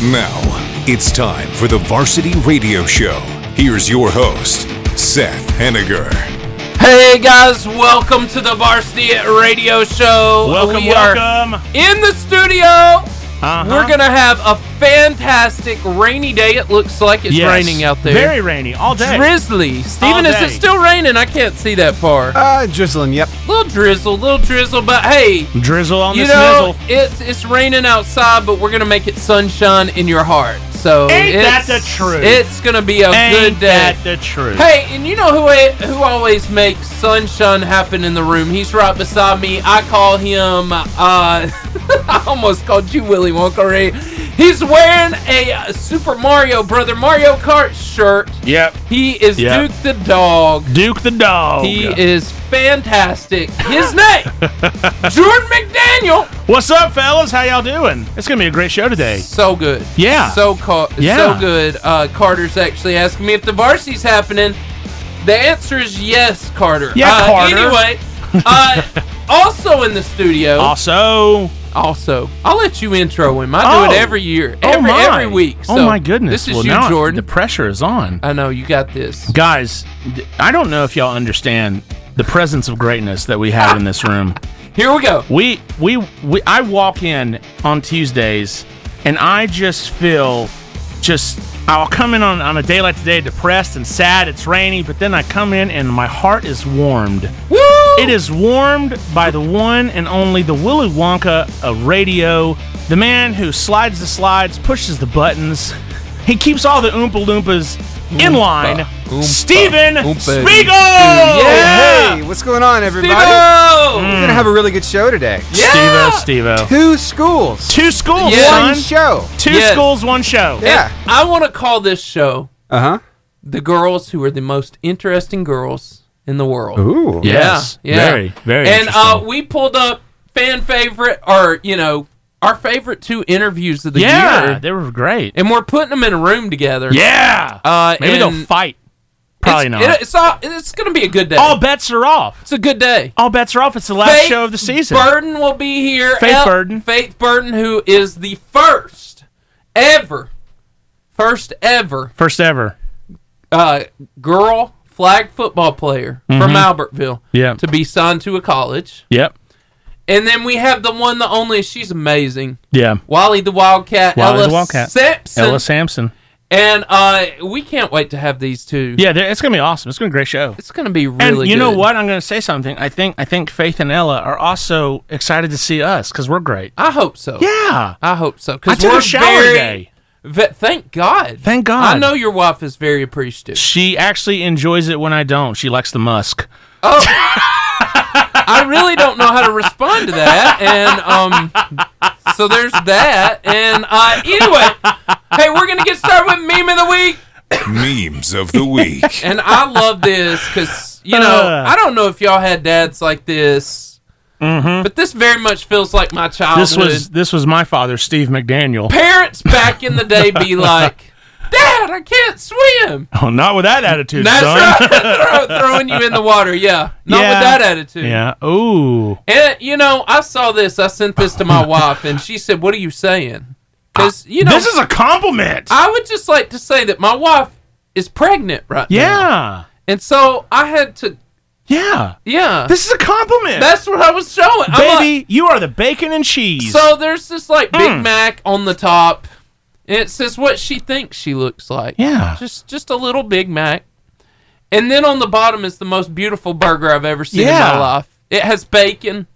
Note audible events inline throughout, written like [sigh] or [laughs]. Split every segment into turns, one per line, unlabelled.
Now, it's time for the Varsity Radio Show. Here's your host, Seth Henniger.
Hey guys, welcome to the Varsity Radio Show.
Welcome,
We are
welcome. Uh-huh.
in the studio. We're gonna have a fantastic rainy day. It looks like it's
Yes.
raining out there.
Very rainy all day.
drizzly. Steven,
All
is it
day.
still raining? I can't see that far.
Uh, drizzling, yep.
little drizzle, little drizzle, but hey,
Drizzle on
you
the
know
snizzle.
it's it's raining outside, but we're gonna make it sunshine in your heart. So
Ain't
it's-
that the truth?
It's gonna be a
Ain't
good day.
that the truth?
Hey, and you know who who always makes sunshine happen in the room? He's right beside me. I call him. Uh, [laughs] I almost called you Willy Wonka. Ray. He's wearing a uh, Super Mario Brother Mario Kart shirt.
Yep.
He is
Yeah. Oh,
Duke the dog.
Duke the dog.
He is fantastic. His name, Jordan McDaniel.
What's up, fellas? How y'all doing? It's gonna be a great show today.
So good.
Yeah.
So ca-
Yeah.
so good. Uh, Carter's actually asking me if the varsity's happening. The answer is yes, Carter.
Yeah,
uh,
Carter.
Anyway,
[laughs]
uh, also in the studio.
Also,
Also, I'll let you intro him. I do
Oh.
it every year,
oh
every
my.
every week. So
oh my goodness!
This is
Well,
you,
now
Jordan.
The pressure is on,
I know you got this.
guys. th- I don't know if y'all understand the presence of greatness that we have in this room.
Here we go.
We, we, we, I walk in on Tuesdays and I just feel just, I'll come in on, on a day like today depressed and sad. It's rainy, but then I come in and my heart is warmed.
Woo!
It is warmed by the one and only the Willy Wonka of radio, the man who slides the slides, pushes the buttons. He keeps all the Oompa Loompas in line.
Oompa,
Steven
Oompa.
Spiegel!
Yeah!
Hey, what's going on,
Steve-o!
everybody?
Mm.
We're gonna have a really good show today.
Yeah!
Stevo, Stevo.
Two schools,
Two schools,
Yeah.
son.
one show.
Two
Yes.
schools, one show.
Yeah.
I want to call this show
Uh
the girls who are the most interesting girls in the world.
huh. Ooh.
Yes.
Yeah, yeah.
Very, very
And uh,
interesting.
we pulled up fan favorite, or you know, our favorite two interviews of the
Yeah,
year,
they were great.
and we're putting them in a room together.
yeah.
Uh,
Maybe
and
they'll fight. Probably
it's,
not.
it- it's all, it's gonna be a good day.
all bets are off.
it's a good day.
All bets are off. It's the last show of the season.
Burden will be here.
Faith Burden.
Faith Burden, who is the first ever, first ever
First ever.
uh, girl flag football player from Albertville
Mm-hmm. Yeah.
to be signed to a college.
Yep.
And then we have the one, the only. She's amazing.
Yeah.
Wally the Wildcat,
Wally
Ella
the Wildcat.
Sampson,
Ella Sampson.
and uh, we can't wait to have these two.
Yeah, they're- it's gonna be awesome. It's gonna be a great show.
It's gonna be
And
really.
you know
good.
what? I'm gonna say something. I think I think Faith and Ella are also excited to see us because we're great.
I hope so.
Yeah.
I hope so.
I
Because
took
we're
a shower
very,
today.
ve- thank God.
Thank God.
I know your wife is very appreciative.
She actually enjoys it when I don't. She likes the musk.
I really don't know how to respond to that, and um, so there's that. And uh, anyway, hey, we're gonna get started with meme of the week.
Memes of the
[laughs]
week.
and I love this because you know
Uh.
I don't know if y'all had dads like this,
Mm-hmm.
but this very much feels like my childhood.
This was this was my father, Steve McDaniel.
parents back in the day
[laughs]
be like, "Dad, I can't swim."
Oh, not with that attitude,
That's
son.
right, [laughs] Throw, throwing you in the water. Yeah, not
Yeah.
with that attitude.
Yeah. Ooh.
And you know, I saw this. I sent this to
[laughs]
my wife, and she said, "What are you saying?" Because you know,
this is a compliment.
I would just like to say that my wife is pregnant right now,
yeah.
and so I had to.
Yeah.
Yeah,
This is a compliment.
That's what I was showing. I'm like-
Baby, you are the bacon and cheese.
so there's this like Big
Hmm.
Mac on the top, and it says what she thinks she looks like.
yeah.
Just just a little Big Mac. And then on the bottom is the most beautiful burger I've ever seen in my
Yeah.
life. It has bacon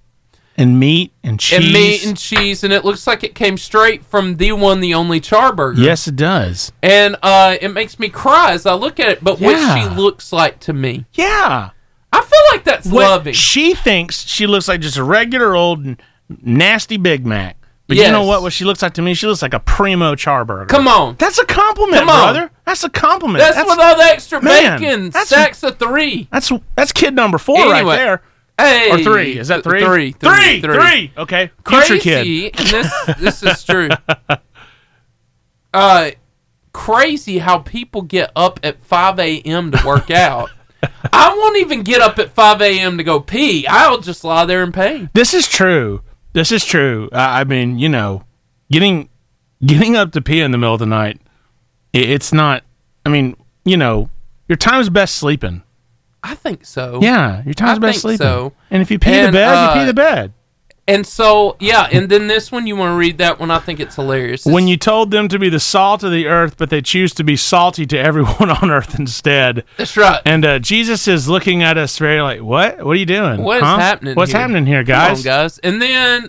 And meat and cheese.
and meat and cheese, and it looks like it came straight from the one, the only Charburger.
Yes, it does.
And uh, it makes me cry as I look at it. But what
Yeah.
she looks like to me,
Yeah.
I feel like that's
What
loving.
She thinks she looks like just a regular old n- nasty Big Mac. But
Yes.
you know what? What she looks like to me, she looks like a primo charburger.
Come on.
That's a compliment,
Come on.
brother. That's a compliment.
That's,
that's
with all the extra
Man,
bacon.
that's-
Stacks of three.
that's, that's kid number four
Anyway.
right there.
Hey,
Or three. Is that three?
Three,
Three. three. Okay.
Crazy,
Future kid.
and this this is
[laughs]
true. Uh, crazy how people get up at five a.m. to work out.
[laughs]
I won't even get up at five a.m. to go pee. I'll just lie there in pain.
This is true. This is true. I I mean, you know, getting getting up to pee in the middle of the night, i- it's not. I mean, you know, your time's best sleeping.
I think so.
Yeah, your time's
I
best
think
sleeping.
so.
And if you pee the
And,
bed, you
uh,
pee the bed.
And so, yeah, and then this one, you want to read that one? I think it's hilarious.
When you told them to be the salt of the earth, but they choose to be salty to everyone [laughs] on earth instead.
That's right.
And uh, Jesus is looking at us very like, what? What are you doing?
What is
Huh?
happening
What's
here?
happening here,
Come
guys?
on, guys. And then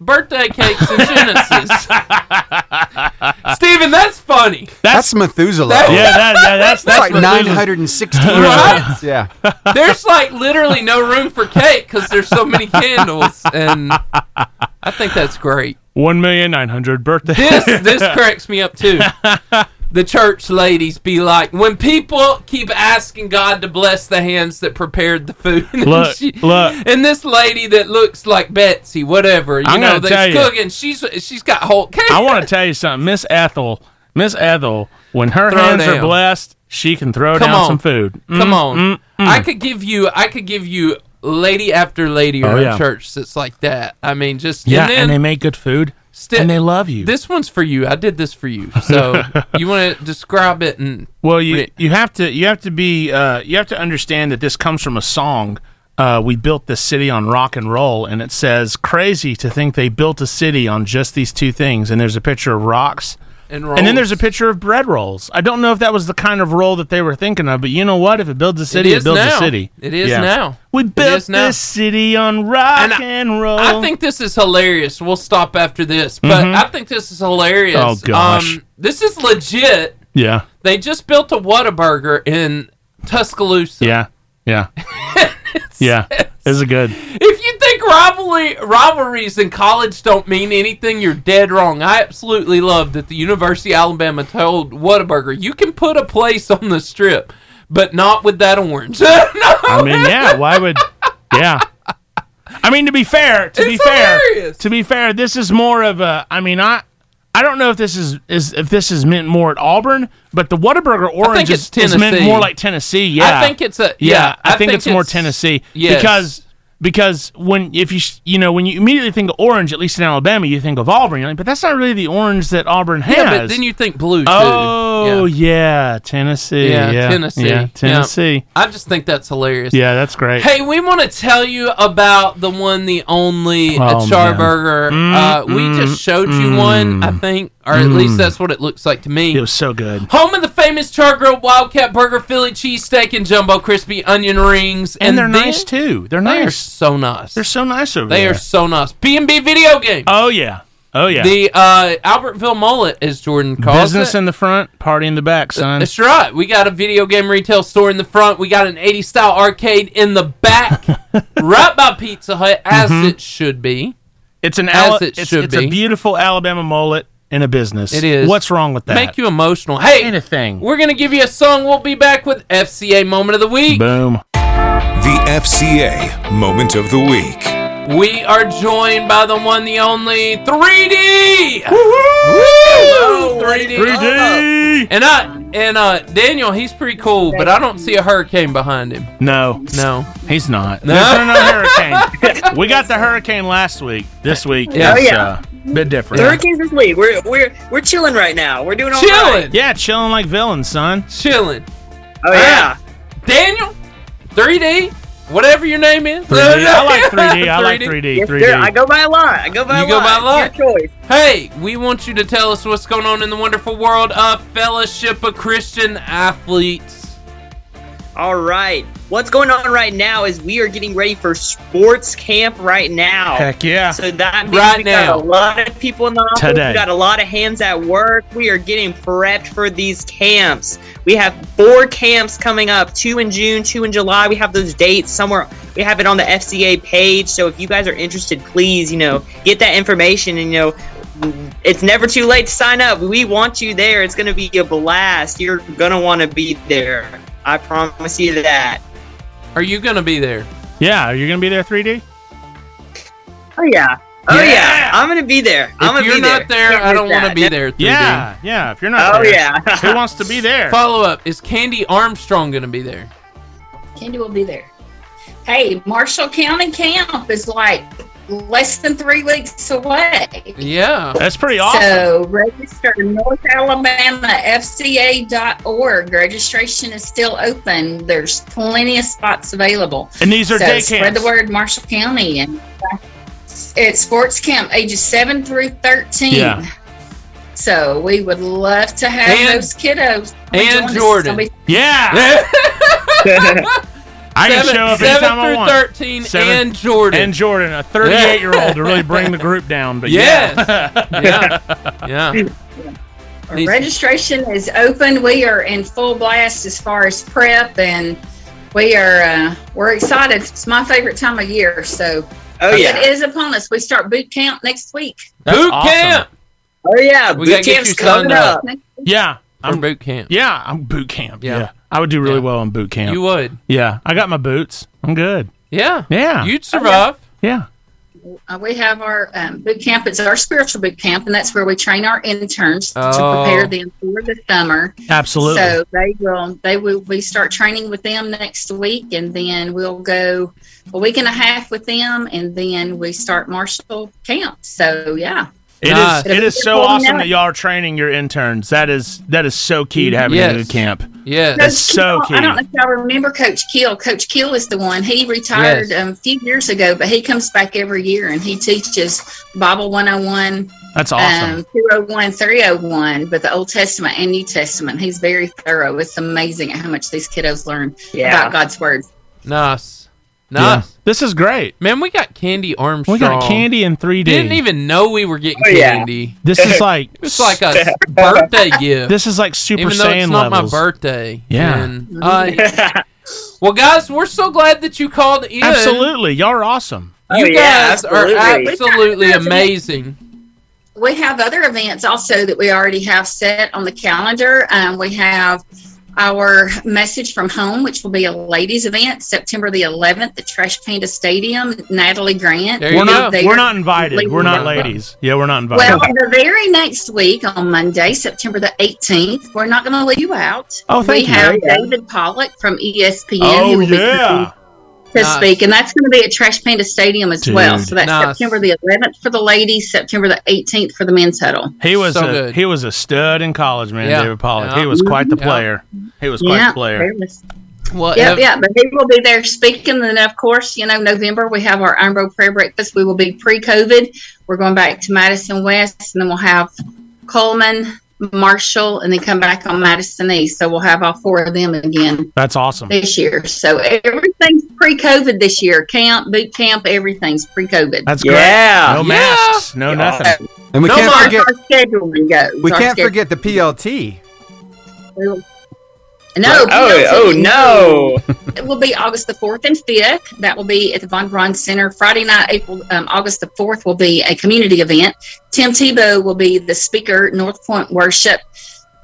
birthday cakes
[laughs]
and Genesis. Steven, that's funny.
That's Methuselah.
That-
Yeah, that, that, that's
That's
that's
like
what
[laughs]
loses-
916.
Right?
Yeah.
There's like literally no room for cake because there's so many candles, and I think that's great.
One million nine hundred birthday.
This
[laughs]
this cracks me up too. The church ladies be like, when people keep asking God to bless the hands that prepared the food, [laughs] and,
Look, look.
and this lady that looks like Betsy, whatever, you
I'm
know,
gonna tell
that's
you.
cooking, she's she's got whole cake.
I want to tell you something, Miss Ethel. Miss Ethel, when her
Throw
hands
down.
are blessed, she can throw
Come
down
on.
some food. Mm.
Come on, I could give you, I could give you lady after lady
Oh,
around
yeah.
church that's like that. I mean, just
Yeah,
and
and,
then
they make good food,
Sti-
and they love you.
This one's for you. I did this for you.
[laughs]
So you want to describe it and
well, you
Right.
you have to you have to be uh, you have to understand that this comes from a song. Uh, we built this city on rock and roll, and it says crazy to think they built a city on just these two things. And there's a picture of rocks.
and
And then
rolls.
there's a picture of bread rolls. I don't know if that was the kind of roll that they were thinking of, but you know what? If it builds a city, it,
is
builds
now.
a city.
It is now.
We
It
built
is now.
this city on rock
And
and,
I-
roll.
I think this is hilarious. We'll stop after this, but I think this is hilarious.
Mm-hmm. Oh, gosh.
Um, this is legit.
Yeah,
They just built a Whataburger in Tuscaloosa.
yeah,
[laughs]
yeah, yeah. This is good.
If you think rivalry rivalries in college don't mean anything, you're dead wrong. I absolutely love that the University of Alabama told Whataburger, you can put a place on the strip, but not with that orange. [laughs] No.
I mean, yeah. Why would? Yeah. I mean, to be fair, to be
It's
fair,
hilarious.
to be fair, this is more of a. I mean, I. I don't know if this is, is if this is meant more at Auburn, but the Whataburger orange is,
it's
is meant
Tennessee.
more like Tennessee. Yeah,
I think it's a
Yeah,
yeah.
I, think, it's, more Tennessee
Yes.
because because when if you sh- you know when you immediately think of orange, at least in Alabama, you think of Auburn. You're like, but that's not really the orange that Auburn has.
Yeah, but then you think blue too.
oh
yeah.
yeah. Tennessee,
Yeah,
yeah,
Tennessee.
yeah,
Yeah.
Tennessee.
I just think that's hilarious.
Yeah, that's great.
Hey, we want to tell you about the one, the only uh,
Oh, mm,
Charburger. uh, we just showed you one, I think, or at least that's what it looks like to me.
It was so good.
Home of the famous Char Grilled Wildcat Burger, Philly cheesesteak, and jumbo crispy onion rings.
And, they're
then-
nice too. They're
They are
nice.
so nice.
They're so nice over
They
there.
are so nice. B&B Video Game.
oh yeah. Oh yeah.
The uh, Albertville Mullet, as Jordan calls
Business
it.
in the front, party in the
Uh,
back, son.
That's right. We got a video game retail store in the front. We got an 80s style arcade in the
[laughs]
back, right by Pizza Hut, as
Mm-hmm.
it should be.
It's an
As
Ala-
it
it's,
should
it's
be.
a beautiful Alabama mullet in a business.
It is.
What's wrong with that?
Make you emotional. Hey,
Anything.
we're going to give you a song. We'll be back with FCA Moment of the Week.
Boom.
The FCA Moment of the Week.
We are joined by the one, the only 3D. Woo! 3D.
3D.
And I and uh Daniel, he's pretty cool, but I don't see a hurricane behind him.
No,
No.
he's not. There's no,
[laughs]
hurricane. we got the hurricane last week. This week,
Yeah.
yeah,
Oh,
it's,
yeah.
uh, bit different.
The Hurricanes this week. We're we're we're chilling right now. We're doing all right.
Chilling. Ah.
Yeah, chilling like villains, son.
Chilling.
Oh yeah.
Daniel, 3D, whatever your name is.
3D. I like 3D.
[laughs]
I like 3D.
Yes,
3D.
sir. I go by a lot. I go by
You
a
go
lot.
by a lot.
It's Your choice.
Hey, we want you to tell us what's going on in the wonderful world of Fellowship of Christian Athletes.
All right. What's going on right now is we are getting ready for sports camp right now.
Heck yeah.
So that means
Right
we
now.
got a lot of people in the office.
Today.
We got a lot of hands at work. We are getting prepped for these camps. We have four camps coming up: two in June, two in July. We have those dates somewhere. We have it on the FCA page. So if you guys are interested, please, you know, get that information. And you know, it's never too late to sign up. We want you there. It's going to be a blast. You're going to want to be there. I promise you that.
Are you going to be there?
Yeah, are you gonna be there, 3D?
Oh yeah. Oh yeah.
Yeah.
I'm going to be there. I'm
if
going to
you're
be there.
not there,
Can't
I
miss
don't want to
that.
be there. 3D.
Yeah, yeah. If you're not
Oh
there,
yeah. [laughs]
who wants to be there?
Follow up Is Candy Armstrong going to be there?
Candy will be there. Hey, Marshall County Camp is like less than three weeks away.
[laughs]
Yeah.
That's pretty awesome.
So register North Alabama FCA.org. Registration is still open. There's plenty of spots available.
and these are
so
day
spread
camps.
the word Marshall County and uh, it's sports camp ages seven through thirteen.
Yeah.
So we would love to have
And-
those kiddos. come
and
join us.
Jordan.
It'll be
Yeah, I can show up
seven
anytime I
through
want.
13
Seven-
and Jordan.
And Jordan, a 38 year old, to really bring the group down. But yeah,
yeah.
[laughs]
Yeah. Needs-
Registration is open. We are in full blast as far as prep, and we are uh, we're excited. It's my favorite time of year, so
Oh yeah.
it is upon us. We start boot camp next week.
That's
Boot
awesome.
camp.
Oh yeah.
We
Boot
gotta get
camp's
you
coming
signed up.
up.
yeah,
Or
I'm
boot camp.
yeah, I'm boot camp.
Yeah.
Yeah, I would do really
Yeah.
well in boot camp.
You would.
yeah, I got my boots. I'm good.
Yeah.
Yeah,
Oh,
You'd survive.
yeah.
Uh, we have our um, boot camp. It's our spiritual boot camp, and that's where we train our interns
Oh.
to prepare them for the summer.
Absolutely.
So they will. They will. We start training with them next week, and then we'll go a week and a half with them, and then we start Marshall camp. So yeah,
it
Nice.
is. It is so
It'll be
awesome
fun.
that y'all are training your interns. That is that is so key to having
Yes.
a boot camp.
Yeah.
That's so
Keel- I don't know
key.
if y'all remember Coach Keel. Coach Keel is the one. He retired
Yes.
um, a few years ago, but he comes back every year and he teaches Bible 101,
That's awesome.
um, 201, 301, but the Old Testament and New Testament. He's very thorough. It's amazing at how much these kiddos learn
Yeah.
about God's Word.
Nice.
Yeah.
Nice.
This is great.
Man, we got Candy Armstrong.
We got candy in 3D.
Didn't even know we were getting
Oh, yeah.
candy.
This is
[laughs]
like
It's like
[laughs]
a birthday gift.
this is like Super
even though
Saiyan
it's not
levels.
my birthday.
Yeah.
And,
[laughs]
uh, well, guys, we're so glad that you called in.
Absolutely, y'all are awesome.
You
Oh, yeah,
guys are
absolutely.
absolutely amazing.
we have other events also that we already have set on the calendar. Um, we have our message from home, which will be a ladies' event, September the 11th at Trash Panda Stadium. Natalie Grant.
There you
We're
will be
not
there.
we're not invited.
completely
We're not
different.
ladies. Yeah, we're not invited.
Well, the very next week on Monday, September the 18th, we're not going to leave you out.
Oh, thank
we
you.
have David Pollock from E ESPN.
oh
who will be
yeah,
to
Nice.
speak, and that's going to be at Trash Panda Stadium as
Dude.
well. So that's
Nice.
September the 11th for the ladies, September the 18th for the men's huddle.
he was
So
a
good.
he was a stud in college, man.
Yeah.
David Pollock.
Yeah.
He was quite the
Yeah.
player. He was quite the player.
there was-
Well,
Yep,
Ev-
yeah, but they will be there speaking. And of course, you know, November we have our Iron Road Prayer Breakfast. We will be pre-COVID. We're going back to Madison West, and then we'll have Coleman, Marshall, and then come back on Madison East. So we'll have all four of them again
That's awesome.
this year. So everything's pre-COVID this year. Camp, boot camp, everything's pre-COVID.
That's great.
yeah.
No
Yeah.
masks. No
Yeah.
nothing.
And we
No
can't
more
As
forget.
far as scheduling goes,
We
our
can't
schedule-
forget the PLT.
No.
Oh, oh no.
It will be August the 4th and 5th. That will be at the Von Braun Center. Friday night, April um, August the 4th will be a community event. Tim Tebow will be the speaker. North Point Worship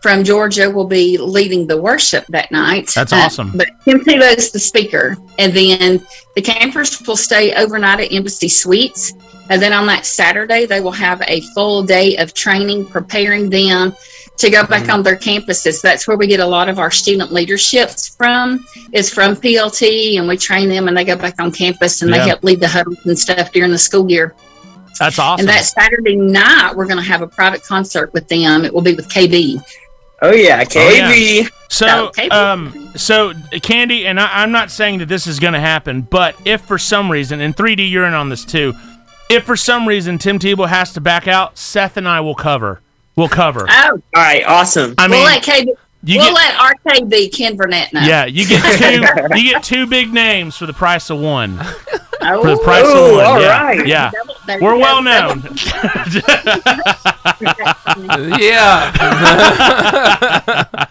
from Georgia will be leading the worship that night.
That's
Uh,
awesome.
but Tim Tebow's the speaker. And then the campers will stay overnight at Embassy Suites. And then on that Saturday, they will have a full day of training, preparing them to go
Mm-hmm.
back on their campuses. That's where we get a lot of our student leaderships from, is from PLT, and we train them and they go back on campus and
Yeah.
they help lead the huddles and stuff during the school year.
That's awesome.
And that Saturday night, we're going to have a private concert with them. It will be with KB.
Oh yeah, KB.
So,
Okay.
um, so Candy, and I, I'm not saying that this is going to happen, but if for some reason, and 3D, you're in on this too. If for some reason Tim Tebow has to back out, Seth and I will cover. We'll cover.
Uh,
Oh,
All right, awesome.
I mean,
we'll let KB.
you
we'll
get
let RKB Ken Burnett know.
yeah, you get two,
[laughs]
you get two big names for the price of one.
Oh,
For the price
Oh,
of one,
all
yeah,
right.
yeah.
double- there
We're
you
well
go,
[laughs]
known.
double-
[laughs] Yeah.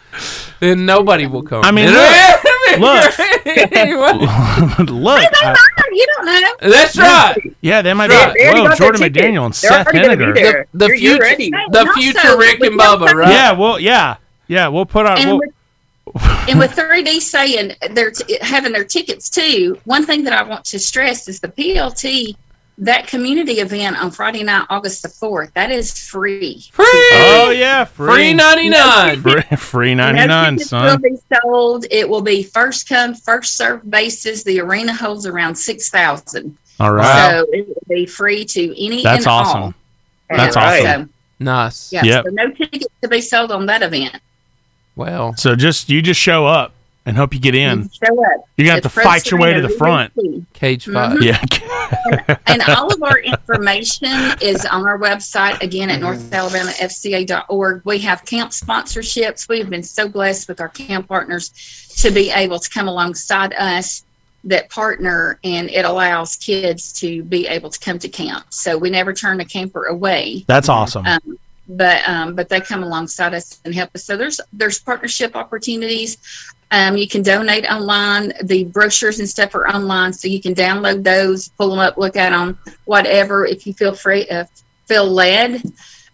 [laughs] then nobody will come. [laughs]
I mean, look. [laughs]
Anyway,
Look, I-
you don't know.
that's right.
yeah, they might
They-
be.
they already
Whoa,
got their
Jordan
ticket.
McDaniel and
They're
Seth
already gonna be
Henniger.
there.
The- the
You're- you're
future-
ready.
The
And
future
also,
Rick and
we also-
Bubba, right?
Yeah, well, yeah, yeah. We'll put our.
And
We'll,
with,
[laughs]
and with 3D saying they're t- having their tickets too, one thing that I want to stress is the PLT, that community event on Friday night, August the 4th, that is free.
Free.
oh yeah,
Free ninety nine.
Free, free
No
99,
tickets will
son.
be sold. It will be first come, first served basis. The arena holds around 6,000.
All right.
So it will be free to any.
That's
and all.
awesome. That's
Yeah,
awesome.
So,
Nice.
yeah,
Yep.
so no tickets to be sold on that event.
Well,
So just you just show up and hope you get in.
Show up.
You're gonna have to
It's
fight your way to
free
the
to
front.
VIP.
cage fight.
Mm-hmm.
Yeah.
[laughs] and all of our information is on our website again at northalabamafca.org. We have camp sponsorships. We've been so blessed with our camp partners to be able to come alongside us that partner and it allows kids to be able to come to camp. So we never turn a camper away.
That's awesome.
Uh,
Um, but um, but they come alongside us and help us. So there's there's partnership opportunities. Um, you can donate online. The brochures and stuff are online, so you can download those, pull them up, look at them, whatever. If you feel free, uh, feel led.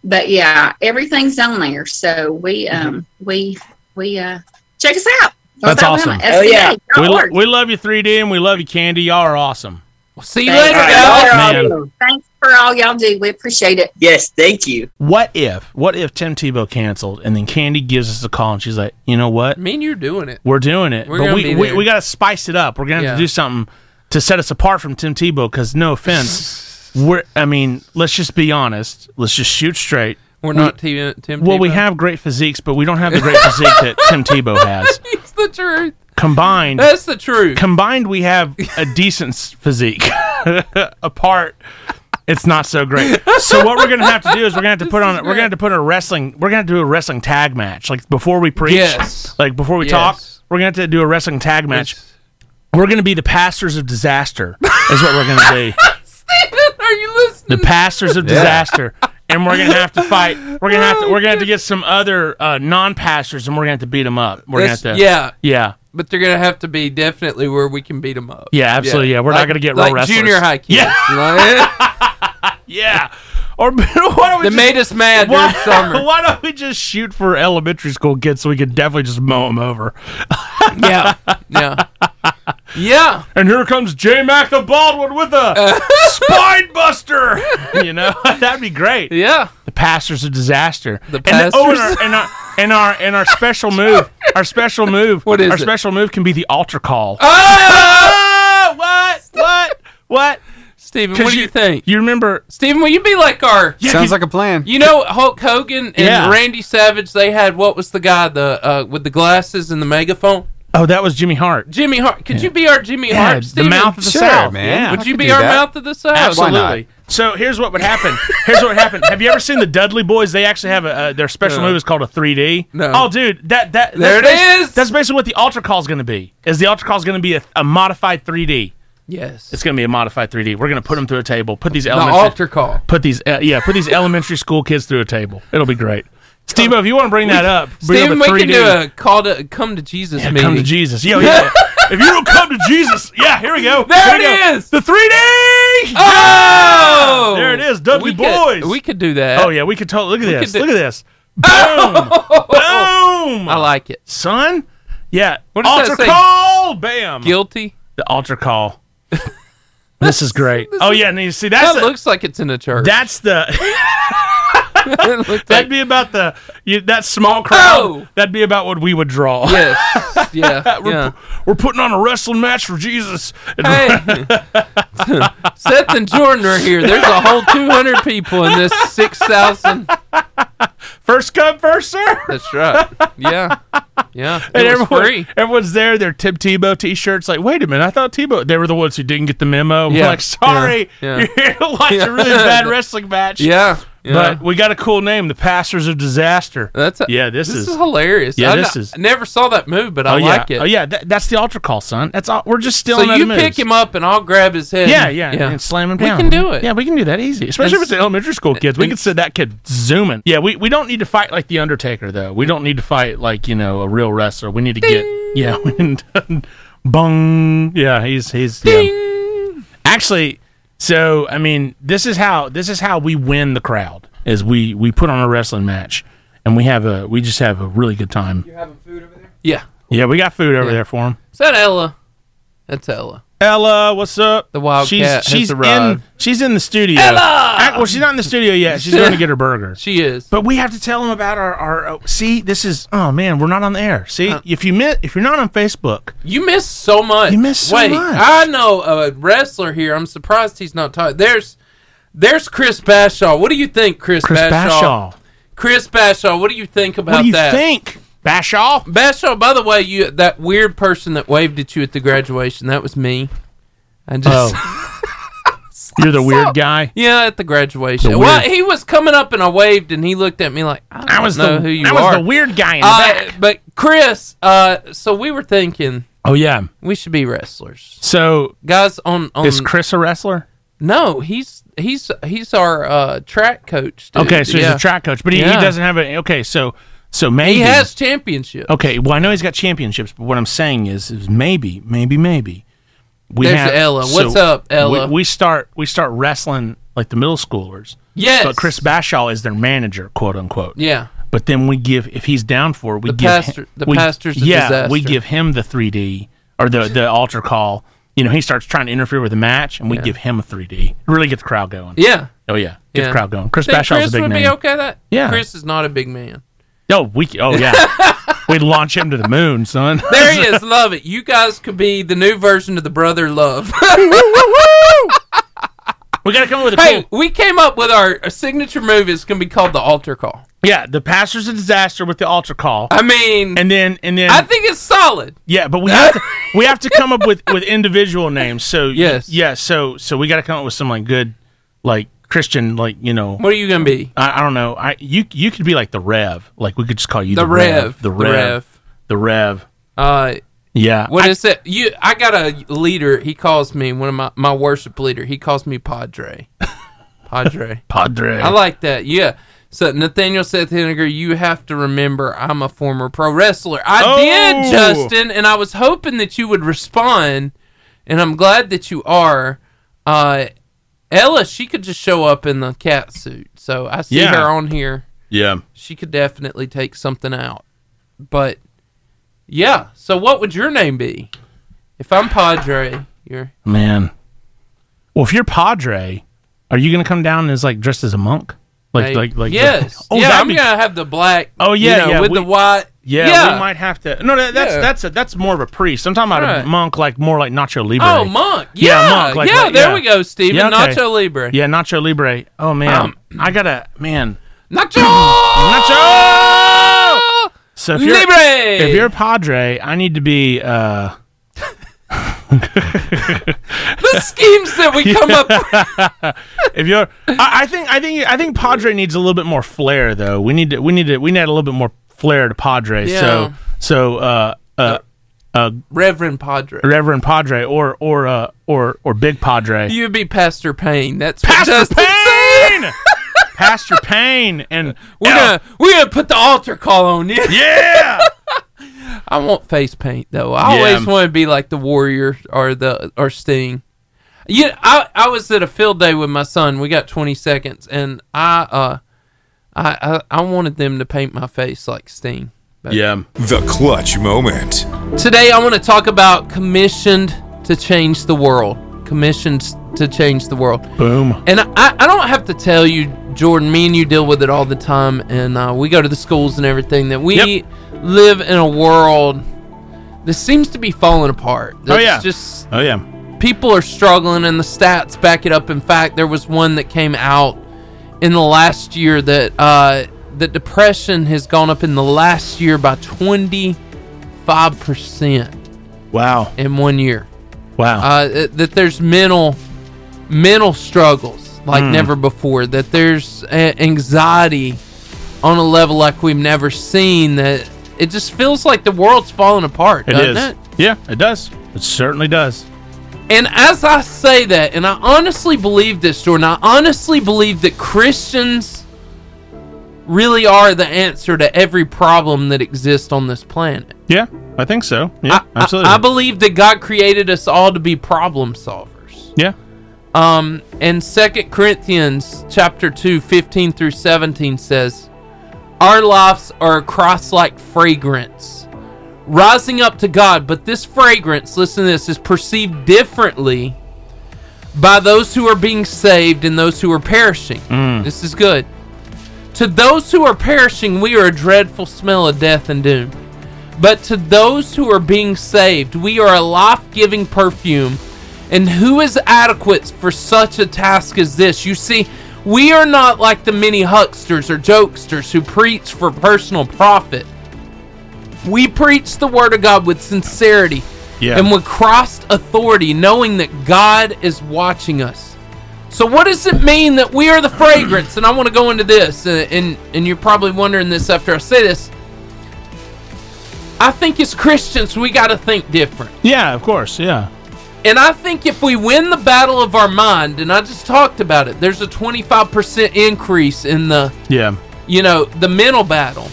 But yeah, everything's on there. So we um, we we uh, check us out.
Mm-hmm. That's awesome.
Oh, yeah.
We, lo- we love you 3D and we love you Candy. Y'all are awesome.
Well, see you
Thank
later, guys.
you.
Man.
Thanks for all y'all do. We appreciate it.
Yes, thank you.
What if? What if Tim Tebow canceled and then Candy gives us a call and she's like, you know what?
Me and you're doing it.
We're doing it,
We're
but
gonna
we
be
we,
there.
we got to spice it up. We're gonna have
Yeah.
to do something to set us apart from Tim Tebow. Because no offense,
[laughs]
we're I mean, let's just be honest. Let's just shoot straight.
We're not Tim. Tim
Well, we
Tebow. [laughs]
have great physiques, but we don't have the great physique that Tim Tebow has.
It's the truth.
Combined,
That's the truth.
combined, we have a decent s- physique. [laughs] Apart, it's not so great. So what we're gonna have to do is we're gonna have to put on we're gonna have to put on a wrestling we're gonna have to do a wrestling tag match like before we preach
Yes.
like before we
Yes.
talk we're gonna have to do a wrestling tag match. We're gonna be the pastors of disaster is what we're gonna be
Are you listening?
the pastors of disaster. And we're gonna have to fight. We're gonna have to. We're
[laughs]
gonna have to get some other uh, non-pastors, and we're gonna have to beat them up. We're
That's-
gonna have to.
yeah,
yeah,
but they're gonna have to be definitely where we can beat them up.
Yeah, absolutely, yeah. We're not
Like-
gonna get real
like
wrestlers.
junior high kids. Like,
yeah. Or [laughs] why don't
they
we just,
made us mad during
why,
summer.
[laughs] why don't we just shoot for elementary school kids so we could definitely just mow them over?
yeah, yeah, yeah.
And here comes J Mac the Baldwin with
Uh.
a spine buster.
[laughs]
You know [laughs] that'd be great. [laughs]
Yeah.
The pastors of disaster.
The
And, oh, and
pastors.
our, and our and our and our special move. Our special
[laughs]
move.
What is
our
it?
special move can be the altar call.
Oh!
what? What? What?
Steven, what do you, think?
You remember?
Steven, will you be like our?
Sounds like a plan.
You know Hulk Hogan and
Yeah.
Randy Savage. They had what was the guy the uh, with the glasses and the megaphone?
Oh, that was Jimmy Hart.
Jimmy Hart. Could you be our Jimmy
Yeah,
Hart?
the
Steven?
mouth of the
Sure,
South,
man.
Yeah.
Would
Would
I
you
could
be
do
our
that.
mouth of the South?
Absolutely. Why
Absolutely. So here's what would happen. Here's what would happen. Have you ever seen the Dudley Boys? They actually have a uh, their special
No.
move is called a 3D.
No.
Oh, dude, that that
There
that's
it
basi-
is!
That's basically what the altar call is going to be. Is the altar call is going to be a, a modified 3D?
Yes.
It's going to be a modified 3D. We're going to put them through a table. Put these
The
elements.
altar call.
Put these, uh, yeah, put these elementary school kids through a table. It'll be great. Steve, if you want to bring that up, bring
Steven,
up
we
a 3D.
can do a call to come to Jesus
Yeah,
meeting.
come to Jesus. Yo, yeah. if you don't come to Jesus, yeah, here we go.
[laughs] There
Here we
it
go.
is!
The 3D.
Oh!
There it is, Dudley
we
Boys.
Could, we could do that.
Oh yeah, we could totally look at this.
could do- Oh!
look at
[laughs]
this. Boom! Boom!
I like it.
son. Yeah.
What does that
altar
say?
call. Bam.
Guilty.
the
[laughs]
altar call. this is great. oh yeah, and you see that's
That
the,
looks like it's in a church.
that's the
[laughs]
[laughs]
It looks like-
that'd be about the you, that small crowd.
Oh!
That'd be about what we would draw.
yes. Yeah.
[laughs] We're,
yeah.
we're putting on a wrestling match for Jesus. And [laughs]
Hey, Seth and Jordan are here. There's a whole 200 people in this 6,000.
First come, first serve. [laughs]
That's right. Yeah. Yeah. It
And
was
everyone,
free.
everyone's there. Their Tim Tebow T-shirts. Like, wait a minute, I thought Tebow. They were the ones who didn't get the memo. [laughs] We're
Yeah,
like, sorry, [laughs]
yeah, yeah.
you're here to watch
Yeah.
a
[laughs]
really bad wrestling match.
Yeah. yeah.
But we got a cool name, the Pastors of Disaster.
That's a,
yeah, this,
this
is.
is, hilarious.
Yeah,
I
this
n-
is-
I never saw that move, but
oh
I
yeah,
like it.
oh yeah. That, that's the altar call, son. That's all. We're just still.
so you pick him up and I'll grab his head.
Yeah,
and-
yeah, and slam him
We
down.
can do it.
Yeah, we can do that easy, especially if
And-
it's the elementary school kids. We
and-
can send that kid zooming. Yeah, we, we don't need to fight like the Undertaker though. We don't need to fight like you know a real wrestler. We need to get yeah, [laughs] we need to- bung. Yeah, he's he's yeah. actually. So I mean, this is how this is how we win the crowd is we we put on a wrestling match and we have a we just have a really good time.
Yeah.
Yeah, we got food over there for him.
Is that Ella? That's Ella.
Ella, what's up?
The Wildcat
She's
has
she's
arrived.
in she's in the studio. Ella. well, she's not in the studio yet. She's going to get her burger.
She is.
But we have to tell them about our our. oh, see, this is oh man, we're not on the air. See,
Uh.
if you miss, if you're not on Facebook,
You miss so much.
You miss so
Wait,
much.
I know a wrestler here. I'm surprised he's not talking. There's, there's Chris Bashaw. What do you think, Chris,
Chris Bashaw,
Chris Bashaw. What do you think about
what do you
that?
think, Bashaw?
Bashaw. By the way, you that weird person that waved at you at the graduation. That was me. I just.
Oh. [laughs] You're the weird guy.
[laughs] Yeah, at the graduation.
The
well,
weird-
he was coming up and I waved and he looked at me like, I don't
I was
know
the
who you
I
are.
was the weird guy in the
Uh,
back.
but Chris, uh, so we were thinking
Oh yeah.
we should be wrestlers.
So
Guys on on
is Chris a wrestler?
No, he's he's he's our uh, track coach. dude.
Okay, so he's
Yeah.
a track coach, but he,
Yeah.
he doesn't have a. Okay, so so maybe
He has championship.
Okay, well I know he's got championships, but what I'm saying is, is maybe, maybe, maybe we
There's Ella. What's up, Ella?
We, we start we start wrestling like the middle schoolers,
Yes.
but Chris Bashaw is their manager, quote unquote.
Yeah.
But then we give if he's down for it, we
The
give
pastor-
him,
the
we,
pastor's a
yeah, we
disaster.
give him the 3D or the the altar call. You know, he starts trying to interfere with the match, and we give him a 3D. Really get the crowd going.
Yeah.
Oh yeah, get
Yeah.
the crowd going. Chris
Think
Bashaw's
Chris
a big
would
man.
be okay with that?
Yeah.
Chris is not a big man.
Oh, we oh
[laughs]
yeah, we'd launch him to the moon, son.
There he
[laughs]
is. Love it. You guys could be the new version of the brother love.
[laughs] we gotta come up with a
hey,
cool.
we came up with our, our signature move. It's going to be called the altar call.
Yeah, the pastor's a disaster with the altar call,
I mean,
and then and then
I think it's solid.
yeah, but
[laughs]
we have to, we have to come up with with individual names. So
Yes.
yeah, so so we gotta come up with some like good like Christian like you know.
What are you going to be?
I, I don't know. I you you could be like the Rev. Like we could just call you
The,
the,
Rev.
The Rev. The Rev.
Uh,
Yeah.
what
I-
is it? You, I got a leader. He calls me one of my my worship leader. He calls me
[laughs]
Padre. Padre.
Padre?
I like that. Yeah. So Nathaniel Seth Henniger, you have to remember I'm a former pro wrestler. I
Oh!
did, Justin, and I was hoping that you would respond, and I'm glad that you are. Uh, Ella, she could just show up in the cat suit, so I see
Yeah.
her on here.
yeah.
She could definitely take something out, but yeah. So what would your name be? If I'm Padre, you're
Man. Well, if you're Padre, are you gonna come down as like dressed as a monk? Like like like
yes,
Oh,
yeah.
that'd
I'm
be-
gonna have the black.
Oh, yeah,
you know,
yeah,
with
we-
the white.
Yeah, we might have to. No, that, that's
Yeah.
that's a, that's more of a priest. I'm talking about
Right.
a monk, like more like Nacho Libre.
Oh, Monk. Yeah,
Yeah,
yeah,
Monk, like- like-
there
yeah.
we go, Steven.
Yeah, okay.
Nacho Libre.
Yeah, Nacho Libre. Oh man,
Um,
I gotta man.
Nacho
Nacho. So if you're
Libre.
if you're a Padre, I need to be. uh [laughs]
the schemes that we come up with.
If you're, I, I think I think I think Padre needs a little bit more flair though. We need to we need to we need a little bit more flair to Padre.
Yeah.
So so uh uh
Reverend Padre.
Reverend Padre or or uh or or Big Padre.
You'd be Pastor Payne. That's what
Pastor
Justin said.
Payne. Pastor Payne and
We're
Yeah.
gonna we're gonna put the altar call on you.
Yeah.
I want face paint though. I
Yeah.
always want to be like the warrior or the or Sting. Yeah, I I was at a field day with my son. We got twenty seconds, and I uh I I, I wanted them to paint my face like Sting.
Yeah.
The clutch moment.
Today, I want to talk about commissioned to change the world. Commissioned to change the world.
Boom.
And I, I don't have to tell you, Jordan, me and you deal with it all the time, and uh, we go to the schools and everything, that we
Yep.
live in a world that seems to be falling apart. That's
yeah.
just
Oh yeah.
people are struggling and the stats back it up. In fact, there was one that came out in the last year that uh, that depression has gone up in the last year by 25%
Wow.
in one year.
Wow.
Uh, it- that there's mental mental struggles like
Hmm.
never before. That there's a- anxiety on a level like we've never seen. That it just feels like the world's falling apart.
it
doesn't
is.
It?
Yeah, it does. It certainly does.
And as I say that, and I honestly believe this, Jordan, I honestly believe that Christians really are the answer to every problem that exists on this planet.
Yeah, I think so. Yeah,
I-
absolutely.
I, believe that God created us all to be problem solvers.
yeah.
Um, and 2 Corinthians chapter 2, 15 through 17 says, Our lives are a cross like fragrance, rising up to God, but this fragrance, listen to this, is perceived differently by those who are being saved and those who are perishing. This is good. To those who are perishing, we are a dreadful smell of death and doom. But to those who are being saved, we are a life giving perfume. And who is adequate for such a task as this? You see, we are not like the many hucksters or jokesters who preach for personal profit. We preach the Word of God with sincerity
Yeah.
and with Christ's authority, knowing that God is watching us. So, what does it mean that we are the fragrance? And I want to go into this, and, and, and you're probably wondering this after I say this. I think as Christians, we got to think different.
Yeah, of course. Yeah.
And I think if we win the battle of our mind, and I just talked about it, there's a 25% increase in the,
Yeah.
you know, the mental battle.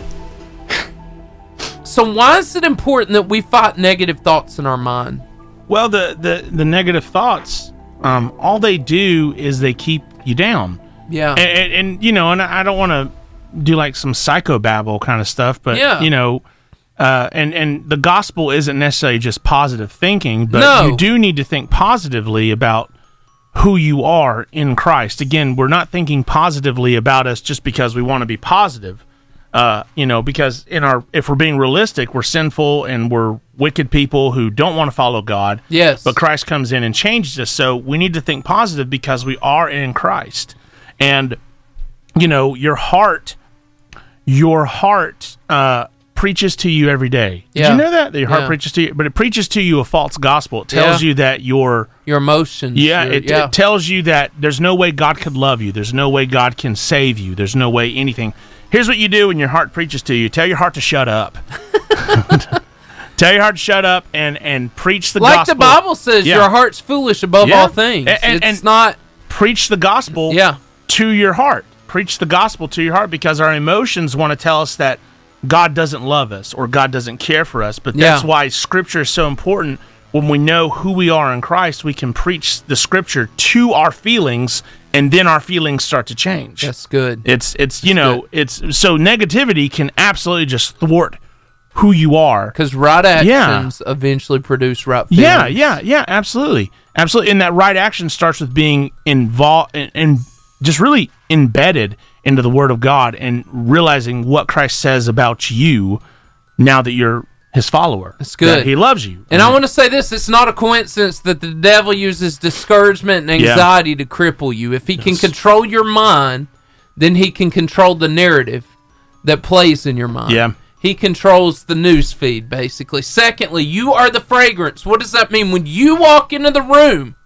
So why is it important that we fight negative thoughts in our mind?
Well, the the the negative thoughts, um, all they do is they keep you down,
Yeah.
and, and, and you know, and I I don't want to do like some psychobabble kind of stuff, but
Yeah.
you know. Uh, and and the gospel isn't necessarily just positive thinking, but
No.
you do need to think positively about who you are in Christ. Again, we're not thinking positively about us just because we want to be positive. Uh, you know, because in our if we're being realistic, we're sinful and we're wicked people who don't want to follow God.
Yes.
But Christ comes in and changes us. So we need to think positive because we are in Christ. And you know, your heart your heart uh preaches to you every day. Did
Yeah.
you know that? That your heart
Yeah.
preaches to you, but it preaches to you a false gospel. It tells
Yeah.
you that you're
Your emotions.
yeah,
your-
it, it tells you that there's no way God could love you. There's no way God can save you. There's no way anything. Here's what you do when your heart preaches to you: tell your heart to
[laughs]
shut up. [laughs] tell your heart to shut up and and preach the
like
gospel.
the Bible says,
Yeah.
your heart's foolish above
Yeah.
all things.
A- and-
it's
and-
not.
Preach the gospel.
Yeah.
To your heart, preach the gospel to your heart because our emotions want to tell us that God doesn't love us or God doesn't care for us. But that's
Yeah.
why Scripture is so important. When we know who we are in Christ, we can preach the Scripture to our feelings, and then our feelings start to change.
That's good.
It's it's you know it's so negativity can absolutely just thwart who you are.
Because right
Yeah.
actions eventually produce right feelings.
Yeah, yeah, yeah, absolutely, absolutely. And that right action starts with being involved and, and just really embedded into the Word of God and realizing what Christ says about you now that you're His follower.
That's good.
That he loves you.
And I want to say this: it's not a coincidence that the devil uses discouragement and
Yeah.
anxiety to cripple you. If he can control your mind, then he can control the narrative that plays in your mind.
Yeah.
He controls the news feed, basically. Secondly, you are the fragrance. What does that mean? When you walk into the room,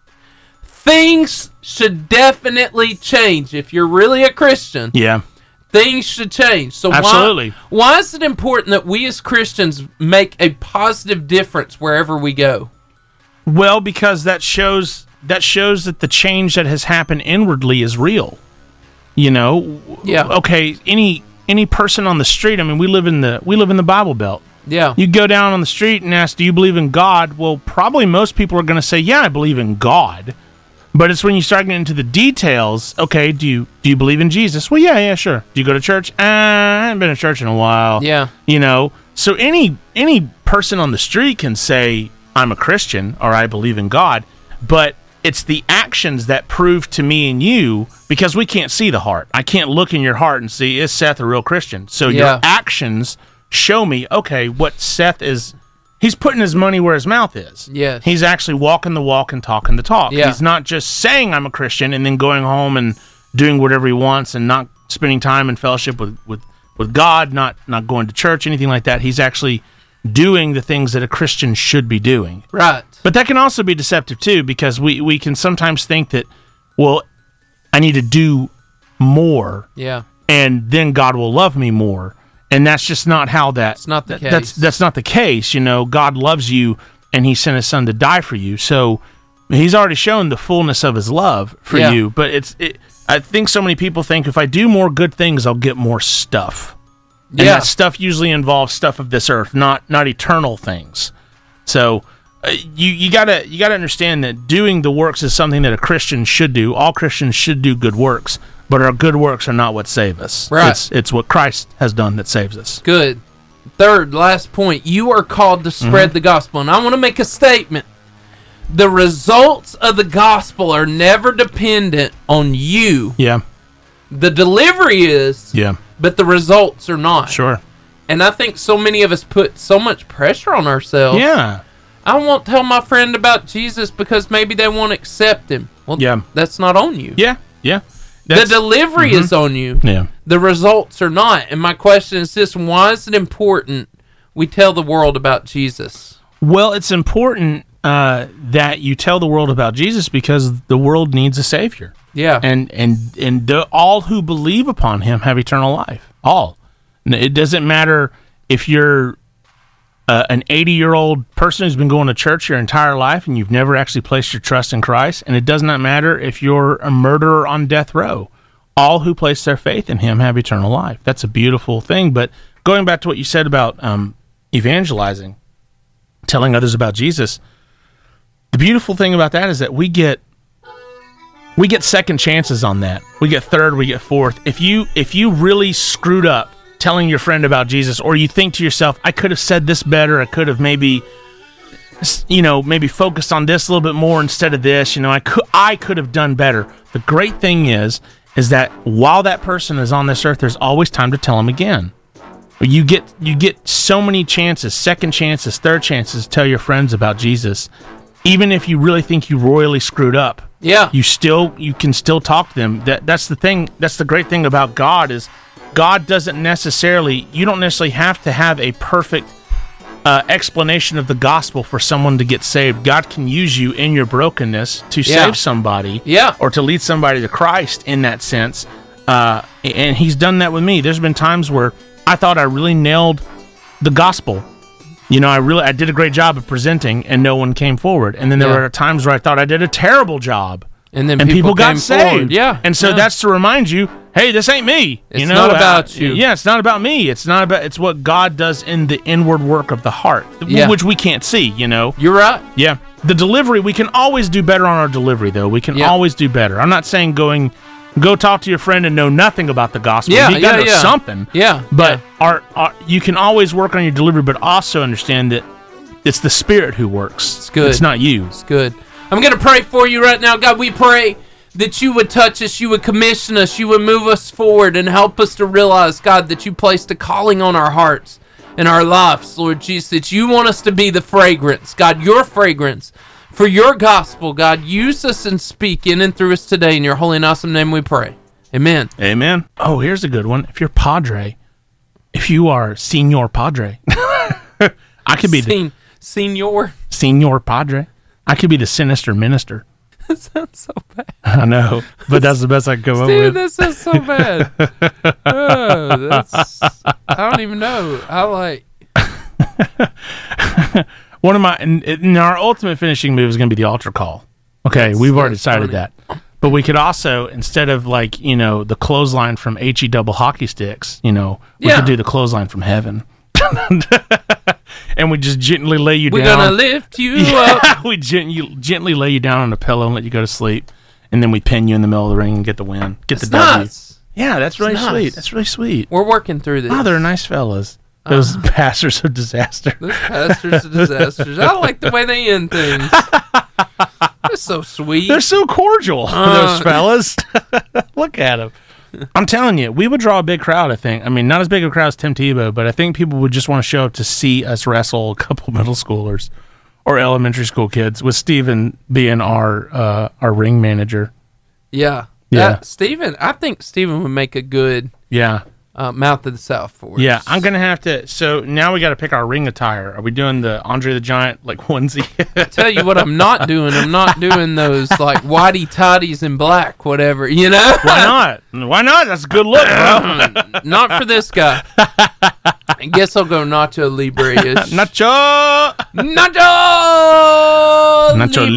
things should definitely change. If you're really a Christian,
yeah,
things should change. So why-
Absolutely.
Why, is it important that we as Christians make a positive difference wherever we go?
well, because that shows that shows that the change that has happened inwardly is real. You know,
Yeah.
okay any any person on the street i mean we live in the we live in the bible belt
Yeah.
you go down on the street and ask do you believe in god well probably most people are going to say yeah i believe in god but it's when you start getting into the details okay do you do you believe in jesus well yeah yeah sure do you go to church uh, i haven't been to church in a while
Yeah.
you know so any any person on the street can say i'm a christian or i believe in god but it's the actions that prove to me and you because we can't see the heart i can't look in your heart and see is seth a real christian so
Yeah.
your actions show me okay what seth is he's putting his money where his mouth is
Yes.
he's actually walking the walk and talking the talk
Yeah.
he's not just saying i'm a christian and then going home and doing whatever he wants and not spending time in fellowship with with with god not not going to church anything like that he's actually doing the things that a christian should be doing
Right.
but that can also be deceptive too, because we we can sometimes think that, well, I need to do more,
Yeah.
and then God will love me more, and that's just not how that. That's
not the case.
That's that's not the case. You know, God loves you, and He sent His Son to die for you. So He's already shown the fullness of His love for
Yeah.
you. But it's it. I think so many people think if I do more good things, I'll get more stuff. And
Yeah.
that stuff usually involves stuff of this earth, not not eternal things. So uh, you you gotta you gotta understand that doing the works is something that a Christian should do. All Christians should do good works, but our good works are not what save us.
Right.
It's it's what Christ has done that saves us.
Good. Third, last point, you are called to spread
Mhm.
the gospel. And I want to make a statement. The results of the gospel are never dependent on you.
Yeah.
The delivery is,
Yeah.
but the results are not.
Sure.
And I think so many of us put so much pressure on ourselves.
Yeah.
I won't tell my friend about Jesus because maybe they won't accept him. Well,
Yeah.
that's not on you.
Yeah. Yeah.
the
That's- Mm-hmm.
delivery is on you.
yeah.
The results are not. And my question is this why is it important we tell the world about Jesus?
Well, it's important uh, that you tell the world about Jesus because the world needs a savior,
Yeah.
and and and the, all who believe upon him have eternal life. All. N- It doesn't matter if you're uh, an 80 year old person who's been going to church your entire life and you've never actually placed your trust in Christ, and it does not matter if you're a murderer on death row. All who place their faith in Him have eternal life. That's a beautiful thing. But going back to what you said about um, evangelizing, telling others about Jesus, the beautiful thing about that is that we get we get second chances on that. We get third, we get fourth. If you if you really screwed up telling your friend about Jesus or you think to yourself, I could have said this better, I could have maybe s- you know, maybe focused on this a little bit more instead of this, you know, I could I could have done better. The great thing is is that while that person is on this earth, there's always time to tell them again. You get you get so many chances, second chances, third chances to tell your friends about Jesus. Even if you really think you royally screwed up,
yeah.
you still you can still talk to them that that's the thing that's the great thing about god is god doesn't necessarily you don't necessarily have to have a perfect uh, explanation of the gospel for someone to get saved god can use you in your brokenness to
Yeah.
save somebody
Yeah.
[laughs] or to lead somebody to christ in that sense uh, and he's done that with me there's been times where i thought i really nailed the gospel you know, I really I did a great job of presenting, and no one came forward. And then there
Yeah.
were times where I thought I did a terrible job,
and then
and people, got
came
saved.
forward. Yeah.
and so
yeah.
that's to remind you, hey, this ain't me. you
It's
know,
not
uh,
about you.
Yeah, it's not about me. It's not about. It's what God does in the inward work of the heart, w-
Yeah.
which we can't see. You know.
You're right.
Yeah, the delivery we can always do better on our delivery, though. We can
Yeah.
always do better. I'm not saying going, go talk to your friend and know nothing about the gospel.
Yeah,
you got
yeah,
to
yeah.
something.
Yeah.
But our, our, you can always work on your delivery, but also understand that it's the Spirit who works. It's
good.
It's not you.
It's good. I'm going to pray for you right now. God, we pray that you would touch us, you would commission us, you would move us forward and help us to realize, God, that you placed a calling on our hearts and our lives, Lord Jesus, that you want us to be the fragrance, God, your fragrance for your gospel, God. Use us and speak in and through us today. In your holy and awesome name we pray. Amen.
Amen. Oh, here's a good one. If you're Padre, if you are Senor Padre, [laughs] I could be the
Sen- Senor.
Senor Padre. I could be the sinister minister.
[laughs]
[laughs]
that sounds so bad.
I know, but that's the best I can come up
Dude,
with.
this is so
[laughs]
bad. oh, that's, I don't even know. I like.
One of my and, and our ultimate finishing move is going to be the altar call. Okay, we've already decided
funny.
that. But we could also instead of like you know the clothesline from he double hockey sticks, you know, we
Yeah.
could do the clothesline from heaven, [laughs] and we just gently lay you
We're
down.
gonna lift you up.
[laughs] Yeah, we gent- you- gently lay you down on a pillow and let you go to sleep, and then we pin you in the middle of the ring and get the win, get the
It's
W.
nuts.
Yeah, that's really
nuts.
sweet. That's really sweet.
We're working through this.
Oh, they're nice fellas. [laughs] Those pastors of disaster.
Uh. Those pastors of disasters. I like the way they end
[laughs]
things. They're so sweet.
They're so cordial, those [laughs] fellas. Look at them. I'm telling you, we would draw a big crowd. I think. I mean, not as big a crowd as Tim Tebow, but I think people would just want to show up to see us wrestle a couple [laughs] middle schoolers or elementary school kids. With Steven being our uh, our ring manager.
yeah.
Yeah.
Uh, Steven, I think Steven would make a good
Yeah,
uh, mouth of the South for us.
yeah. I'm gonna have to. So now we got to pick our ring attire. Are we doing the Andre the Giant like onesie?
tell you what I'm not doing. I'm
[laughs]
not doing those like whitey tidies in black, whatever. You
[laughs]
know,
Why not? Why not? That's a good look, bro. [laughs]
not for this guy. I guess I'll go Nacho Libre.
Nacho.
Nacho,
Nacho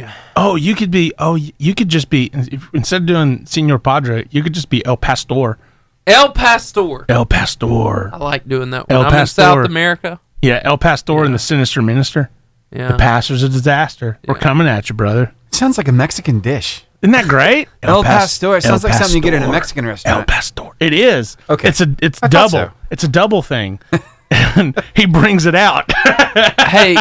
Libre.
Oh, you could be. Oh, y- you could just be if- instead of doing Senor Padre, you could just be El Pastor.
El Pastor.
El Pastor.
I like doing that. When
El
I'm
Pastor.
in South America.
Yeah, El Pastor and the Sinister Minister.
Yeah.
Uh-huh.
Pastors of disaster. We're coming at you, brother.
Sounds like a Mexican dish.
Isn't that great?
El Pastor. It sounds like something you get in a
Pastor.
Mexican
El
restaurant.
Pastor. It is.
Okay.
It's a it's
I
double.
thought so.
It's a double
[laughs]
thing. [laughs] and he brings it out. [laughs]
Hey,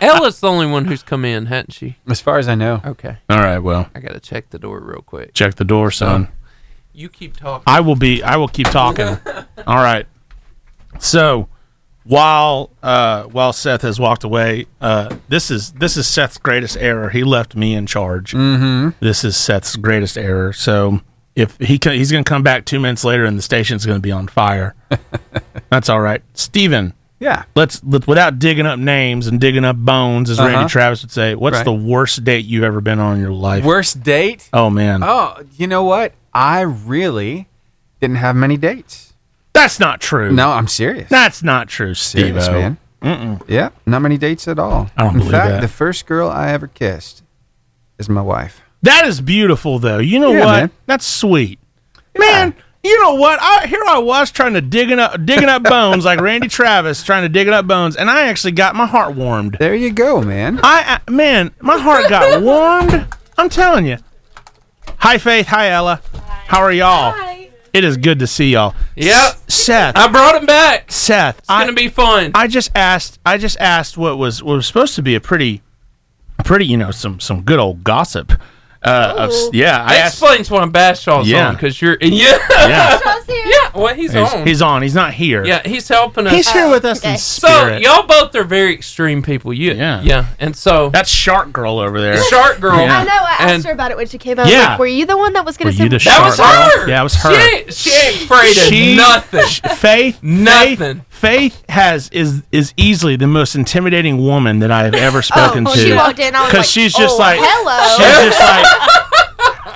Ella's the only one who's come in, hasn't she?
as far as I know.
Okay.
All right, well,
I gotta check the door real quick.
check the door, son.
You keep talking.
I will be. I will keep talking.
[laughs]
All right. So while uh, while Seth has walked away, uh, this is this is Seth's greatest error. He left me in charge. Mm-hmm. This is Seth's greatest error. So if he co- he's going to come back two minutes later, and the station's going to be on
[laughs]
fire. That's all right, Steven,
Yeah.
Let's let, without digging up names and digging up bones, as
Uh-huh.
Randy Travis would say. What's
Right.
the worst date you've ever been on in your life?
Worst date?
oh man,
Oh, you know what? I really didn't have many dates.
that's not true.
No, I'm serious.
that's not true, Steve.
serious, man. Yeah, not many dates at all.
I don't
In
believe
fact,
that.
the first girl I ever kissed is my wife.
That is beautiful, though. You know
Yeah,
what?
man.
That's sweet, man. You know what? I, here I was trying to digging up digging up bones like Randy Travis trying to digging up bones, and I actually got my heart warmed.
There you go, man.
I I- man, my
[laughs]
heart got warmed. I'm telling you. Hi, Faith. Hi, Ella. How are y'all? It is good to see y'all.
Yep.
Seth.
I brought him back. It's
Seth. I,
gonna be fun.
I just asked. I just asked what was what was supposed to be a pretty, pretty you know some some good old gossip. Uh, of, s- yeah, I
that
asked.
explains why Bashaw's
Yeah.
yeah. on because you're yeah [laughs]
Yeah.
yeah. Well, he's,
He's,
on.
he's on. He's not here.
yeah, he's helping us.
He's here with us in
okay.
so
spirit.
y'all both are very extreme people. You,
Yeah.
yeah, yeah, and so
That's Shark Girl over there.
Shark Girl.
Yeah.
I know. I asked
And-
her about it when she came. I was
Yeah.
like, "Were you the one that was
Were
going to
you
send?"
the
That
Shark
was
Girl?
her.
Yeah, it was
She
her.
ain't, she ain't afraid of
She-
nothing. [laughs]
Faith,
Nothing.
Faith, Faith has is is easily the most intimidating woman that I have [laughs] ever spoken
oh,
to.
she walked in. I was like,
because she's just
"Oh,
like
hello."
she's just like.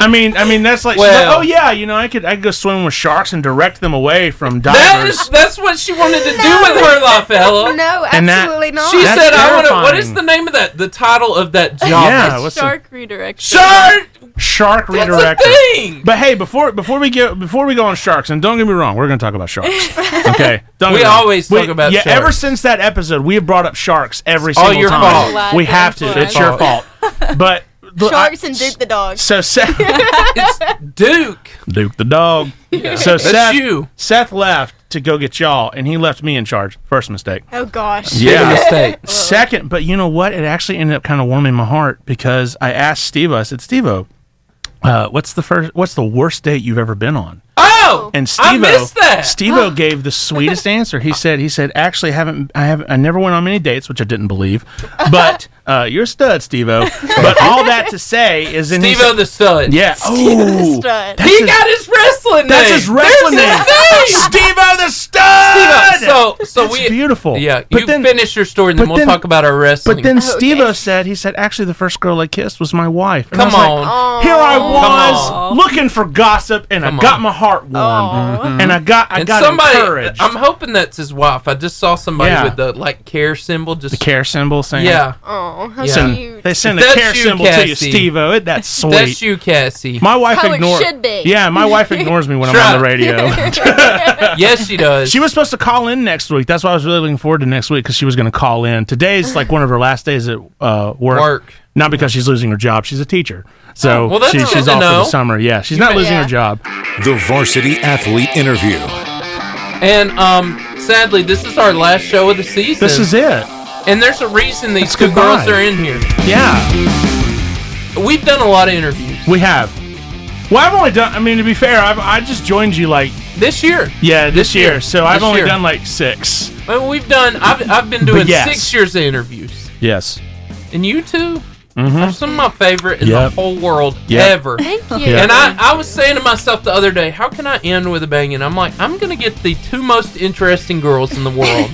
I mean, I mean that's like, she's like,
Well-
oh yeah, you know, I could I could go swim with sharks and direct them away from
That
divers.
is that's what she wanted to do with her life, Ella.
No,
And that-
absolutely not.
She
That's
said, "I want to." What
terrifying.
is the name of that? The title of that job?
yeah, what's the,
shark redirection.
Shark.
shark
That's
redirector.
a thing.
But hey, before before we get before we go on sharks, and don't get me wrong, we're going to talk about sharks. Okay, don't
We
get me wrong.
always talk about
yeah. Ever
sharks.
since that episode, we have brought up sharks every
all
single
your
time.
fault.
We have to. It's your
[laughs]
fault. But look, I-
Sharks and Duke the
[laughs]
dog.
so
[laughs]
Seth
Duke.
Duke the dog. So
That's
Seth
you.
Seth left to go get y'all, and he left me in charge. First mistake.
Oh gosh.
Big mistake.
Second, but you know what? It actually ended up kind of warming my heart because I asked Steve. I said, Steve-O, uh, what's the first? What's the worst date you've ever been on?
Oh,
And Steve-O,
I missed that. [gasps]
Steve-O gave the sweetest answer. He said, he said, actually, haven't I have I never went on many dates, which I didn't believe.
[laughs]
But uh, you're a stud, Steve-O. But all that to say is in
Steve-O the stud.
[laughs] yeah. Ooh,
Stud.
he
his-
got his wrestling name.
that's his wrestling name.
That's his name.
[laughs] Steve-O the stud.
Steve-O. So, so
That's
we
beautiful.
Yeah,
But
you Oh,
then-
finish your story, and then
but
we'll
then-
talk about our wrestling.
But then
okay.
Steve-O said, he said, actually, the first girl I kissed was my wife. And I
come
was like, "Oh,
on.
Here I was
on.
looking for gossip, and I
Come
got
on.
my heart warmed, and I got I
and
got
somebody,
encouraged.
I'm hoping that's his wife. I just saw somebody
Yeah.
with the like care symbol. Just
care symbol saying,
yeah,
Oh, how
Yeah.
Send-
cute.
they send a
That's
care
you,
symbol to you,
Cassie.
Steve-O. Isn't that sweet?
that's you, Cassie.
Oh, My wife
How it
ignores.
should be.
Yeah, my
[laughs]
wife ignores me when I'm on the radio.
[laughs] yes, she does.
she was supposed to call in next week. That's why I was really looking forward to next week because she was going to call in. Today's like one of her last days at uh, work.
Work. Oh,
Not because she's losing her job. She's a teacher, so
well, that's
she,
good
she's
to
off for
know.
the summer. Yeah, she's not losing
yeah.
her job.
The Varsity Athlete Interview.
and um, sadly, this is our last show of the season.
This is it.
and there's a reason these
It's
two
goodbye.
girls are in here.
Yeah.
We've done a lot of interviews
We have. Well, I've only done. I mean, to be fair, I've I just joined you like
this year.
yeah this, year,
year.
so I've
This
only
year.
done like six.
I mean, we've done. I've, I've been doing
yes.
six years of interviews,
Yes.
and you 2 are some of my favorite in
Mm-hmm. Yep.
the whole world
Yep.
ever.
Thank you.
Yeah.
And I, I was saying to myself the other day, how can I end with a bang? And I'm like, I'm gonna get the two most interesting girls in the
[laughs]
world.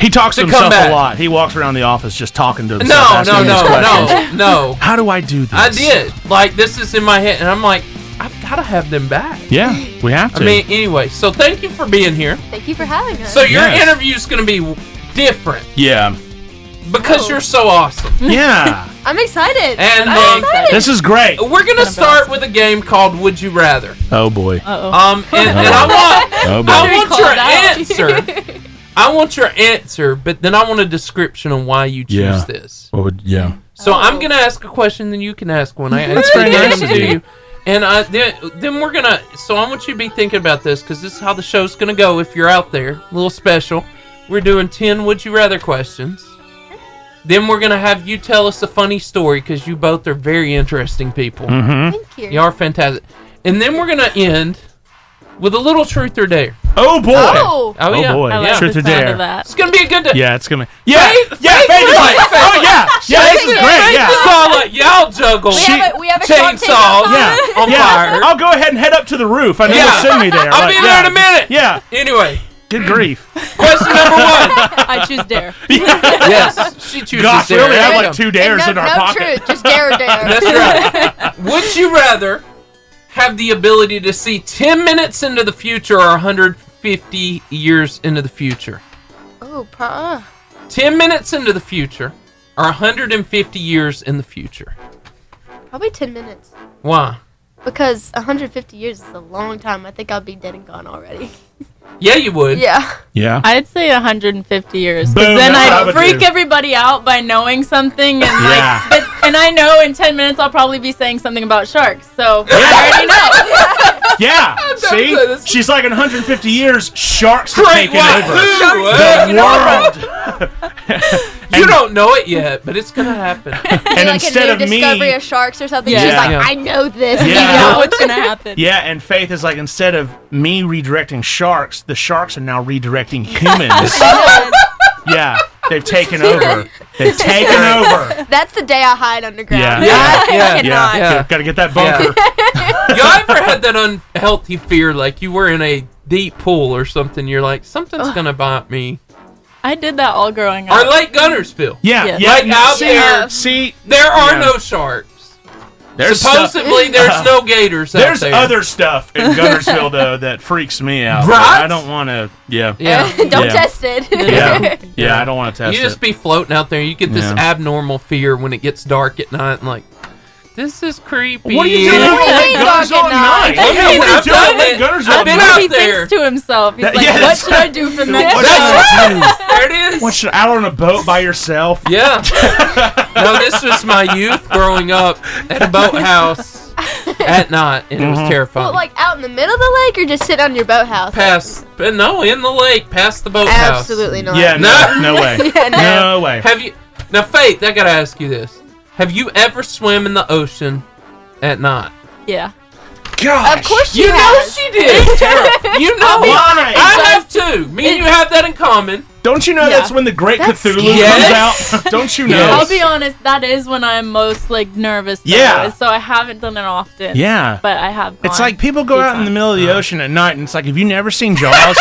He talks to
To come
himself a
back.
lot. He walks around the office just talking to himself.
no,
asking
no,
these
no,
questions.
no, no.
How do I do this?
I did. Like this is in my head, and I'm like, I've gotta have them back.
Yeah, we have
I
to.
mean, anyway. So thank you for being here.
Thank you for having us.
So your
Yes.
interview's gonna be w- different
yeah,
because
Oh.
you're so awesome.
yeah.
I'm excited.
And,
I'm
uh,
excited.
um, this is great.
We're gonna start with a game called Would You Rather.
Oh boy.
Um, and, and I want,
Oh boy.
I want your
Very called
answer. I want your answer, but then I want a description on why you choose
Yeah.
this.
What would yeah?
So I'm
Oh.
gonna ask a question, then you can ask one. I, it's very nice of you. And I, then, then we're gonna. So I want you to be thinking about this because this is how the show's gonna go. If you're out there, a little special. We're doing ten would you rather questions. Then we're gonna have you tell us a funny story because you both are very interesting people.
Thank you.
You are fantastic. And then we're gonna end with a little truth or dare.
Oh boy.
Oh,
Oh.
Oh,
yeah.
boy.
I like
Truth
the
or
sound
dare.
of that.
It's gonna be a good day.
Yeah, it's gonna. Yeah,
Faith-
yeah,
Faith
Faith is
Light.
like- Oh yeah, yeah, this is
Light.
great. Yeah,
Twilight, uh, y'all juggle.
We have a- we have a short
chainsaws
take on
yeah,
Light.
on
yeah.
fire.
I'll go ahead and head up to the roof. I know
Yeah.
they'll send me there.
I'll
like,
be there in
yeah.
a minute.
Yeah,
Anyway,
good grief.
question
[laughs]
number one.
I choose dare.
yes, she chooses
Gosh, we
dare.
only have
Yeah.
like two dares
no
in our
no
pocket.
truth, just dare or
[laughs]
dare.
That's right. Would you rather have the ability to see 10 minutes into the future or 150 years into the future?
Ooh, pro- uh,
10 minutes into the future or 150 years in the future?
probably 10 minutes.
Why?
Because 150 years is a long time. I think I'll be dead and gone already. [laughs]
Yeah, you would.
Yeah.
Yeah.
I'd say 150 years.
Boom,
Because then
that's what I
I
would
freak
do.
everybody out by knowing something, and
Yeah.
like, but, and I know in 10 minutes I'll probably be saying something about sharks. So I already know.
[laughs]
[laughs]
Yeah. See,
say this.
she's like in 150 years. Sharks have
Great [laughs]
taken over
Wazoo! Hey,
the world.
You don't know it yet, but it's gonna happen.
Be
And
like
instead
a
of
new discovery
me,
of sharks or something.
Yeah.
She's like,
Yeah.
I know this.
Yeah.
You know what's gonna happen.
[laughs] yeah, and Faith is like instead of me redirecting sharks, the sharks are now redirecting humans. yeah, they've taken over. They've taken over.
That's the day I hide underground.
Yeah.
Yeah,
I
yeah,
cannot.
yeah.
Gotta get that bunker.
Y'all ever had that unhealthy fear, like you were in a deep pool or something? You're like, something's gonna bite me.
I did that all growing
Or
up.
like Gunnersville,
[laughs] Yeah, yeah.
Yes.
Like out
see,
there-
see,
there are
Yeah.
no sharks.
there's stuff,
Supposedly,
[laughs]
there's no gators out
there's
there.
other stuff in Gunnersville though that freaks me out.
Right?
I don't want to. Yeah.
Yeah.
[laughs]
Don't
Yeah.
test it. [laughs]
Yeah. Yeah, I don't want to
You
test
just
it.
be floating out there. You get this
Yeah.
abnormal fear when it gets dark at night, and like, this is creepy.
What are you doing?
What do you
Lake
mean
Gunners
dark
all
at night?
night.
I
Yeah,
mean,
what are you
I've
doing?
done
Lake
it.
Gunners
I've
all
been
night?
out
he
there.
thinks to himself, he's
That-
like,
yeah,
"What
that's
should I do from next?"
What should I do?
There it is.
What should out on a boat by yourself?
Yeah. no, this was my youth growing up at a boathouse at night, and it
Mm-hmm.
was terrifying.
Well, like out in the middle of the lake or just sit on your boathouse?
past, but no, in the lake, past the boathouse.
Absolutely not.
Yeah, no, no way,
Yeah, no.
no way.
Have you? Now, Faith, I gotta ask you this: Have you ever swam in the ocean at night?
Yeah.
Gosh,
Of course you,
You know
have.
she did. Tara. you know it.
why?
I have too. Me and you have that in common.
Don't you know
Yeah.
that's when the Great
That's
Cthulhu
Yes.
comes out? [laughs] Don't you know?
Yes.
I'll be honest, that is when I'm most like nervous. though,
Yeah.
So I haven't done it often.
Yeah.
But I have.
It's
gone
like people go
a few
out in the
times.
middle of the ocean at night, and it's like, have you never seen Jaws?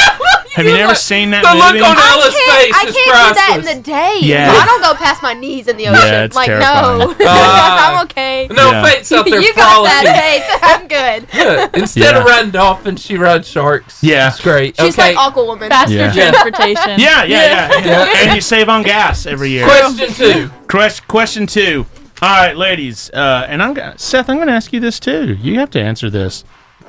have you
You
never
look-
seen that
the look
movie?
on
I
Alice's
can't,
face
I
is
can't do that in
priceless.
the day.
Yeah.
I don't go past my knees in the ocean.
it's
like no,
terrifying.
[laughs]
Uh,
I'm okay.
No,
Yeah.
Faith's out there
[laughs] you got
frolicking.
that faith. [laughs] I'm good.
[laughs] Yeah. Instead of
Yeah.
riding dolphins, she rides sharks.
Yeah.
it's great.
She's
okay.
like Aquawoman.
faster
Yeah.
transportation.
yeah, yeah, yeah,
Yeah.
And you save on gas every year.
Question
[laughs]
two.
Quest- question two. All right, ladies, uh, and I'm gonna, Seth. I'm going to ask you this too. You have to answer this.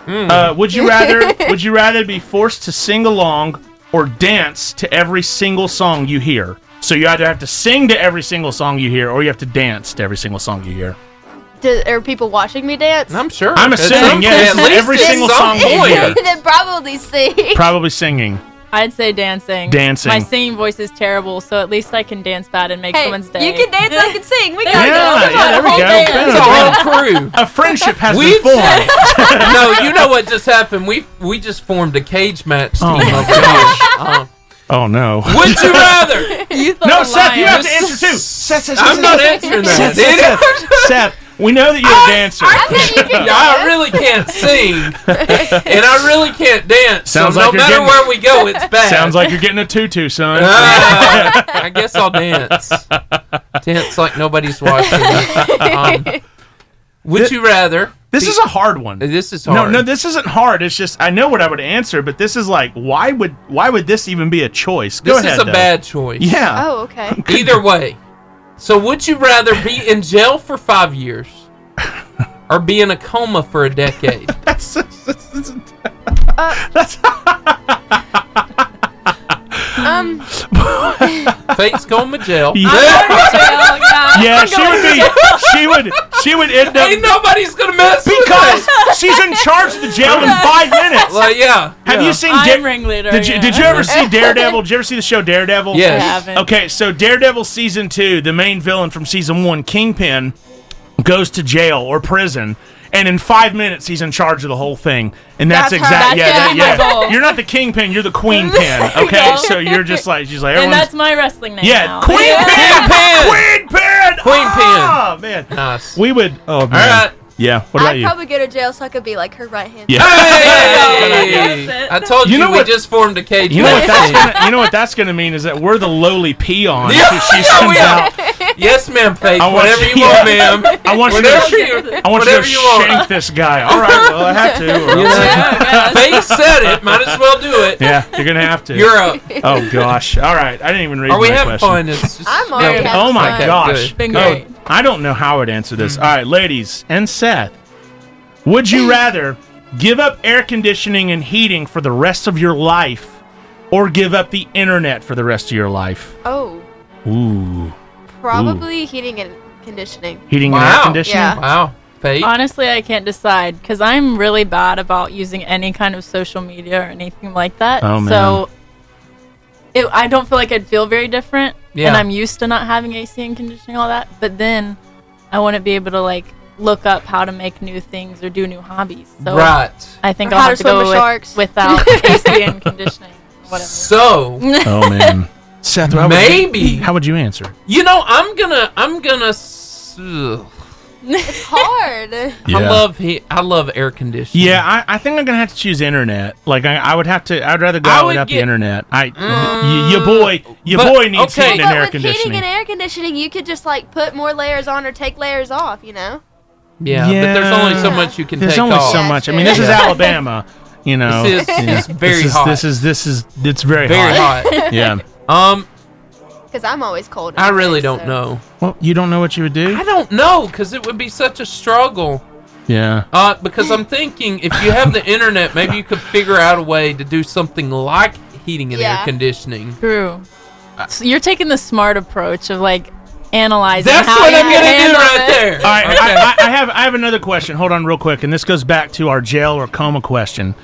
Hmm.
Uh, would
[laughs]
you rather? would you rather be forced to sing along or dance to every single song you hear? So you either have to sing to every single song you hear, or you have to dance to every single song you hear.
Do, are people watching me dance?
I'm sure.
I'm
At
assuming,
some-
yeah,
at
this is
least
every
at
single
some
song you
[laughs]
point. [laughs]
hear.
then probably sing.
Probably singing.
I'd say dancing.
Dancing.
My singing voce is terrible, so at least I can dance bad and make
Hey,
someone's day.
you can dance. I can sing. We
Yeah,
got
Yeah,
it.
yeah, there we
whole
go.
band.
It's
Boom,
a
boom.
whole crew.
A friendship has
We've-
been formed.
[laughs] no, you know what just happened. We we just formed a cage match team.
Oh my
over
[laughs]
here. Uh,
Oh no.
would you rather?
You thought
No,
of
Seth, you
lions.
have to answer too. Seth, Seth, Seth,
I'm
Seth,
not
Seth,
answering that. [laughs]
Seth, Seth, Seth, Seth, we know that you're a dancer.
I bet you can
Yeah, I
dance.
really can't
[laughs]
sing, and I really can't dance.
Sounds
so
like
no
you're
matter
getting-
where we go,
[laughs]
it's bad.
[laughs] Sounds like you're getting a tutu, son.
Ah, [laughs] I guess I'll
[laughs]
dance. Dance like nobody's watching. Um, would you rather? Uh,
this is a hard one.
This is
No,
hard.
no, this isn't hard. It's just I know what I would answer, but this is like, why would why would this even be a choice? Go
this
ahead.
is a
though.
bad choice.
Yeah.
Oh, okay.
Either way. So would you rather be in jail for five years or be in a coma for a
[laughs]
decade?
[laughs] That's, that's, that's, that's-
Um,
[laughs]
Fate's going to jail.
Yeah.
I'm going to jail, yeah.
yeah, she would be. She would. She would end
Ain't
up
nobody's gonna mess
because
with
she's in charge of the jail in five minutes.
it. [laughs] Like, yeah.
Have
yeah.
you seen?
I'm
Dare-
ringleader.
did you Did you ever see Daredevil? Did you ever see the show Daredevil?
Yes.
Haven't.
Okay, so Daredevil season two, the main villain from season one, Kingpin, goes to jail or prison, and in five minutes he's in charge of the whole thing. And that's,
That's her.
exactly
That's
yeah,
gonna be my
yeah.
goal.
You're not the Kingpin, you're the Queen Pin.
you
Okay,
go.
so you're just like she's like
And
everyone's
that's my wrestling name.
yeah,
now.
Queen Pin,
Pin.
Queen Pin,
Queen Pin.
Oh man,
Nice.
we would. Oh man,
right.
yeah. What about
I'd
you?
probably go to jail so I could be like her right hand.
Yeah.
Hey!
That's it.
I told you,
You know
we
what-
just formed a cage.
you know
match
what that's
team.
gonna, you know what that's gonna mean is that we're the lowly peons
Yeah,
who she
yeah, we
sends
are.
out.
Yes, ma'am, Faith.
I want
Whatever
you-
you want, ma'am.
[laughs] I want you to
Whatever you,
I want
whatever
you
you,
to shank
[laughs] want.
this guy. All right, well, I had [laughs] to. or else-
Yeah, yeah.
Faith said it. Might as well do it.
yeah, you're gonna have to.
You're up.
[laughs] oh gosh. All right, I didn't even read.
Are we
my
having
question.
fun? It's just,
I'm already
Okay.
having
Oh my
Okay,
gosh.
good, Hmm.
Been
Oh,
great.
I don't know how I would answer this. All right, ladies and Seth, would [laughs] you rather give up air conditioning and heating for the rest of your life, or give up the internet for the rest of your life?
Oh,
Ooh,
probably heating and conditioning.
heating and
Wow.
air conditioning.
Yeah.
Wow. Faith.
Honestly, I can't decide because I'm really bad about using any kind of social media or anything like that.
Oh, man.
So it, I don't feel like I'd feel very different.
Yeah.
And I'm used to not having AC and conditioning, all that. But then I wouldn't be able to like look up how to make new things or do new hobbies. So
Right.
I think
Or
I'll
how
have
to
to
swim
go
with
with, [laughs]
sharks.
without AC and conditioning. Whatever.
So
[laughs]
Oh man, [laughs] Seth, how would you-
Maybe.
how would you answer?
you know, I'm gonna, I'm gonna. s- ugh.
It's [laughs] hard.
I love he. I love air conditioning.
Yeah, I, I think I'm gonna have to choose internet. Like I, I would have to. I'd rather go
I
out
would
without the
get- Mm.
internet. I, y- your boy, your
but-
boy needs
okay.
heating
but
and air
with heating
conditioning.
and air conditioning, you could just like put more layers on or take layers off. You know.
yeah, But there's only so
Yeah.
much you can
There's
take
only
off.
so
Yeah,
much. I
sure.
mean, this is
Yeah.
Alabama. You know,
This is-
Yeah.
it's very
this is,
hot.
This is this is it's very,
[laughs]
Very
hot.
hot.
Yeah.
um,
Because I'm always cold. in
I
the
really
face,
don't
so-
know.
Well, you don't know what you would do.
I don't know because it would be such a struggle.
Yeah.
Uh, because I'm thinking if you have the internet, maybe you could figure out a way to do something like heating and air
Yeah.
conditioning.
True. So you're taking the smart approach of like analyzing.
That's
how
what
you
I'm gonna do
handle
right
it.
there.
All right, I, I, I have I have another question. Hold on, real quick, and this goes back to our jail or coma
[laughs]
question.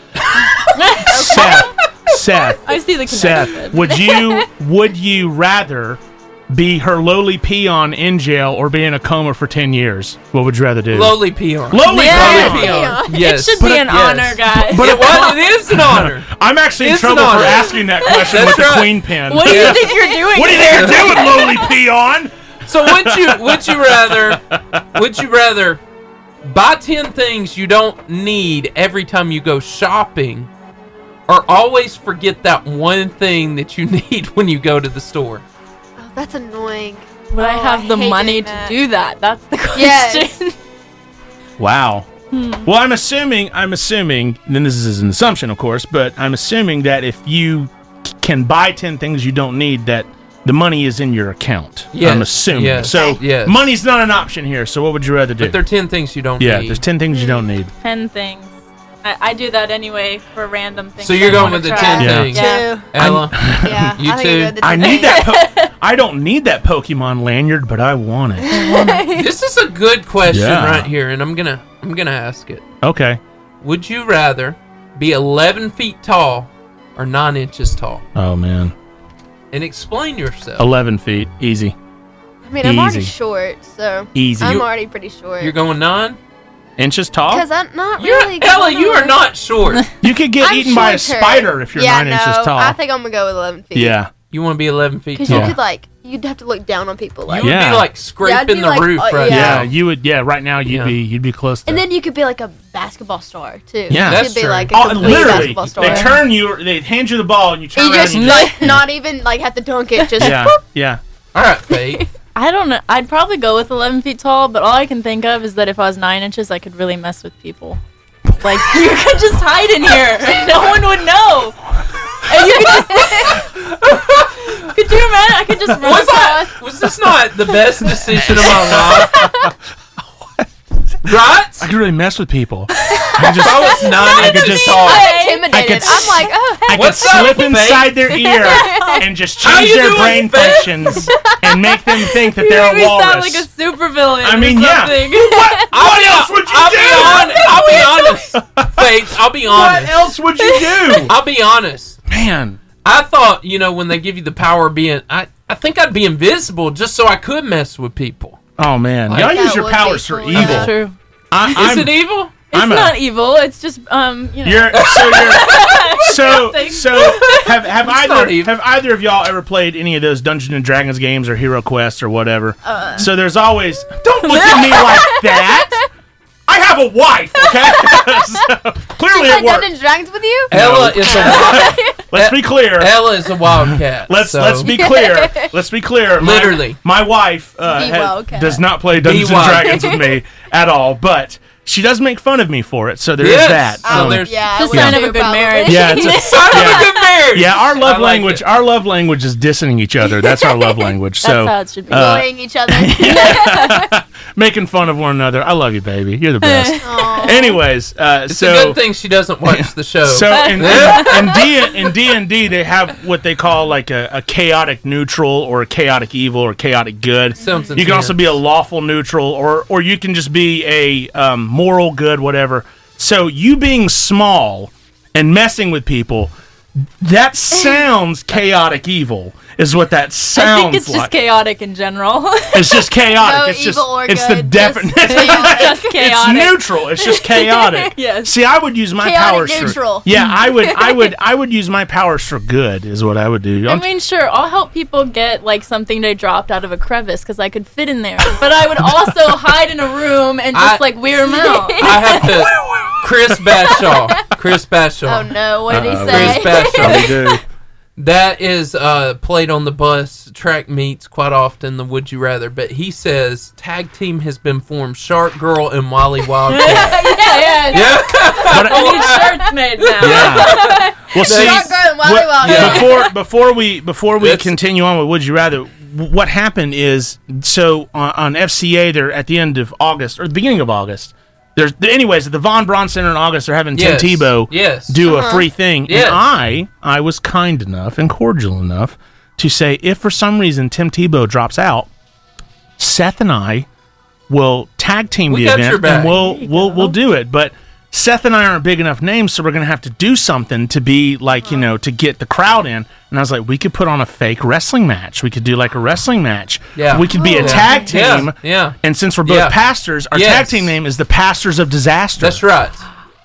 Seth, Seth,
I see the
Seth,
connection.
would you
[laughs]
would you rather be her lowly peon in jail or be in a coma for ten years? What would you rather do?
Lowly peon.
lowly
Yeah.
peon.
peon. Yes.
It should
But
be
it-
an
yes.
honor, guys. [laughs]
But it was. It is an honor.
I'm actually in
It's
trouble
an honor.
for asking that question
That's
with
right.
the queen pin.
what do
Yeah.
you think [laughs] you're doing?
What are you there doing, lowly peon?
So would you would you rather would you rather buy ten things you don't need every time you go shopping, or always forget that one thing that you [laughs] need when you go to the store?
Oh, that's annoying.
Would I
Oh,
have the
hate
money
doing
to
that.
do that? That's the question.
Yes.
[laughs]
Wow.
Hmm.
Well, I'm assuming, I'm assuming, and then this is an assumption, of course, but I'm assuming that if you c- can buy 10 things you don't need, that the money is in your account.
Yes,
I'm assuming.
yes,
So
yes.
money's not an option here. So what would you rather do?
But there are ten things you don't
yeah,
need.
there's 10 things you don't need.
Ten things. I, I do that anyway for random things.
So you're
I
going
wanna
with the
try.
10
Yeah.
things.
Yeah.
[laughs]
Ella,
Too. Yeah.
You
I think
too.
I, go [laughs] the
I need
different-
that. Po- I don't need that Pokemon lanyard, but I want
[laughs]
it.
this is a good question
Yeah.
right here, and I'm gonna I'm gonna ask it.
Okay.
Would you rather be 11 feet tall or nine inches tall?
Oh, man.
And explain yourself.
11 feet. Easy.
I mean, I'm already
Easy.
short, so
Easy.
I'm
You-
already pretty short.
You're going nine.
Inches tall?
Because I'm not
You're
really.
Ella.
going
You are
on-
not short.
[laughs]
You could get
I'm
eaten by a
shorter.
spider if you're
yeah,
nine
no,
inches tall.
I think I'm gonna go with 11 feet.
yeah.
You want to be 11 feet
Because
tall.
Yeah.
you could like, you'd have to look down on people
You
like.
would
Yeah.
be like scraping
be
the
like,
roof
uh,
right
Yeah,
now.
Yeah.
you would. Yeah, right now you'd
Yeah.
be you'd be close. To
And then you could be like a basketball star too.
Yeah.
you
That's
could be
true.
like a
oh,
complete
literally,
basketball star.
they turn you, they hand you the ball, and you turn
you
around.
just
and
like [laughs]
[laughs]
not even like have to dunk it. Just
yeah, yeah.
All right,
[laughs]
Faith.
I don't know. I'd probably go with 11 feet tall, but all I can think of is that if I was nine inches, I could really mess with people. Like [laughs] you could just hide in here, [laughs] no one would know. And you
[laughs]
could just. could you imagine? I could just run
Was
across.
that? Was this not the best decision of
[laughs]
my life? right?
I could really mess with people. I just,
I was nine
could
inches
just-
tall.
I'm intimidated.
I could
I'm like, oh,
[laughs] I
hey.
could
What's up,
slip
Faith?
inside their ear. and just
How
change
you
their
doing,
brain
Fitz?
[laughs] functions and make them think that
You
they're a
make me sound
walrus.
like a supervillain.
I mean,
or
yeah.
something.
I'll be-
else would you
I'll
do?
Be
[laughs]
honest. I'll be honest. Faith, I'll be
what
honest.
else would you do?
I'll be honest.
Man,
I thought, you know, when they give you the power of being, I, I think I'd be invisible just so I could mess with people.
oh man, y'all
that
use your
would be
powers for
cool.
evil.
That's true.
I,
Is
I'm-
it evil?
It's
I'm a-
not evil. It's just um, you know.
You're so you're so
Nothing.
so have have
not
either
even-
have either of y'all ever played any of those Dungeons and Dragons games or Hero Quests or whatever? so there's always don't look at me like that. I have a wife, okay? [laughs] so clearly it
Play Dungeons
worked.
and Dragons with you?
Ella is
[laughs]
a
Let's be clear.
Ella is a wildcat.
Let's
so-
let's be clear. Let's be clear. My-
Literally.
my, wife uh,
Be
ha-
wildcat.
does not play Dungeons and
wildcat.
Dragons with
[laughs]
me at all, but she does make fun of me for it. So there is
Yes.
that.
So
Um,
there's-
Yeah.
It's a
I
sign
would
of a
too,
good
probably.
[laughs] marriage.
yeah, it's a,
Son of
yeah.
a good [laughs] marriage.
Yeah, our
I
love
like
language,
it.
our love language is dissing each other. That's
[laughs]
our love language.
That's
so uh,
how it should be.
Bullying each
[laughs]
other.
making fun of one another. I love you, baby. You're the
[laughs]
best. Anyways, uh,
It's
so
a good thing she doesn't watch the show.
so in,
[laughs]
in, D in D and D they have what they call like a, a chaotic neutral or a chaotic evil or chaotic good.
Sounds
you can also
intense.
be a lawful neutral or or you can just be a um, moral good, whatever. So you being small and messing with people.
Eh.
That sounds chaotic evil is what that
I
sounds
think it's just
like.
chaotic in general. [laughs]
It's just chaotic.
[laughs] No
it's just
evil or
it's the
good,
definition.
[laughs] just
[laughs]
it's
it's
just chaotic.
neutral. It's just
[laughs]
chaotic.
Yes.
See, I would use my
Chaotic
powers for
neutral.
Yeah, I would I would I would use my powers for good is what I would
[laughs]
do.
I mean, sure, I'll help people get like something they dropped out of a crevice because I could fit in there. But I would
[laughs]
also hide in a room and just
I-
like weird
[laughs]
them out.
I have to. Chris Bashaw. Chris Bashaw.
oh no, what did
uh,
he
Chris
say?
Bashaw.
I do.
That is uh, played on the bus track meets quite often. The Would You Rather, but he says tag team has been formed: Shark Girl and Wally
[laughs]
Wildcat.
yeah, yeah.
yeah,
[laughs]
But,
I need shirts
[laughs]
made now.
yeah. Well, see,
Shark Girl and Wally
what-
Wildcat.
before before we before we
That's-
continue on with Would You Rather, what happened is so on, on FCA they're at the end of August or the beginning of August. There's anyways at the Von Braun Center in August they're having
yes,
Tim Tebow
Yes, Uh-huh.
do a free thing.
Yes.
And I, I was kind enough and cordial enough to say, if for some reason Tim Tebow drops out, Seth and I will tag team
We
the
got your
event
back.
and we'll we'll we'll do it. But Seth and I aren't big enough names, so we're gonna have to do something to be like you know to get the crowd in. And I was like, we could put on a fake wrestling match. We could do like a wrestling match.
Yeah.
we could be a
Oh.
tag
Yeah,
team.
yeah.
And since we're both
Yeah.
pastors, our
Yes.
tag team name is the Pastors of Disaster.
that's right.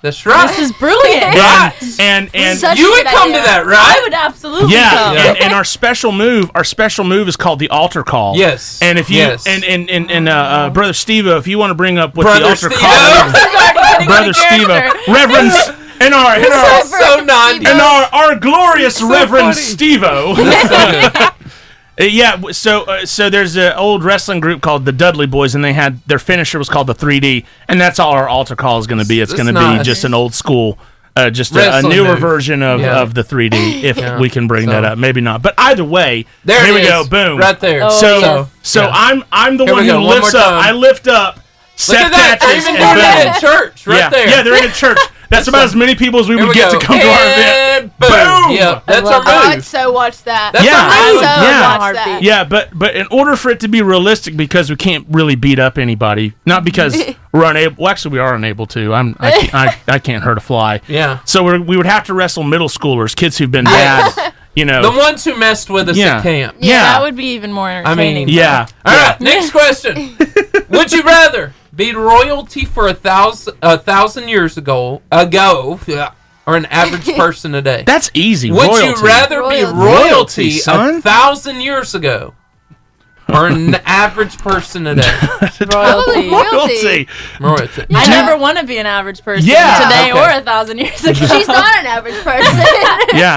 That's right.
This is brilliant.
And and, and
Such a
you would
good
come
idea.
to that,
I
right?
would absolutely
Yeah,
come. [laughs]
Yeah.
And, and our special move, our special move is called the altar call.
Yes.
and if you
Yes.
and and and, and uh, uh, brother Steve, if you want to bring up what
Brother
the altar
Steve-o. [laughs]
call, is,
Getting
brother
out of
Steve, uh,
character.
Reverend and our and our,
That's so non.
and our, our glorious Reverend
funny.
Stevo. [laughs] Uh, Yeah, w- so uh, so there's an old wrestling group called the Dudley Boys, and they had their finisher was called the 3D, and that's all our altar call is going to be. It's
That's
going to be
nice.
just an old school, uh, just a, a
Wrestling
newer
move.
version of,
Yeah.
of the
[coughs]
3D, if we can bring that
so-
up. Maybe not, but either way,
There
here
it
we
is.
go, boom,
Right there.
Oh,
So
yes.
so
Yeah.
I'm I'm the
Here
one
we
who
go, one
lifts
more
up.
time.
I lift up.
Look
Seth
at that. They're
Catches
even
and
doing that
boom.
at church, right
yeah.
there.
Yeah, they're in a church. That's about as many people as we
Here
would
we
get
go.
to come to our event.
and boom.
Boom.
Yep, that's
love
our
I'd
move.
so watch that.
That's
Yeah.
I'd so
our move.
Yeah.
watch
Uh,
that.
Yeah, but but in order for it to be realistic, because we can't really beat up anybody, not
[laughs]
because we're unable. Well, actually, we are unable to. I'm I can't, I, I can't hurt a fly.
Yeah.
So we're, we would have to wrestle middle schoolers, kids who've
[laughs]
been bad. You know.
The ones who messed with us
Yeah.
at camp.
yeah.
That would be even more
[laughs]
entertaining.
yeah.
All right, next
[laughs]
question. Would you rather be royalty for a thousand a thousand years ago ago yeah, or an average
[laughs]
person today?
That's easy.
Would
royalty.
you rather be
Royalty.
royalty,
Royalty,
a
son?
thousand years ago or
[laughs]
an average person today?
[laughs]
Royalty.
Royalty.
royalty?
Royalty.
I
Yeah.
never want to be an average person
Yeah.
today
Okay.
or a thousand years ago. [laughs]
She's not an average person.
Yeah.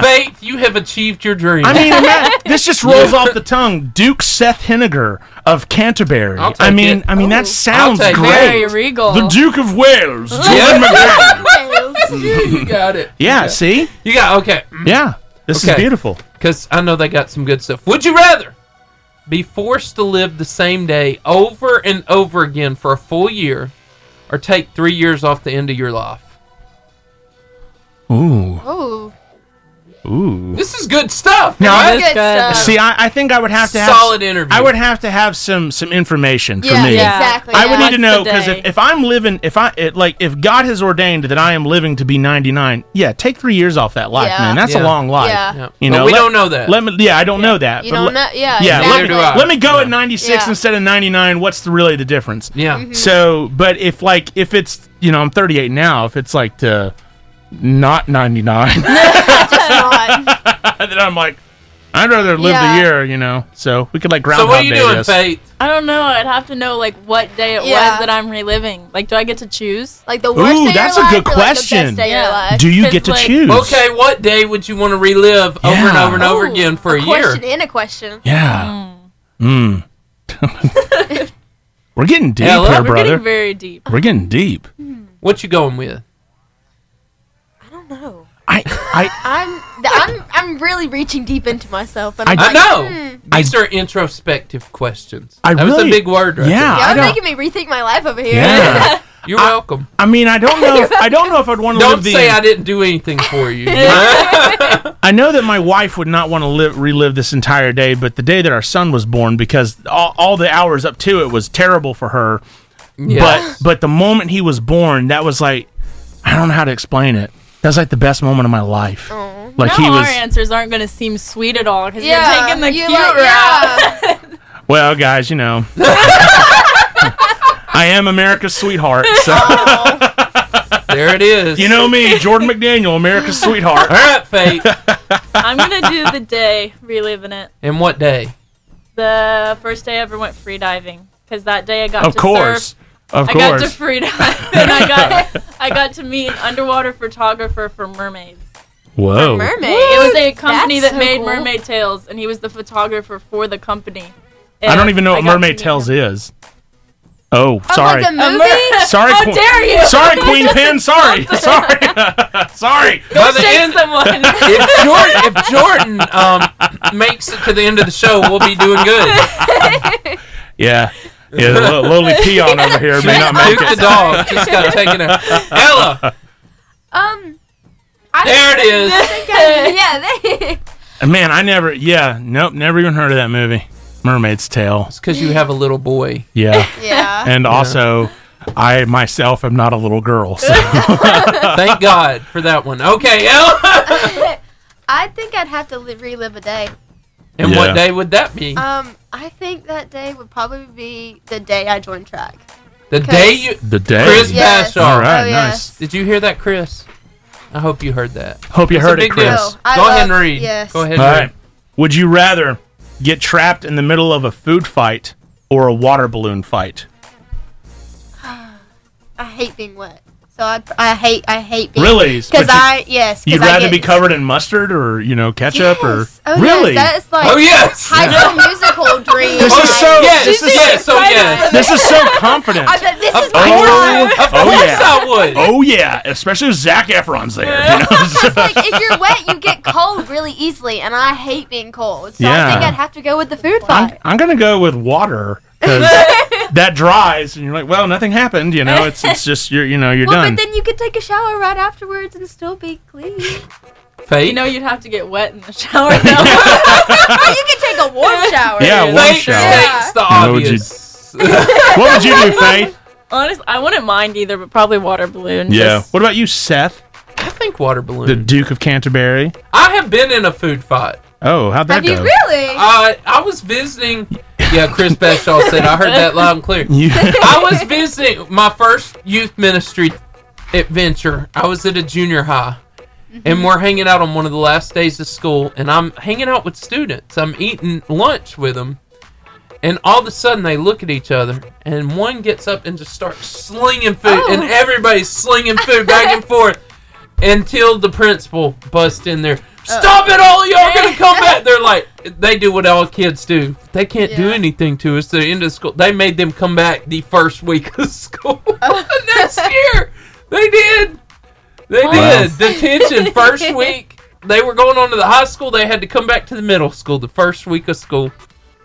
[laughs] Faith, you have achieved your dream.
I mean, ima- this just rolls off the tongue. Duke Seth Henniger of Canterbury.
I'll take
I mean,
it.
I mean that sounds
take it.
great.
Very regal.
The Duke of
[laughs]
Wales. Julian McGregor.
[laughs] you got it.
Yeah. See.
You got okay.
Yeah. This is
Okay.
beautiful.
Because I know they got some good stuff. Would you rather be forced to live the same day over and over again for a full year or take three years off the end of your life?
Ooh.
Ooh.
Ooh.
This is good stuff.
Now,
man.
I-
Good stuff.
See, I, I think I would have to have
Solid interview.
I would have to have some some information for
yeah,
me.
Yeah.
exactly.
I would
yeah.
need to know
the
because
day.
if, if I'm living, if I it, like, if God has ordained that I am living to be 99, yeah, take three years off that life,
Yeah.
man. That's
Yeah.
a long life.
Yeah.
Yeah.
You
But
know,
we
let-
don't know that.
Let me, yeah, I don't know that.
You
but
don't
let-
know. Yeah,
yeah,
exactly.
Neither do I.
let me go at 96
Yeah. Mm-hmm.
instead of 99. What's the, really the difference?
yeah.
So, but if like if it's you know I'm 38 now, if it's like to not 99, then
Just not.
I'm like I'd rather live
Yeah.
the year, you know. So we could like ground.
So what are you doing, Faith?
I don't know. I'd have to know like what day it
Yeah.
was that I'm reliving. Like, do I get to choose?
Like the worst
Ooh,
day
that's a
of your
good
life Or,
question.
like, the best day of
Yeah.
your life.
Do you
It's
get to
like-
choose?
Okay, what day would you want to relive over and
Yeah.
over and over
Ooh,
again for a, year?
question and a question.
Yeah. Mm. We're getting deep
Hello?
here,
We're
We're
brother.
getting very [laughs] deep.
We're getting deep.
What you going with?
I don't know.
I I
I'm th- I'm I'm really reaching deep into myself. And
I
I'm
I
like, hmm,
know.
I-
These are introspective questions.
I
that was a
really-
big word right
yeah.
Y'all
I
are
don't,
making me rethink my life over here.
yeah.
there. You're welcome.
I mean, I don't know. If, I don't know if I'd want to
Don't
live the.
say I didn't do anything for
[laughs]
you.
I know that my wife would not want to live, relive this entire day, but the day that our son was born, because all, all the hours up to it was terrible for her.
Yeah.
But but the moment he was born, that was like I don't know how to explain it. That was like the best moment of my life. Like
Now
he
our
was
answers aren't going to seem sweet at all because
Yeah,
you're taking the
you
cute
like-
route.
yeah.
well, guys, you know. I am America's sweetheart. So
there it is.
[laughs] you know me, Jordan McDaniel, America's sweetheart.
All right, Faith.
[laughs] I'm going to do the day, reliving it.
And what day?
The first day I ever went free diving because that day I got
Of
to
course.
surf.
Of
I
course.
got to free dive [laughs] and I got I got to meet an underwater photographer for mermaids.
Whoa.
Mermaid.
It was a company
That's
that
so
made
cool.
mermaid tails, and he was the photographer for the company.
I don't even know
I
what
got to
Mermaid
meet
Tales
him.
is. Oh,
Oh,
sorry.
Like the
A
movie?
[laughs] mer-
Sorry,
How
Queen-
dare you? [laughs]
Sorry, Queen Pin. Sorry, sorry, [laughs] sorry.
By the
Shake
end, [laughs]
someone.
if Jordan, if Jordan um, makes it to the end of the show, we'll be doing good.
Yeah, yeah. The lo- lowly peon over here may not make
Duke the
it.
dog just got taken out. Ella,
Um. I
there it is.
[laughs]
yeah. They-
And Man, I never. Yeah, nope, never even heard of that movie, Mermaid's Tale.
It's because you have a little boy. [laughs]
Yeah,
yeah.
and also, I myself am not a little girl.
[laughs]
So.
Thank God for that one. Okay, Ella.
[laughs] I think I'd have to li- relive a day.
And
Yeah.
what day would that be?
Um, I think that day would probably be the day I joined track.
The day you.
The day.
Chris
Yes.
Bashar.
All right,
Oh, yeah.
nice.
Did you hear that, Chris? I hope you heard that.
Hope you
It's a
heard it,
big
Chris.
deal.
No, I
Go ahead
love-
and read.
yes.
Go ahead.
All
and
right. Would you rather get trapped in the middle of a food fight or a water balloon fight?
I hate being wet, so I I hate I hate being
Really?
because
But you-
I yes. 'cause
You'd
I
rather
get-
be covered in mustard or you know ketchup or
Yes. oh,
really?
Yes, that is like
Oh yes.
high school musical
[laughs]
dream.
This
Oh,
is so-
Yes.
this is-
yes. Oh yes.
this is so confident.
[laughs] I bet this
Of
is
course.
my time.
Of course
Oh, yeah.
I would.
oh yeah, especially if Zac Efron's there.
[laughs]
You know?
It's like if you're wet, you get cold really easily, and I hate being cold. So I
Yeah.
think I'd have to go with the food
I'm,
fight.
I'm gonna go with water because that dries, and you're like, well, nothing happened. You know, it's it's just you're you know you're
well,
done.
but then you could take a shower right afterwards and still be
[laughs]
clean.
Fate.
You know you'd have to get wet in the
[laughs]
shower though.
you could take a warm shower.
yeah, warm
Fate
shower.
Yeah.
states the
How would you-
obvious. [laughs]
What would you do, Faith?
Honest, I wouldn't mind either, but probably water balloon. Just-
What about you, Seth,
I think water balloon.
the Duke of Canterbury?
I have been in a food fight.
Oh, how'd that
Have
go?
you really?
Uh, I was visiting. Yeah, Chris Bashaw said I heard that loud and clear.
You- [laughs]
I was visiting my first youth ministry adventure. I was at a junior high, and
Mm-hmm.
we're hanging out on one of the last days of school, and I'm hanging out with students. I'm eating lunch with them, and all of a sudden they look at each other, and one gets up and just starts slinging food, and
Oh.
everybody's slinging food back and forth until the principal busts in there. Stop it all! Y'all
Uh.
gonna come back?
[laughs]
They're like, they do what all kids do. They can't do
Yeah.
anything to us. The end of school, they made them come back the first week of [laughs] school
Oh.
next year. They did. They did
[laughs]
detention first week. They were going on to the high school. They had to come back to the middle school the first week of school.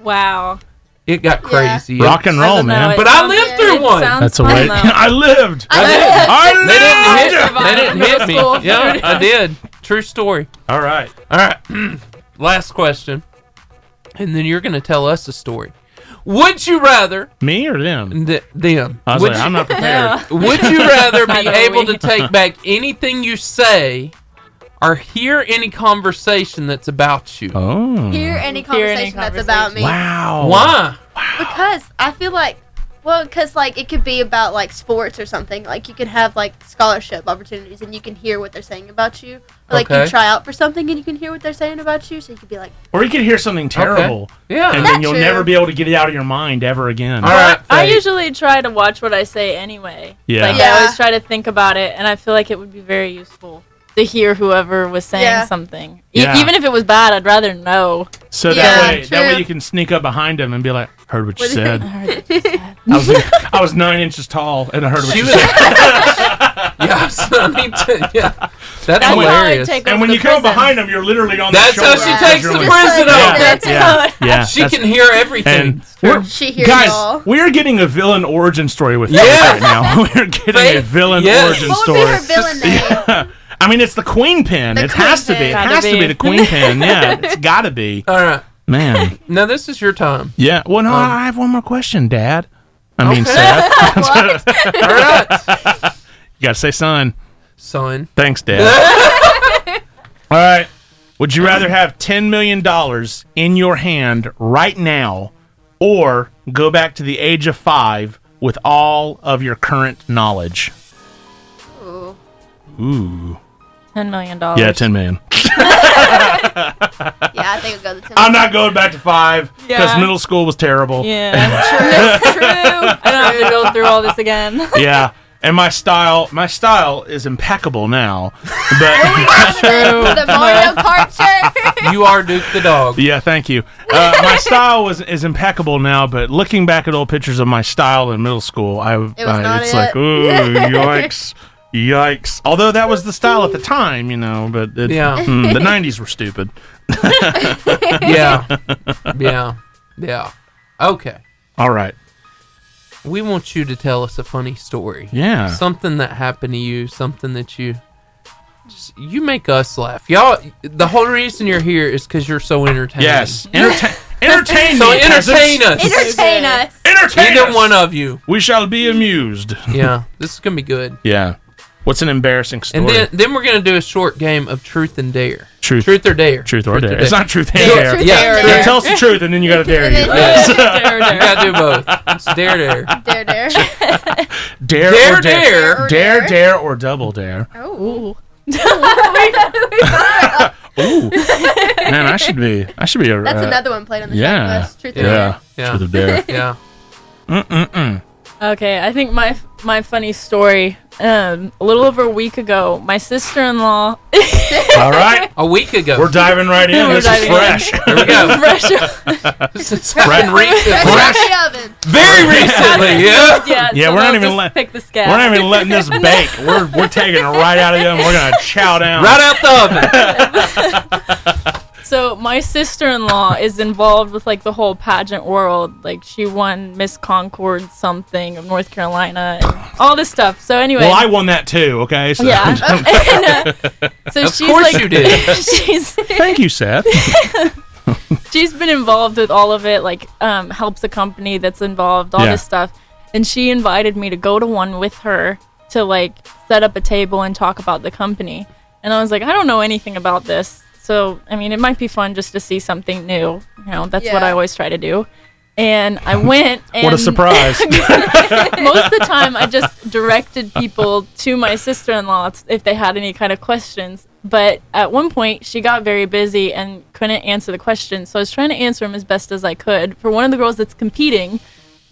Wow.
It got
Yeah.
crazy. [laughs]
Rock and roll,
don't know,
man.
it
But I
sounds-
lived through
it
one.
sounds
That's a
fun,
way. [laughs]
though.
I lived.
I did.
I
They didn't
lived.
hit. They
survived
didn't
middle
hit me.
school.
Yeah, I did. True story.
All right.
All right. Last question. And then you're going to tell us a story. Would you rather
Me or them?
th- them?
I was
would
like,
you-
I'm not
[laughs]
prepared.
Would you rather
[laughs]
be
Neither are
able
we.
to take back anything you say or hear any conversation that's about you?
Oh.
Hear any
Hear
conversation,
any
that's about me.
Oh,
Wow.
Why?
Because I feel like, well, because like it could be about like sports or something. Like you could have like scholarship opportunities, and you can hear what they're saying about you. Or, like
Okay.
you try out for something, and you can hear what they're saying about you. So you could be like,
Or you could hear something terrible,
Yeah.
and
That's
then you'll
true.
never be able to get it out of your mind ever again.
All right.
I
Faith.
usually try to watch what I say anyway.
Yeah.
Like
Yeah.
I always try to think about it, and I feel like it would be very useful to hear whoever was saying
Yeah.
something, E-
Yeah.
even if it was bad. I'd rather know.
So
Yeah,
that way, that
true.
way you can sneak up behind him and be like, "Heard what you
What-
[laughs] said."
I heard that you said.
I was, I was nine inches tall, and I heard what
She
you
was.
said.
[laughs]
[laughs] yes, I need to. Yeah, that's,
That's how I
hilarious.
take.
And
over
when
the
you come
prison.
behind him, you're literally on.
That's
the
how
shoulder
she
as
takes
you're
the
like-
prison
[laughs] Yeah,
over.
That's
yeah,
how-
yeah.
She
that's-
can hear everything.
[laughs] And we're,
she hears
guys,
y'all.
we are getting a villain origin story with
Yeah.
Faith right now. [laughs] We're getting a
Faith,
villain
yes.
origin
What would
story.
be her villain name?
I mean, it's the queen pin.
The
it has
queen
to be. It
pin.
Gotta
has to
be.
be the queen pin.
[laughs]
Yeah, it's gotta be.
All right,
Man.
now this is your time.
Yeah. Well, no, I have one more question, Dad. I mean,
Um, Okay. [laughs]
Seth.
All right,
[laughs] you gotta say son.
son.
Thanks, Dad. All right. Would you rather have ten million dollars in your hand right now, or go back to the age of five with all of your current knowledge? [laughs]
Ooh.
Ooh.
Ten million dollars.
Yeah, ten million.
Yeah, I think I'll go the 10
I'm
[laughs]
not going back to five because
Yeah.
middle school was terrible.
Yeah. [laughs] True. True. [laughs] I don't have to go through all
[laughs]
this again.
Yeah. And my style, my style is impeccable now.
[laughs]
But
True.
The Mario
[laughs]
Kart shirt.
You are Duke the dog.
yeah, thank you. Uh,
[laughs]
my style was is impeccable now. But looking back at old pictures of my style in middle school, I, I-
not
it's
it.
like,
[laughs]
ooh, yikes, yikes. Although that was the style
[laughs]
at the time, you know. But it,
Yeah.
mm, the '90s were stupid.
Yeah, [laughs] yeah, yeah. Okay,
All right.
we want you to tell us a funny story.
Yeah.
something that happened to you, something that you just you make us laugh. Y'all the whole reason you're here is cuz you're so entertaining.
yes.
[laughs]
Entertain. entertain
So
me, peasants.
entertain us.
[laughs]
Entertain us.
Entertain
Either
us.
one of you.
We shall be amused.
Yeah, [laughs] this is going to be good.
Yeah. What's an embarrassing story?
And then then we're going to do a short game of truth and dare.
Truth.
Truth or dare.
Truth or dare. It's not truth
[laughs]
and
Yeah,
dare.
truth Yeah.
Dare,
Then
dare.
tell us the truth, and then you gotta dare you.
Yes.
Dare,
You
dare.
got to do both. It's dare dare.
Dare, dare.
[laughs] Dare,
Dare
or dare.
dare.
Dare, dare, or double dare.
Oh.
Ooh, man, I should be. I should be a.
That's
uh,
another one played on the
yeah.
yeah. list. Truth or
Yeah.
Dare.
Yeah.
Truth
[laughs]
or dare.
Yeah.
Mm-mm-mm.
Okay, I think my my funny story. Um, a little over a week ago, my sister-in-law
All right,
A week ago.
we're diving right in.
We're
this is
diving in.
fresh.
Here we
[laughs]
[laughs]
go.
fresh.
[laughs] this has happened
Right.
Fresh
recently.
[laughs]
out the oven.
Very recently. [laughs] Yeah.
yeah,
Yeah,
so
we're not
they'll
even
just
let-
pick the scab.
we're not even letting this bake. We're we're taking it right out of them. We're gonna chow down.
Right out the oven.
So my sister-in-law is involved with like the whole pageant world. Like she won Miss Concord something of North Carolina, and all this stuff. So anyway,
Well, I won that too. Okay. [laughs] So.
yeah. [laughs] And, uh, so
Of
she's
course
like,
you did.
[laughs] she's
Thank you, Seth.
she's been involved with all of it. Like um, helps a company that's involved, all
Yeah.
this stuff. And she invited me to go to one with her to like set up a table and talk about the company. And I was like, I don't know anything about this. So I mean, it might be fun just to see something new. You know, that's what
Yeah.
I always try to do. And I [laughs] went. And
What a surprise.
[laughs] most of the time I just directed people to my sister-in-law if they had any kind of questions. But at one point she got very busy and couldn't answer the questions. So I was trying to answer them as best as I could for one of the girls that's competing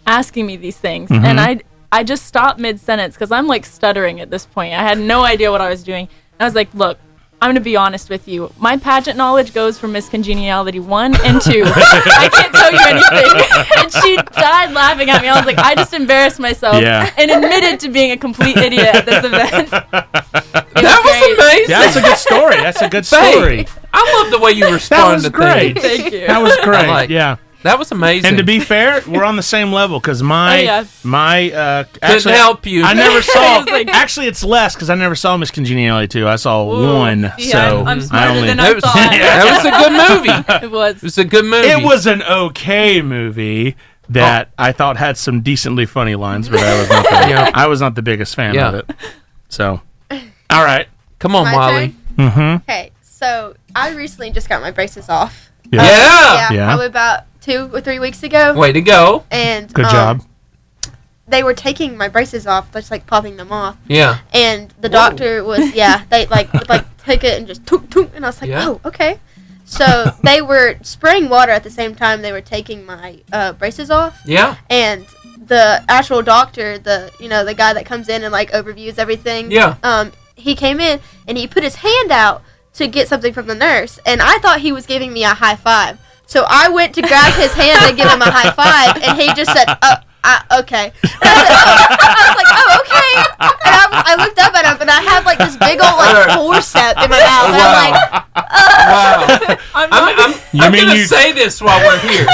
asking me these things.
Mm-hmm.
And I I just stopped mid-sentence cuz I'm like stuttering at this point. I had no idea what I was doing. I was like, "Look, I'm gonna be honest with you. My pageant knowledge goes from Miss Congeniality one and
[laughs]
two. I can't tell you anything. [laughs] and she died laughing at me. I was like, I just embarrassed myself
Yeah.
and admitted to being a complete idiot at this
[laughs]
event. [laughs]
That was amazing.
great.
That's a good story. That's a good
Faith,
story.
I love the way you respond
was
to
great.
things.
Thank you.
That was
I
great.
like.
yeah.
That was amazing.
And to be fair, we're on the same level because my
Oh, yeah.
my uh, actually,
help you. [laughs]
I never saw.
It's like- [laughs]
actually, it's less because I never saw Miss Congeniality two. I saw
Whoa.
one.
Yeah,
so
I'm, I'm
I
smarter
only.
than
That
[laughs]
I
was-
thought.
that was a good movie. It
It was.
was a good movie.
it was an okay movie that I thought had some decently funny lines, but I was not.
[laughs]
The,
Yeah.
I was not the biggest fan of
Yeah.
it. So, all right.
Come on,
My
Molly.
turn?
Mm-hmm.
Okay, so I recently just got my braces off. Uh,
Yeah.
Yeah.
yeah,
Yeah.
probably about two or three weeks ago.
Way to go.
And
Good
um,
job.
They were taking my braces off, just like popping them off.
Yeah.
and the doctor was yeah they like would, like took it and just took took and i was like
Yeah.
oh okay so they were spraying water at the same time they were taking my uh, braces off
Yeah.
and the actual doctor the you know the guy that comes in and like overviews everything
Yeah.
um he came in and he put his hand out to get something from the nurse and i thought he was giving me a high five so i went to grab his hand and give him a high five and he just said oh, I, okay and I, said, oh. I was like oh okay and I, I looked up at him and i had like this big old like forcep in my mouth and i'm like
Wow.
I'm not
I'm, I'm,
You
I'm
mean
gonna
you-
say this while we're here.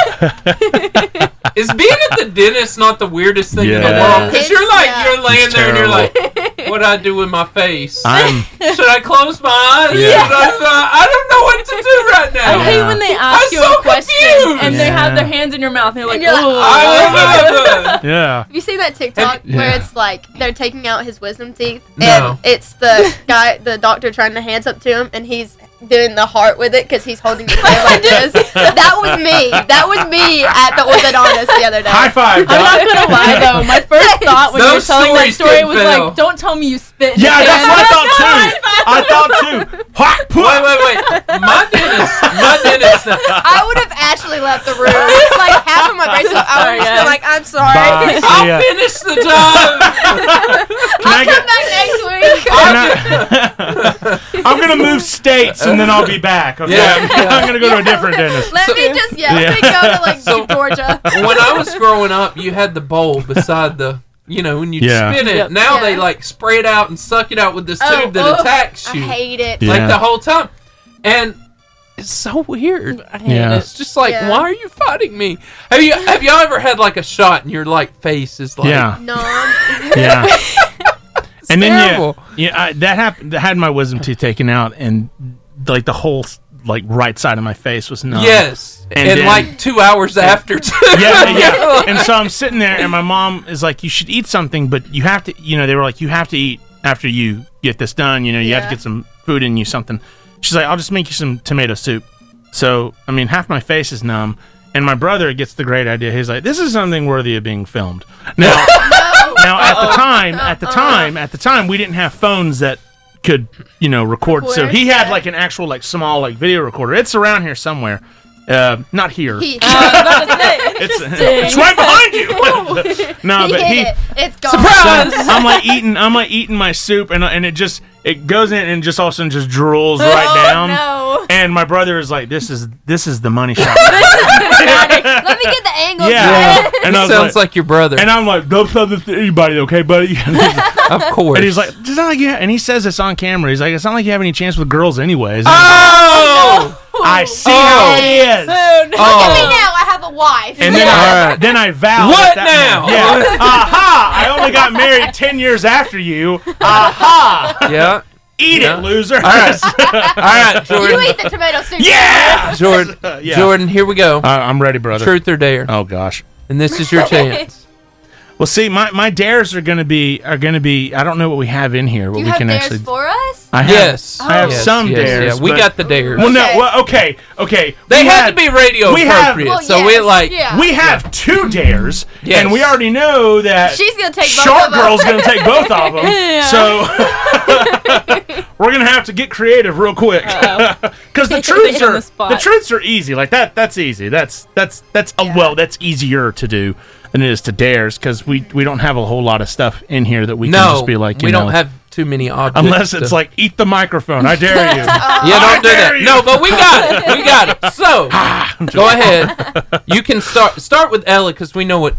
Is being at the dentist not the weirdest thing in the
Yeah.
world? Because you're
It's-
like
yeah.
you're laying
It's
there and you're
terrible.
like, what do I do with my face?
[laughs] I'm.
Should I close my eyes?
Yeah.
Should I, I don't know what to do right now.
I hate when they
I'm
ask you
so
a question
confused.
and they have
Yeah.
their hands in your mouth and you're like,
you're like,
"Ooh."
I don't know.
Yeah.
Have you seen that TikTok
Have you-
where
Yeah.
it's like they're taking out his wisdom teeth and
No.
it's the guy, the doctor trying to hands up to him and he's doing the heart with it because he's holding the tail like this. That was me. That was me at the orthodontist the other day.
High five.
I'm
Doc.
not gonna lie though. My first thought when you were
Those
telling that
stories
story
didn't
was
fail.
like, "Don't tell me you spit." in
[laughs] Yeah,
the
that's
[laughs] pan."
what I thought too. I thought too. Hot
Wait,
put.
wait, wait. My dentist, my
[laughs]
dentist.
I would have actually left the room. Like half of my braces. I would have just been like, I'm sorry.
Bye.
I'll
See ya.
finish the job.
[laughs] Can I
Come
get?
back next week.
Can [laughs] I, I'm gonna move states and then I'll be back. Okay.
Yeah.
[laughs] I'm gonna go to a different dentist.
Let
So-
me just yeah,
Yeah.
let me go to
[laughs]
like
So-
Georgia.
when I was growing up, you had the bowl beside the, you know, when you
Yeah.
spin it.
Yep.
Now they
Yeah.
like spray it out and suck it out with this
Oh,
tube that
oh,
attacks
I
you
hate it.
Yeah.
like the whole time, and it's so weird.
I hate
Yeah.
it.
It's just like,
Yeah.
why are you fighting me? Have you have y'all ever had like a shot and your like face is like
Yeah.
No.
Yeah. and then
terrible.
yeah, yeah, I, that happened. I had my wisdom teeth taken out, and like the whole like right side of my face was numb.
yes, and,
And then-
like two hours after [laughs] too.
Yeah, yeah,
[laughs]
yeah. And so I'm sitting there, and my mom is like, "You should eat something, but you have to, you know." They were like, "You have to eat after you get this done. You know, you have
Yeah.
to get some food in you, something." She's like, "I'll just make you some tomato soup." So I mean, half my face is numb, and my brother gets the great idea. He's like, "This is something worthy of being filmed."
[laughs]
Now, now at the time, at the time, at the time, we didn't have phones that could, you know, record. so
Record,
he had
yeah.
like an actual like small like video recorder. It's around here somewhere. Uh, not here. [laughs]
He,
Uh, It's, [laughs] it's right behind you. [laughs] no,
he
but
hit
he.
it. It's gone.
So I'm like eating. I'm like eating my soup, and and it just it goes in and just all of a sudden just drools right down. [laughs]
Oh, No.
And my brother is like, "This is this is the money shot."
Let me get the angle.
yeah. And I was
sounds like,
like,
your brother.
and I'm like, "Don't tell this to anybody, okay, buddy?" [laughs] and
of course.
he's like, "It's not like you." ha-" And he says this on camera. He's like, "It's not like you have any chance with girls, anyways."
oh,
[laughs]
I see
Oh.
how it is.
Look
Oh.
at me now. I have a wife.
And then,
Yeah.
I, then I vow.
What
that
now?
yeah. Aha! I only got married 10 years after you. Aha!
yeah.
Eat
Yeah.
it, loser.
All right,
[laughs] you
Jordan.
eat the tomato soup.
[laughs] yeah!
Jordan.
[laughs] Yeah.
Jordan. Here we go.
I- I'm ready, brother.
Truth or dare,
Oh, gosh.
and this is your chance.
Well, see, my, my dares are gonna be are gonna be. I don't know what we have in here. What
You
we
have
can
dares
actually.
for us?
I have,
Yes,
I have
Yes,
some
yes,
dares.
Yeah, we
but-
got the dares.
Well, no.
Okay.
Well, okay, okay.
they
We
had to be radio
we have-
appropriate,
Well,
so
yes,
we like.
yeah.
We have two dares,
Yes.
and we already know that
She's gonna take both
Shark
of them.
Girl's gonna take both of
[laughs]
them. So [laughs] we're gonna have to get creative real quick [laughs] because
[laughs]
the truths
Hit on
are
the
the,
spot.
truths are easy. Like that, that's easy. That's that's that's uh, well, that's easier to do than it is to dares because we we don't have a whole lot of stuff in here that we
No,
can just be like, you
we
know,
don't have too many objects.
unless it's
to-
like eat the microphone. I
[laughs]
dare
[laughs]
you.
yeah,
I
don't do
dare
that.
you.
No, but we got it. We got it. So
[laughs]
go ahead. You can start start with Ella because we know what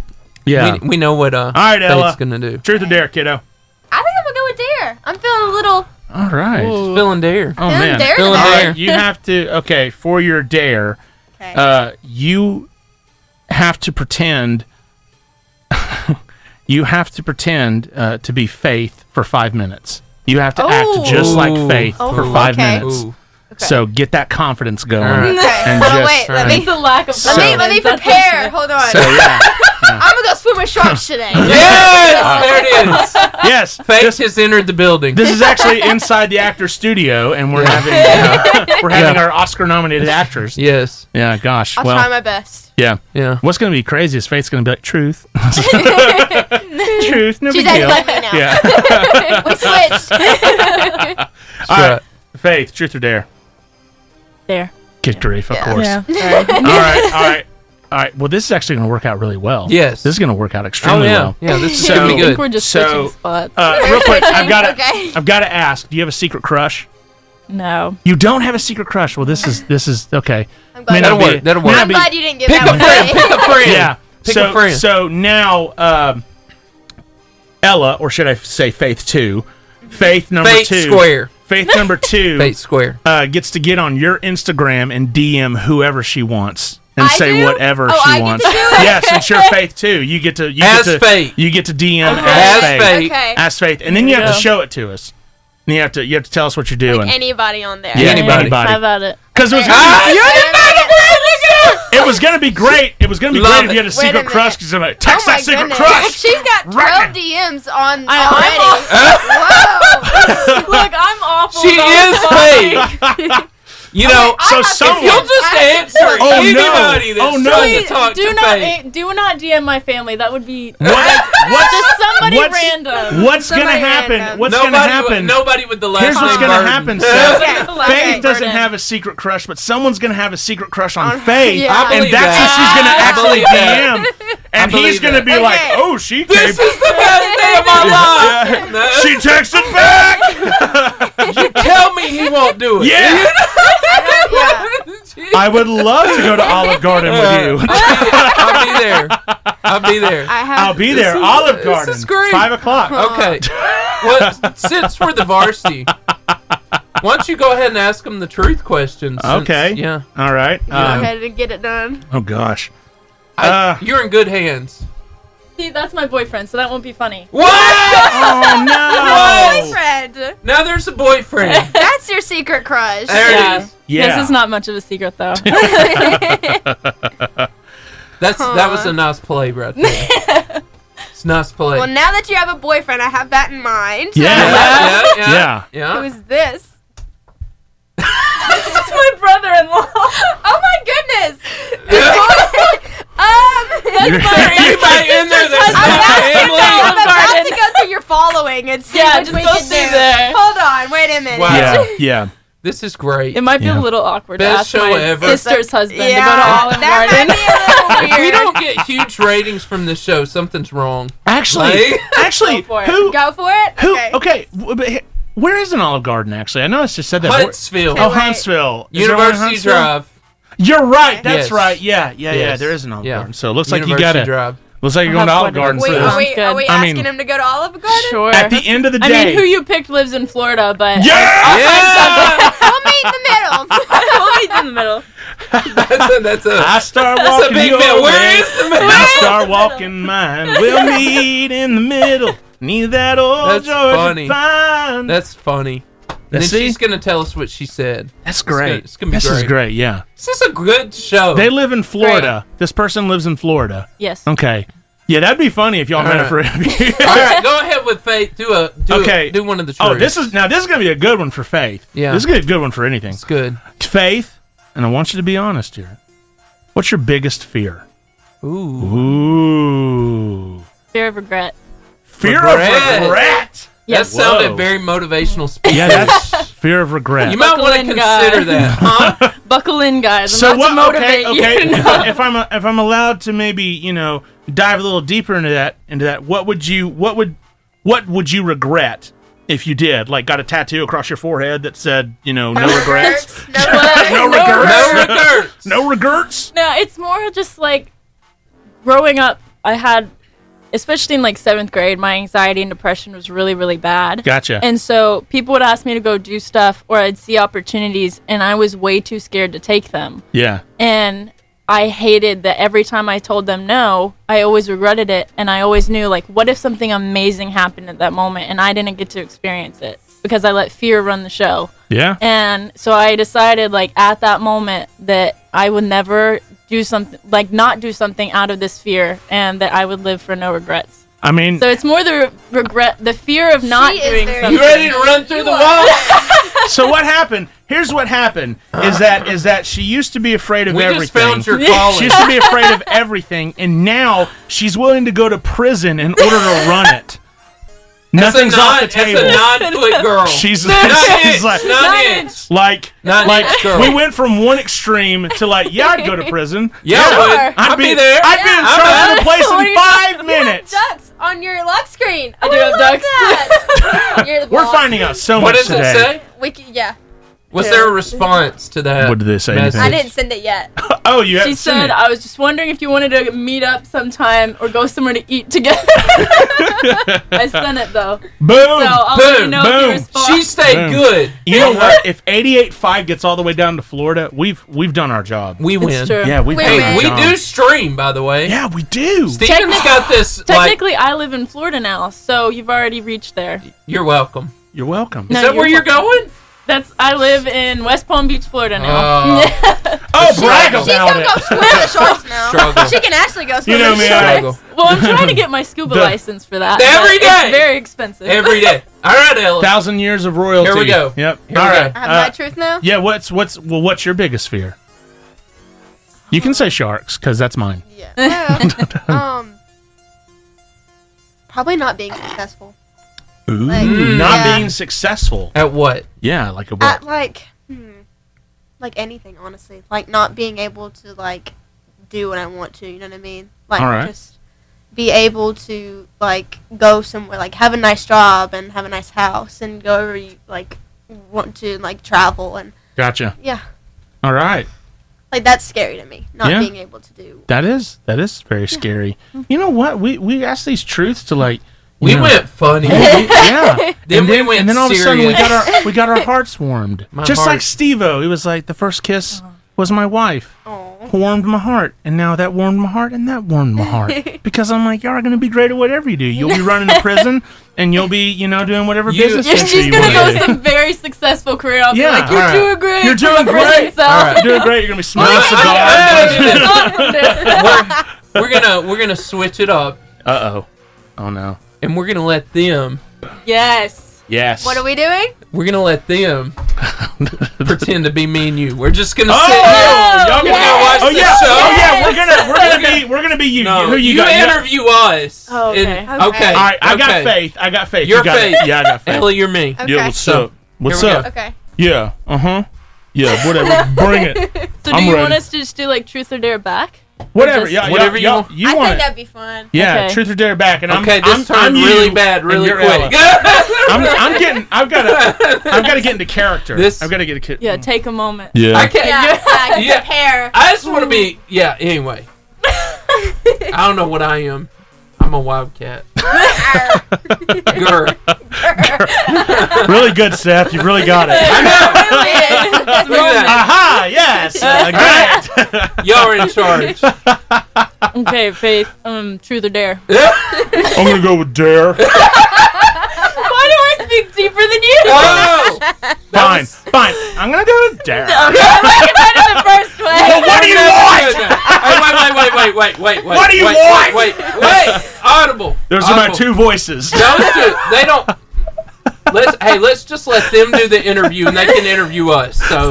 yeah.
we, we know what uh
All right,
Faith's
Ella.
gonna do.
Truth or dare, kiddo.
I think I'm gonna go with dare. I'm feeling a little
All right.
She's feeling dare.
Oh
feeling
man.
dare
Feeling
All
today.
dare.
Uh, right, you have to okay for your dare.
Okay.
Uh, you have to pretend. [laughs] you have to pretend uh, to be Faith for five minutes. You have to act just like
Ooh.
Faith
Oh,
for five
okay.
minutes. So get that confidence going.
All right.
Okay. [laughs]
And
Hold on,
just-
wait. Let me
the lack of
let me let me
confidence, that's
prepare.
what's-
Hold on.
So yeah,
[laughs] I'm gonna go swim
[laughs]
with sharks today.
[laughs] Yes, there it is.
yes.
Faith has entered the building.
This is actually inside the actor's studio, and we're having
[laughs]
uh, we're having our Oscar-nominated actors. Yeah,
Yes.
gosh.
I'll
well,
try my best.
yeah.
Yeah.
What's going to be crazy is Faith's going to be like,
[laughs]
truth. [laughs] truth, no big
She's
deal.
acting like me now.
Yeah.
We
[laughs]
switched.
All
Oh,
right. Faith, truth or dare?
There.
Get grief, of course.
Yeah. [laughs]
All
[laughs]
right, all right, all right. Well, this is actually going to work out really well.
Yes.
This is going to work out
Oh
extremely
yeah.
well.
Yeah. This is
So-
gonna be
I think
good.
we're just
So-
switching spots.
Uh, real quick,
[laughs]
I've got to,
Okay.
I've got to ask. Do you have a secret crush?
no.
You don't have a secret crush. Well, this is, this is okay.
I'm glad,
May not
That'll
be-
work, that'll
may
work.
not
I'm
be-
glad you didn't get
Pick a friend.
that one.
Pick
[laughs]
a friend.
yeah.
Pick
so,
a friend.
So now, um, Ella, or should I say Faith two? Faith number
Faith
two.
square.
Faith number
[laughs]
two.
Faith square.
uh, gets to get on your Instagram and DM whoever she wants and
I
say
do?
whatever
Oh,
she
I get to
wants.
do it?
Yes, it's your faith too. You get to you
As
get to
Faith.
you get to DM
[laughs]
as,
As
faith.
Faith.
Uh-huh. Okay.
as faith, and then you have to
Yeah.
show it to us. And you have to you have to tell us what you're doing.
Anybody on there? [laughs]
Yeah. Anybody.
How about it?
Because it was
Ah, you're the
Wait a minute.
it was gonna be great. It was gonna be
Love
great if
it.
you had a
Wait a
secret crush.
minute.
Because I'm like text
Oh my
that secret [laughs]
goodness.
crush.
[laughs] She's got 12
Right
DMs on
I'm
already.
[laughs]
Whoa.
Look, I'm awful.
She
about
is
this. [laughs]
fake. You know,
So
have to
someone-
do it.
you'll just
I have to do
answer
it.
Oh, no.
anybody that's
Oh, no.
trying to
Please
talk
do
to
not
Faith.
do not DM my family. That would
[laughs]
be
What? What's
just somebody
What's-
random. [laughs]
what's gonna
Somebody
happen?
random.
What's
nobody,
gonna happen?
Nobody with the last
Here's
name
what's gonna
Burden. [laughs]
happen, Seth.
Okay.
Faith
Okay.
doesn't
Burden.
have a secret crush, but someone's gonna have a secret crush on Faith,
Yeah. I
and
believe
that's who she's gonna
that. I believe
actually
that.
DM. And
believe
he's gonna
that.
be like,
Okay.
"Oh, she
This
came-
is the best day
[laughs]
of my life. No.
she texted
[laughs]
back."
Tell me he won't do it. [laughs]
Yeah,
Yeah.
I would love to go to Olive
[laughs]
Garden with you.
I'll be there. I'll be there.
I have.
I'll be there. Olive Garden,
is great.
five o'clock.
Okay. Well, since we're the varsity, why don't you go ahead and ask them the truth questions? since-
Okay.
Yeah.
[laughs] All right.
Go
Um,
ahead and get it done.
Oh gosh.
I-
Uh.
you're in good hands.
See, that's my boyfriend, so that won't be funny.
What?
Oh no.
Boyfriend.
now there's a boyfriend.
Oh. That's your secret
[laughs]
crush.
There
Yeah.
it is.
Yeah.
This is not much of a secret, [laughs] though.
That's
[laughs]
that was a nice play right [laughs] there. it's a nice play.
Well, now that you have a boyfriend, I have that in mind.
Yeah.
yeah, yeah, yeah,
Yeah.
yeah.
Who's this?
That's my brother-in-law.
Oh my goodness!
[laughs]
um,
You're-
Anybody in there that's
I'm
[laughs]
about, to,
not
I'm
family?
about
Garden.
to go through your following and see
Yeah,
what
just
we
go
can
see
do.
there.
Hold on, wait a minute.
Wow.
[laughs] Yeah. Yeah.
This is great.
It might be
Yeah.
a little awkward
Best
to ask
show
my
ever.
sister's husband
Yeah,
to go to
that
Olive Garden.
might
[laughs]
If we
be a little weird.
don't get huge ratings from this show, something's wrong.
Actually,
Like- [laughs]
actually,
Go for it.
who
Go for it.
Who? Okay. w- but he- where is an Olive Garden? Actually, I know I just said that.
Huntsville,
Oh,
Wait.
Huntsville. Is there one in
University
Huntsville?
Drive.
You're right. That's
Yes.
right. Yeah. Yeah. Yeah.
Yes.
There is an Olive
Yeah.
Garden. So it looks like you
University
got
[laughs]
it.
Drive.
Looks like you're going to
I'll
Olive
have
Garden
one of
for
Wait,
this.
are we, are we
I
asking
mean-
him to go to Olive Garden?
Sure.
At the end of the
I
day.
mean, who you picked lives in Florida, but [laughs]
yeah.
Yeah, [laughs]
We'll meet in the middle. [laughs]
we'll meet in the middle.
that's a, that's a
I start
that's a
walking
big
your
man.
way,
Where is the
and
man?
I start walking mine. We'll meet in the middle. Need that old
That's
Georgia
funny.
pine.
That's funny. And then
See?
she's gonna tell us what she said.
That's
gonna-
great.
it's gonna be
this is
great.
great. Yeah.
This is a good show.
They live in Florida. This person lives in Florida.
Yes.
Okay. Yeah, that'd be funny if y'all met her for
right.
[laughs] interview.
All right, go ahead with Faith. Do a do
Okay.
A, do one of the truths.
Oh, this is now. This is gonna be a good one for Faith.
Yeah.
this is gonna be a good one for anything.
It's good.
Faith, and I want you to be honest here. What's your biggest fear?
Ooh.
Ooh,
Fear of regret.
fear
Regret. [laughs]
of regret.
That
Yes.
sounded
Whoa.
very motivational speech.
Yeah, that's fear of regret.
You might want to
Buckle in, guys.
consider that,
[laughs]
huh?
Buckle in, guys. I'm
so
about to
what? Okay,
motivate you. [laughs]
okay. If, I- if I'm a, if I'm allowed to maybe you know dive a little deeper into that into that, what would you what would what would you regret if you did like got a tattoo across your forehead that said you
[laughs]
know no regrets, [laughs]
No regrets.
no
No
regrets,
regrets.
no regrets.
No, it's more just like growing up. I had, especially in like seventh grade, my anxiety and depression was really, really bad.
Gotcha.
And so people would ask me to go do stuff, or I'd see opportunities, and I was way too scared to take them.
yeah.
And I hated that every time I told them no, I always regretted it. And I always knew, like, what if something amazing happened at that moment and I didn't get to experience it because I let fear run the show?
Yeah.
And so I decided, like, at that moment, that I would never do something, like, not do something out of this fear and that I would live for no regrets.
I mean,
So it's more the regret, the fear of not
She is
doing
very-
something.
You ready to run through the wall?
so what happened? Here's what happened: is that is that she used to be afraid of
We
everything.
just found your calling.
She used to be afraid of everything, and now she's willing to go to prison in order to run it.
That's a
Nothing's off
non,
the
that's
table.
a
[laughs]
non-foot girl.
she's
Nine
[laughs] she's like,
inch, nine
Nine
inch.
like,
Not
like
an ex-girl.
we went from one extreme to like, yeah, I'd go to prison.
[laughs] Yeah, I would. I'd be there.
I'd be in
Yeah.
charge of
I'm
the place
What are
in
you
five
You have
minutes.
ducks on your lock screen. Oh, I
do have ducks. [laughs]
That. You're the
We're
boss.
finding out so
What
much
does
today.
it say?
We c- yeah.
Was
Yeah.
there a response to that?
What did they say?
message?
I didn't send it yet.
Oh, you
She
haven't seen
said,
it.
I was just wondering if you wanted to meet up sometime or go somewhere to
[laughs]
eat together. I sent it though.
Boom.
So uh, I'll let you
Boom,
know if
boom.
you respond.
She stayed
Boom.
good.
You know
[laughs]
what? If 88.5 gets all the way down to Florida, we've we've done our job.
We win.
it's true.
yeah, we've
We
done
win.
Hey,
our
we
job.
do stream, by the way.
Yeah, we do.
Steven's got this. Like,
Technically, I live in Florida now, so you've already reached there.
you're welcome.
You're welcome.
No,
Is that
you're
where you're going?
That's I live in West Palm Beach, Florida now. [laughs]
Oh,
Oh, brag
She's
about
gonna
it.
go swim in the [laughs] shorts now.
Struggle.
She can actually go swim
You know
in
me,
the
I-
shorts.
struggle
well, I'm trying to get my scuba
The-
license for that.
Every
but it's
day.
very expensive. [laughs]
every day. All right, Ellen.
Thousand years of royalty.
Here we go.
Yep.
Here
all
we go.
right.
I have
Uh,
my truth now.
yeah. What's what's well? What's your biggest fear? You can say sharks because that's mine.
Yeah. um. Probably not being successful.
Ooh,
Like,
Mm,
Mm. not
yeah.
being successful.
At what?
Yeah, like a
At
book.
like, hmm, like anything, honestly. Like not being able to like do what I want to. You know what I mean? Like
Alright.
just be able to like go somewhere, like have a nice job and have a nice house and go wherever you like want to, and, like travel and
Gotcha.
yeah.
All right.
Like that's scary to me. Not
Yeah.
being able to do.
That is that is very scary.
Mm.
You know what? We we asked these truths to like.
We
you know-
went
[laughs]
funny.
[laughs]
yeah.
Then
and
we
then,
went
and then all of a sudden we got
serious.
our we got our hearts warmed.
My
Just
heart.
like Steve-O, he was like the first kiss was my wife.
Oh.
warmed my heart, and now that warmed my heart, and that warmed my heart because I'm like, y'all are gonna be great at whatever you do. You'll be running a prison, and you'll be, you know, doing whatever
You-
business
Yeah,
Yes,
venture
she's
you
gonna
want
go
to do.
some very successful career. I'll
Yeah.
be like, you're
Alright.
doing great.
You're doing
from a prison
great.
cell."
Alright.
[laughs]
You're doing great. You're gonna be smoking
Well,
cigars.
I- I-
Awesome,
[laughs]
[laughs]
dude.
we're gonna we're gonna switch it up,
Uh oh. Oh no.
and we're gonna let them.
yes.
Yes.
What are we doing?
We're gonna let
[laughs]
them pretend to be me and you. We're just gonna
Oh,
sit here.
y'all
We're
gonna-
gonna watch
oh
the
yeah.
show.
Oh yeah. We're gonna
We're
we're
gonna-
gonna be we're gonna be you.
No,
Who you,
you
got? Yeah.
interview us.
Oh, okay.
And- okay.
All right. I
okay.
got faith. I got faith.
Your
you got
faith.
It. Yeah, I got faith.
Ellie, you're me.
Okay.
Yeah. What's up? What's
Here we go.
up?
Okay.
Yeah. Uh huh. Yeah.
[laughs]
Whatever. Bring it.
So do
I'm
you
ready.
want us to just do like truth or dare back?
Whatever.
Just-
Yeah.
Whatever you
y'all-
want.
You
I
want
think
it.
that'd be fun.
Yeah,
Okay.
truth or dare back, and I'm
Okay, this
I'm,
turned
I'm
really
you,
bad,
and
really
you're
quick. [laughs]
Ella. I'm, I'm getting, I've got to, I've got to get into character.
This-
I've got to get a kid.
Yeah, take a moment.
I
yeah.
can't.
Yeah. yeah,
Yeah.
Compare.
I just want to
Mm.
be. Yeah.
[laughs]
Anyway, I don't know what I am. I'm a wildcat. [laughs] Grr.
really good, Seth. You've really got
[laughs]
[laughs]
it.
It's
Look at
Aha!
[laughs]
Yes. Uh, got it.
that. Y'all are in charge.
[laughs]
[laughs] okay, Faith. Um, truth or dare?
Oh.
[laughs]
I'm gonna go with dare.
Why do I speak deeper than you? [laughs]
Oh,
Fine, fine. I'm gonna go with
[laughs]
dare.
the first
Well,
way.
what do you
Hey,
want?
wait, wait, wait, wait, wait, wait, wait.
What do you
wait,
want?
Wait, wait, wait. Audible.
Those are my
Audible.
two voices.
Those two. They don't. Let's. Hey, let's just let them do the interview, and they can interview us.
[laughs]
So.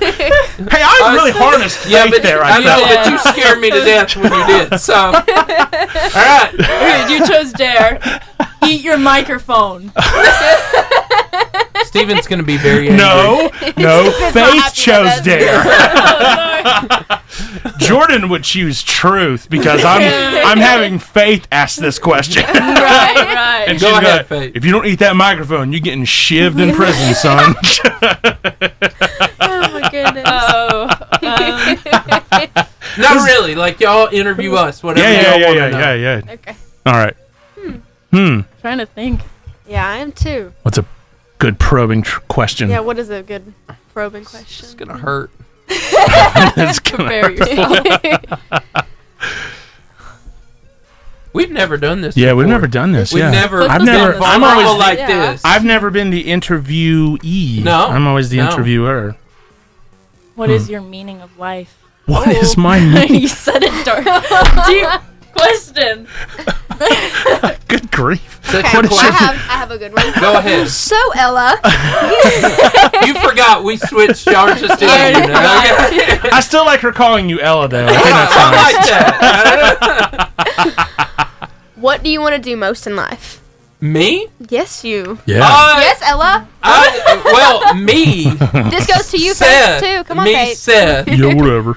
Hey, I really harnessed
[laughs]
faith
Yeah, but
there.
I
I
know,
felt.
but you scared me to death when you did.
[laughs]
So, all right,
Okay, you chose dare. Eat your microphone.
Steven's gonna be
[laughs]
very angry.
No, no. Faith
happy with
chose
us.
dare.
Oh,
Jordan would choose truth because I'm, I'm having Faith ask this question.
no. right, right.
She's
Go ahead,
gonna-
Faith.
If you don't eat that microphone, you're getting shivved in prison, [laughs] son.
Oh my goodness.
Oh,
[laughs]
um,
Not really. Like y'all interview us, whatever
yeah, yeah,
y'all
yeah,
want
yeah,
to
yeah,
know.
yeah.
okay.
All right. Hmm.
trying to think.
[laughs] Yeah, I am too.
What's a good probing tr- question? [laughs]
Yeah, what is a good probing question?
It's gonna hurt.
That's gonna-
Prepare yourself.
We've never done this.
yeah, we've
before.
never done this.
We've
yeah.
never.
Put
I've
this
never.
on the
I'm
spot.
always.
like
Yeah.
this.
I've never been the interviewee.
No,
I'm always the
no.
interviewer.
What is your meaning
[laughs]
of life?
What is my [laughs] name?
you said it dark. Deep question.
Good grief!
Such
Okay,
a
well, I
question.
have I have a good one.
Go ahead.
[laughs]
So [laughs] Ella,
You forgot we switched. Y'all
[laughs]
just did.
I already
I still like her calling you Ella though. I think
[laughs]
that's
I
nice.
like that.
what do you want to do most in life?
[laughs] me?
Yes, you.
Yeah.
Uh,
Yes, Ella.
I, well, me.
This goes to [laughs] you
Seth,
first too. Come on,
me,
Kate.
Seth.
yeah, whatever.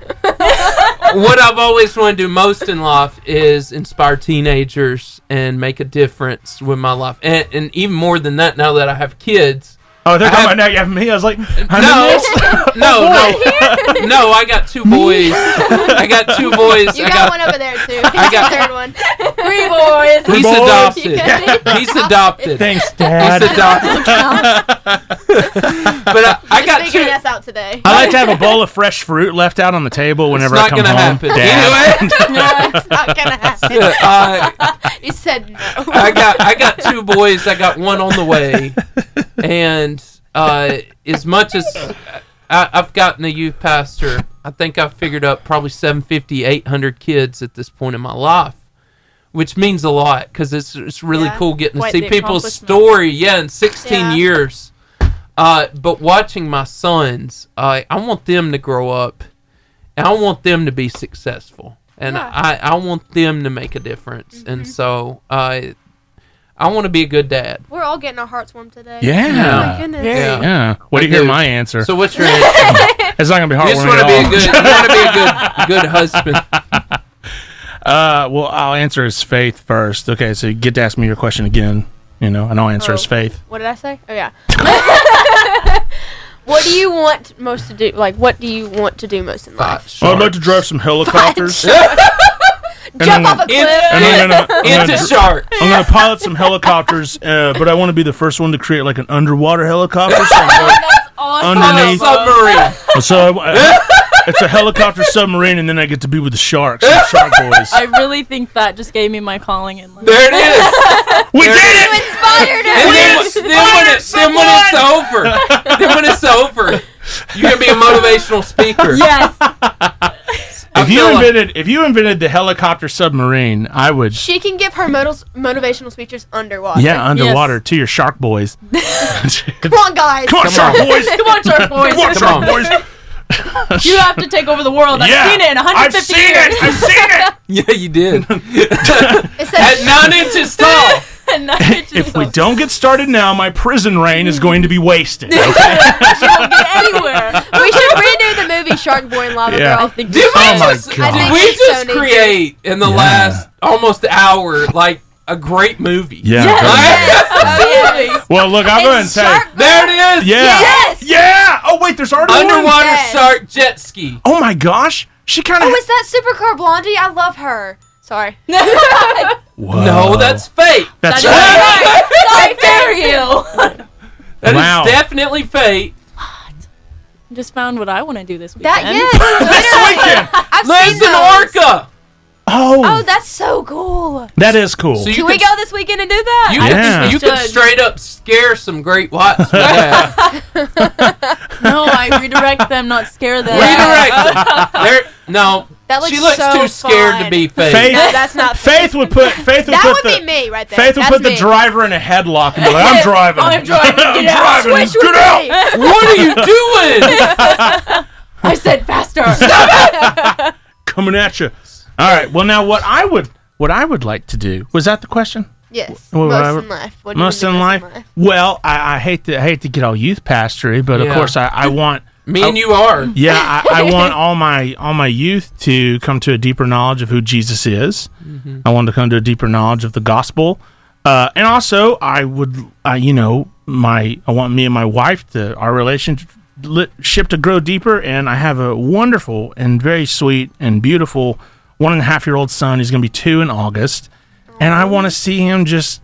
what I've always wanted to do most in life is inspire teenagers and make a difference with my life. And, and even more than that, now that I have kids.
Oh, they're
I
talking
have-
about now you have me. I was like, I'm
No, Oh,
in
no, no, no. I got two boys. I got two boys.
You
I
got, one over there too.
[laughs] I
I
got-
got third one.
Three
[laughs]
boys.
He's
boys.
[laughs]
adopted.
Yeah.
[laughs] He's adopted.
this. Thanks,
He's
Dad.
[laughs]
adopted. but I, I
Just
got
figuring
two.
us out today.
I like to have a bowl of fresh fruit left out on the table whenever
it's
I
not
come
gonna
home.
happen.
Dad.
Anyway,
it's
[laughs]
not gonna happen.
uh,
You said no.
I got I got two boys. I got one on the way, and uh, as much as I, I've gotten a youth pastor, I think I've figured up probably 750, 800 kids at this point in my life, which means a lot because it's it's really
Yeah.
cool getting to
Quite
see
the
people's
accomplishment.
story. Yeah, in sixteen
Yeah.
years. Uh, but watching my sons, I I want them to grow up, and I want them to be successful, and
Yeah.
I, I want them to make a difference. And so I I want to be a good dad.
We're all getting our hearts warmed today. Oh my
Yeah.
goodness.
Yeah.
Yeah. What do you
I
hear
do.
my answer?
So what's your answer?
it's not gonna be
you
hard.
just want to be a good, you want to be a good, good husband.
[laughs] Uh, well, I'll answer as faith first. Okay, so you get to ask me your question again. You know, and I'll answer as
Oh.
faith.
What did I say?
[laughs]
Oh yeah. [laughs] what do you want most to do? Like, what do you want to do most in life?
I'd like to
[laughs]
drive some
[laughs]
helicopters.
Jump off a
In,
cliff.
And I'm gonna, I'm gonna
into
dr-
shark.
I'm gonna pilot some helicopters, uh, but I want to be the first one to create like an underwater helicopter. So,
That's awesome.
Underneath.
Submarine.
[laughs]
so I w- uh, it's a helicopter submarine, and then I get to be with the sharks, the shark
[laughs]
boys.
I really think that just gave me my calling in life.
There it is.
we did it!
Inspired her.
And then, then, when, it, then when it's over, then when it's over, you're gonna be a motivational speaker.
Yes.
If you
feel like-
invented, if you invented the helicopter submarine, I would.
She can give her modals, motivational speeches underwater.
Yeah, underwater to your shark
[laughs]
boys.
Come on, guys.
Come on, shark [laughs] boys!
Come on, Shark Boys.
Come
Come
on, shark boys!
You have to take over the world. I've
Yeah,
seen it in
I've
150
seen
years. [laughs]
it! I've seen it!
[laughs] Yeah, you did.
[laughs]
It says
At nine inches tall.
And now it's just
Oh. If we
all-
don't get started now, my prison reign is going to be wasted. Okay?
[laughs] don't get anywhere.
we should redo the movie Shark Boy and Lava
Yeah.
Girl.
think
Did we
Oh my
just,
God.
did
I
we
think
just
so, Nathan.
create in the last almost hour like a great movie?
Yeah. Well, look, I'm going to
Oh, It's
say,
Shark Boy.
There it is.
yeah,
Yes!
yeah. Oh wait, there's already one?
Underwater
Yes.
shark jet ski.
Oh my gosh, she kind of.
Oh, is that Supercar Blondie? I love her. Sorry.
Uh,
No, that's fake.
that's
That
right.
I dare you.
That is
Wow.
definitely fake.
[laughs] Just found what I want to do this weekend.
That yes. Literally. I've
Lives
seen
an
those.
orca.
Oh,
Oh,
that's so cool.
that is cool.
So you
Can
could,
we go this weekend and do that?
You
Yeah.
could, you could
Should.
straight up scare some great whites with
[laughs]
that.
No, I redirect them, not scare
[laughs]
them.
Redirect them. They're- no,
That looks
she looks
so
too scared to
fun.
be fake.
Faith,
No, that's not.
Faith would put Faith would
that
put
would
the
be me right there.
Faith would
That's
put
me.
the driver in a headlock and be like, "I'm
[laughs]
driving. [laughs]
I'm driving.
I'm
Get out.
driving.
Switch with
Get out."
me.
[laughs] What are you
[laughs]
doing?
I said faster. [laughs]
Coming at you. All right. Well, now what I would what I would like to do was that the question.
Yes.
Well,
most
whatever.
in life. What do you
Most
do
in life. Well, I, I hate to I hate to get all youth pastory, but
Yeah.
of course I, I want
Me and you are.
Yeah, I, I want all my all my youth to come to a deeper knowledge of who Jesus is. I want them to come to a deeper knowledge of the gospel, uh, and also I would, uh, you know, my I want me and my wife to our relationship to grow deeper. And I have a wonderful and very sweet and beautiful one and a half year old son. He's going to be two in August, and I want to see him just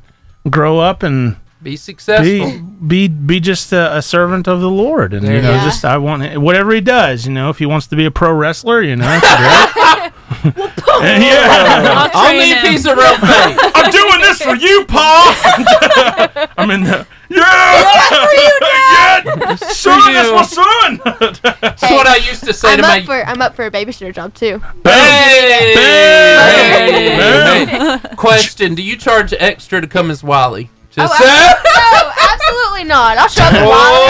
grow up and
Be successful.
be be be just a, a servant of the Lord, and you know,
Yeah.
just I want it- whatever he does. You know, if he wants to be a pro wrestler, you know,
[laughs]
that's great. And yeah,
I'll train
Only if
him.
he's a real thing.
I'm doing this for you, Paul. [laughs] I'm in the yeah, yeah, son,
for
that's
you.
my son.
That's what I used to say
I'm
to my.
up for I'm up for a babysitter job too.
Hey!
Boom.
Hey! Hey! Question: Do you charge extra to come as Wally? Just
Oh, No, absolutely not. I'll show up in Wally.
Oh.
oh.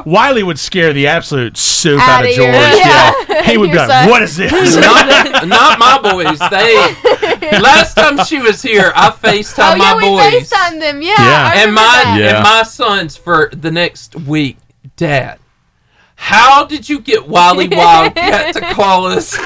Actually, Wiley would scare the absolute soup out,
Outta
of
your-
George. Yeah.
yeah.
[laughs]
he would be
Your
like,
son.
"What is this?"
[laughs]
not, not my boys. They last time she was here, I FaceTime
Oh yeah,
my
we
boys.
FaceTime them. Yeah.
Yeah.
I
and
remember
my
that.
Yeah.
and my sons for the next week. Dad, how did you get Wally Wildcat
[laughs]
to call us?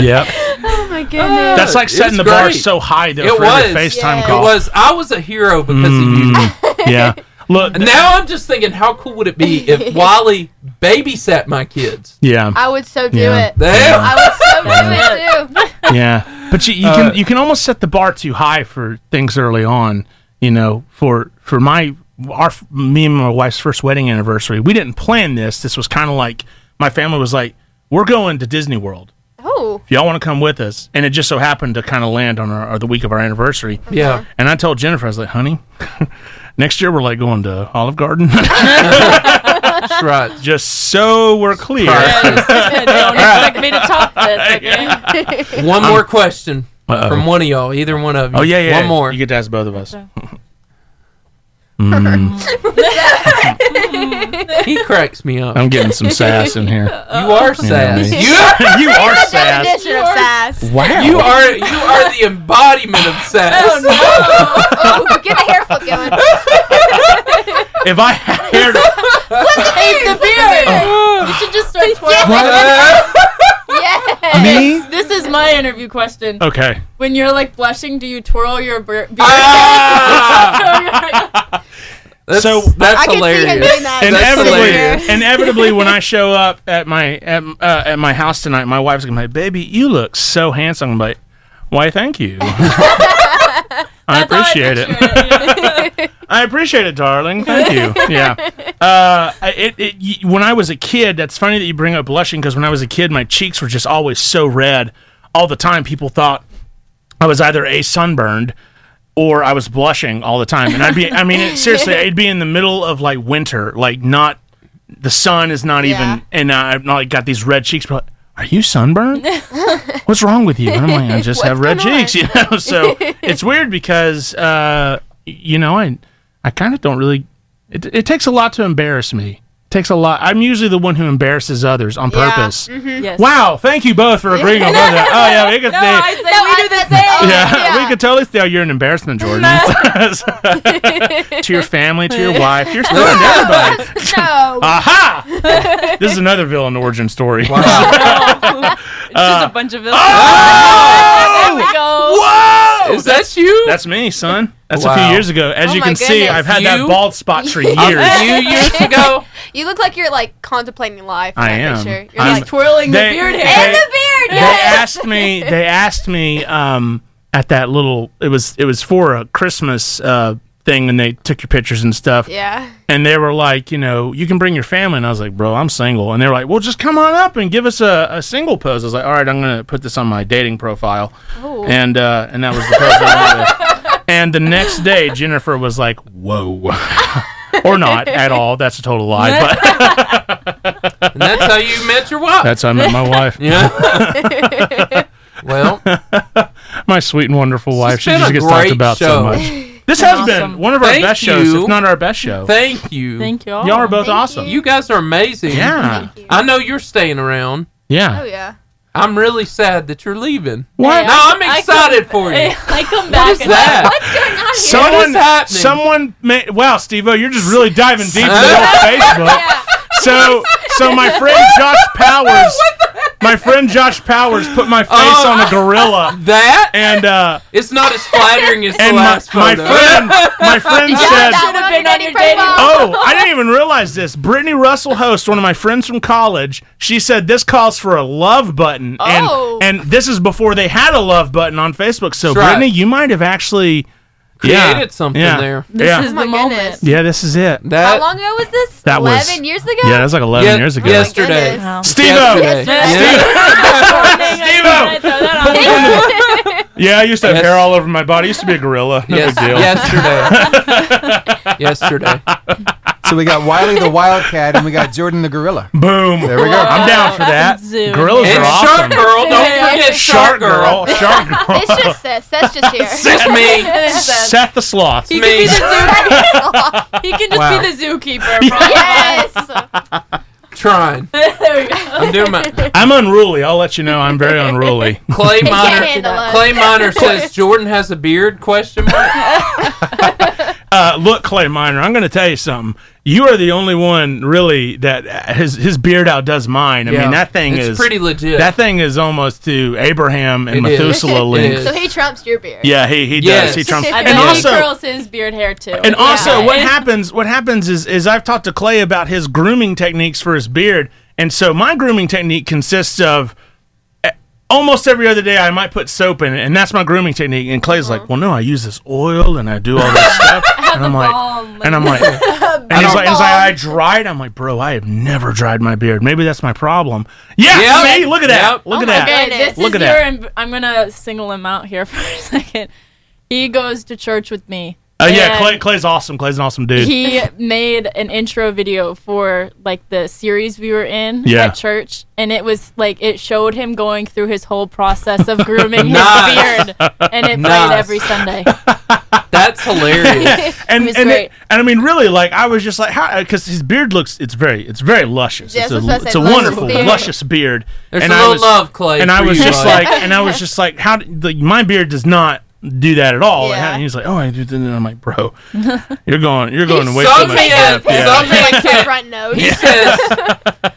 yep.
Oh my goodness.
That's like
It's
setting the bar
great.
so high though
It
for every
was.
FaceTime
Yeah.
It
call.
was I was a hero because of you.
Mm, [laughs] yeah. Look.
And Now I'm just thinking, how cool would it be
[laughs]
if Wally babysat my kids?
yeah.
I would so do
Yeah.
it.
Damn.
I
[laughs]
would so do it too.
yeah but you, you
Uh,
can you can almost set the bar too high for things early on you know for for my our me and my wife's first wedding anniversary we didn't plan this this was kind of like my family was like we're going to disney world
Oh.
[laughs]
if y'all want to come with us and it just so happened to kind of land on our, or the week of our anniversary
Yeah.
and i told jennifer i was like honey [laughs] next year we're like going to olive garden [laughs]
That's right.
just so we're clear
Yes. Don't expect me to top this. Okay?
One more question
Uh-oh.
from one of y'all, either one of you.
oh yeah yeah
One more.
you get to ask both of us Mm,
he cracks me up.
i'm getting some sass in here
you are sad.
yeah.
You are,
[laughs] you are sass
Definition of
[laughs]
sass.
Wow.
you are you are the embodiment of sass.
Oh, get a hair flip
[laughs]
going.
if I had [laughs] hair to-
[laughs] Hey, the
[laughs]
beard. You should just start twirling.
Uh,
Yes.
Me?
This is my interview question.
Oh.
Okay.
When you're like blushing, do you twirl your ber- beard? [laughs]
Ah! that's,
So-
that's
I can
hilarious.
see him doing that.
That's hilarious.
Inevitably, inevitably, when I show up at my at, uh, at my house tonight, my wife's gonna be like, "Baby, you look so handsome." I'm like, "Why? Thank you. [laughs] I
That's how
appreciate it.
picture yeah.
I appreciate it, darling. Thank you. Yeah. Uh, I- it, it, y- when I was a kid, that's funny that you bring up blushing because when I was a kid, my cheeks were just always so red all the time. People thought I was either a sunburned or I was blushing all the time. And I'd be, I mean, it, seriously, it'd be in the middle of like winter, like not, the sun is not
Yeah.
even, and I've not like, got these red cheeks, but are you sunburned? What's wrong with you? And I'm like, I just have red cheeks, [laughs] you know? So it's weird because, uh, you know, I, I kind of don't really, it, it takes a lot to embarrass me. It takes a lot. I'm usually the one who embarrasses others on
Yeah. mm-hmm.
purpose.
Yes.
Wow, thank you both for agreeing on that. Oh yeah, we
[laughs]
could
No,
say,
I say we do the same.
Oh,
yeah, [laughs] we could totally say oh, you're an embarrassment, Jordan. [laughs] to your family, to
[laughs]
your wife, you're still in everybody.
No.
Aha! this is another villain origin story.
[laughs]
Uh,
It's
Ah.
just
[laughs]
a bunch of villains. there we go.
[laughs]
Whoa!
Is that you?
That's me, son. That's a
Wow.
few years ago. As
Oh
you
my
can see,
goodness.
I've had that
You-
bald spot
[laughs]
for years.
a few years ago.
You look like you're like contemplating life. in
I
that
am.
Picture. You're
I'm-
like
Twirling
They-
the beard
they-
hair.
and the beard.
they
Yes.
asked me they asked me um at that little it was it was for a christmas uh thing and they took your pictures and stuff
[laughs]
Yeah. [laughs]
and they were like you know you can bring your family and i was like bro i'm single and they were like well just come on up and give us a, a single pose i was like all right i'm gonna put this on my dating profile and uh and that was the pose I went with. and the next day jennifer was like whoa [laughs] or not at all that's a total lie but [laughs]
And that's how you met your wife.
that's how i met my wife [laughs]
yeah. well,
Oh. my sweet and wonderful wife. She
been
just
a
gets
great
talked about
show.
so much.
[laughs]
This has been
Awesome.
one of our
Thank
best shows,
you.
if not our best show.
thank you.
Thank you all.
Y'all are both
Thank
awesome.
You guys are amazing.
Yeah,
I know you're staying around.
Oh
yeah.
yeah.
I'm really sad that you're leaving.
What?
Hey,
No, I'm
I
excited for you.
I come back.
What is
and-
that? What is
Someone,
happening?
someone, ma- wow, Steve-O, you're just really diving deep into
[laughs]
Facebook. So, so my friend Josh Powers, my friend Josh Powers, put my face
Oh.
on a gorilla,
That
and uh,
it's not as flattering as the
and my,
last
my
photo.
friend,
[laughs]
my friend said,
That would have been on your dating.
Oh, I didn't even realize this. Brittany Russell Host, one of my friends from college, she said this calls for a love button.
Oh.
And and this is before they had a love button on Facebook. So
That's right.
Brittany, you might have actually Yeah.
created something
Yeah.
there.
This
Yeah.
is
Oh my
the moment.
goodness.
Yeah, this is it.
That
How long ago was this?
That was-
11 years ago?
Yeah, that's like 11
Ye-
years ago.
yes.
Goodness.
Yesterday.
Wow.
Steve-O!
Steve-O! Throw that on there.
[laughs] Yeah, I used to have
Yes.
hair all over my body. I used to be a gorilla. No
Yes,
big deal. [laughs]
yesterday. yesterday.
[laughs] So we got Wiley the Wildcat and we got Jordan the Gorilla.
Boom.
There we go.
I'm down for that.
That's some zoom.
Gorillas
And
are
Shark
awesome.
Girl, don't
Yeah.
forget Shark Girl.
Shark girl.
It's just
[laughs]
Seth. Seth's just here.
It's me.
Seth the sloth. [laughs]
He
me.
can be the zoo. he can just
Wow.
be the zookeeper. bro.
yes.
Trying.
[laughs] there we go.
I'm doing my
I'm unruly. I'll let you know I'm very unruly.
Clay
Can't
Miner.
handle us.
Clay Miner says Jordan has a beard? Question mark.
Uh, look, Clay Miner, I'm going to tell you something. You are the only one, really, that uh, his his beard outdoes mine. I
Yeah.
mean, that thing
It's
is
pretty legit.
That thing is almost to Abraham and
It is.
Methuselah
It
links.
is.
So he trumps your beard.
Yeah, he he
Yes.
does. He trumps.
I
And
bet he
also,
curls his beard hair too.
And also,
Yeah.
what happens? What happens is is I've talked to Clay about his grooming techniques for his beard, and so my grooming technique consists of eh, almost every other day I might put soap in it, and that's my grooming technique. And Clay's like, "Well, no, I use this oil and I do all this stuff," and I'm
balm.
like, and I'm like, and he's like, he's like, "I dried." I'm like, "Bro, I have never dried my beard. Maybe that's my problem." Yeah,
Yep.
see, look at that.
Yep.
Look at
my
that.
goodness.
Okay, Oh this
Look
is
at
your.
that.
Im- I'm gonna single him out here [laughs] for a second. He goes to church with me.
Oh yeah,
And
Clay, Clay's awesome. Clay's an
[laughs]
awesome dude.
He made an intro video for like the series we were in
Yeah.
at church, and it was like it showed him going through his whole process of
[laughs]
grooming
Nice.
his beard, and it
Nice.
played every
[laughs]
Sunday.
That's hilarious.
[laughs] and
It was
and,
great.
it- and I mean, really, like I was just like, how? Because his beard looks, it's very, it's very luscious.
Yes, that's
it's
what I
a,
said,
it's a
luscious
wonderful,
beard.
luscious beard.
There's
and
a
I
little
was-
love, Clay.
And I
for
was
you,
just
bud.
like, and I was just like, how? d- Like, my beard does not do that at all.
Yeah.
And he's like, oh, I do. that." And I'm like, bro, you're going, you're going to way too
some
much.
man-
depth." Yeah.
some man
Like
can't-
the front nose.
He says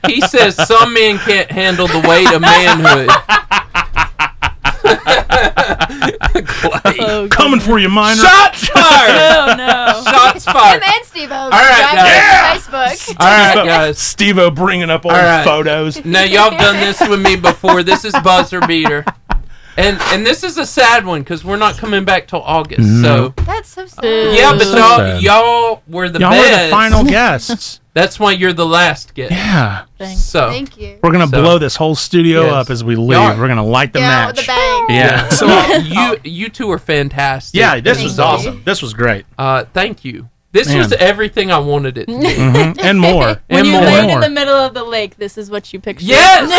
he says some men can't handle the weight of manhood. Clay.
Oh,
Coming for you, minor.
Shots fired.
Oh no!
Shots
Him
fired.
and Steve O. All
right,
guys.
Facebook.
All right, guys.
Steve O bringing up old
All right.
photos.
Now y'all have done this with me before. This is buzzer beater, and and this is a sad one because we're not coming back till August. So
That's so sad.
yeah, but
Mm-hmm. So
y'all
sad.
y'all were the
Y'all
best.
were the final guests.
That's why you're the last guest.
Yeah,
So
Thank you.
we're gonna
So-
blow this whole studio
Yes.
up as we leave.
are.
We're gonna light the
yeah,
match.
with the bang.
Yeah.
so
[laughs]
uh, you you two are fantastic.
Yeah, this
Thank
was
you.
awesome. This was great.
Uh, thank you. This was
Man.
everything I wanted it to
[laughs]
be.
Mhm. And more.
When
And
you
more.
laid in the middle of the lake, this is what you pictured. [laughs]
Yes,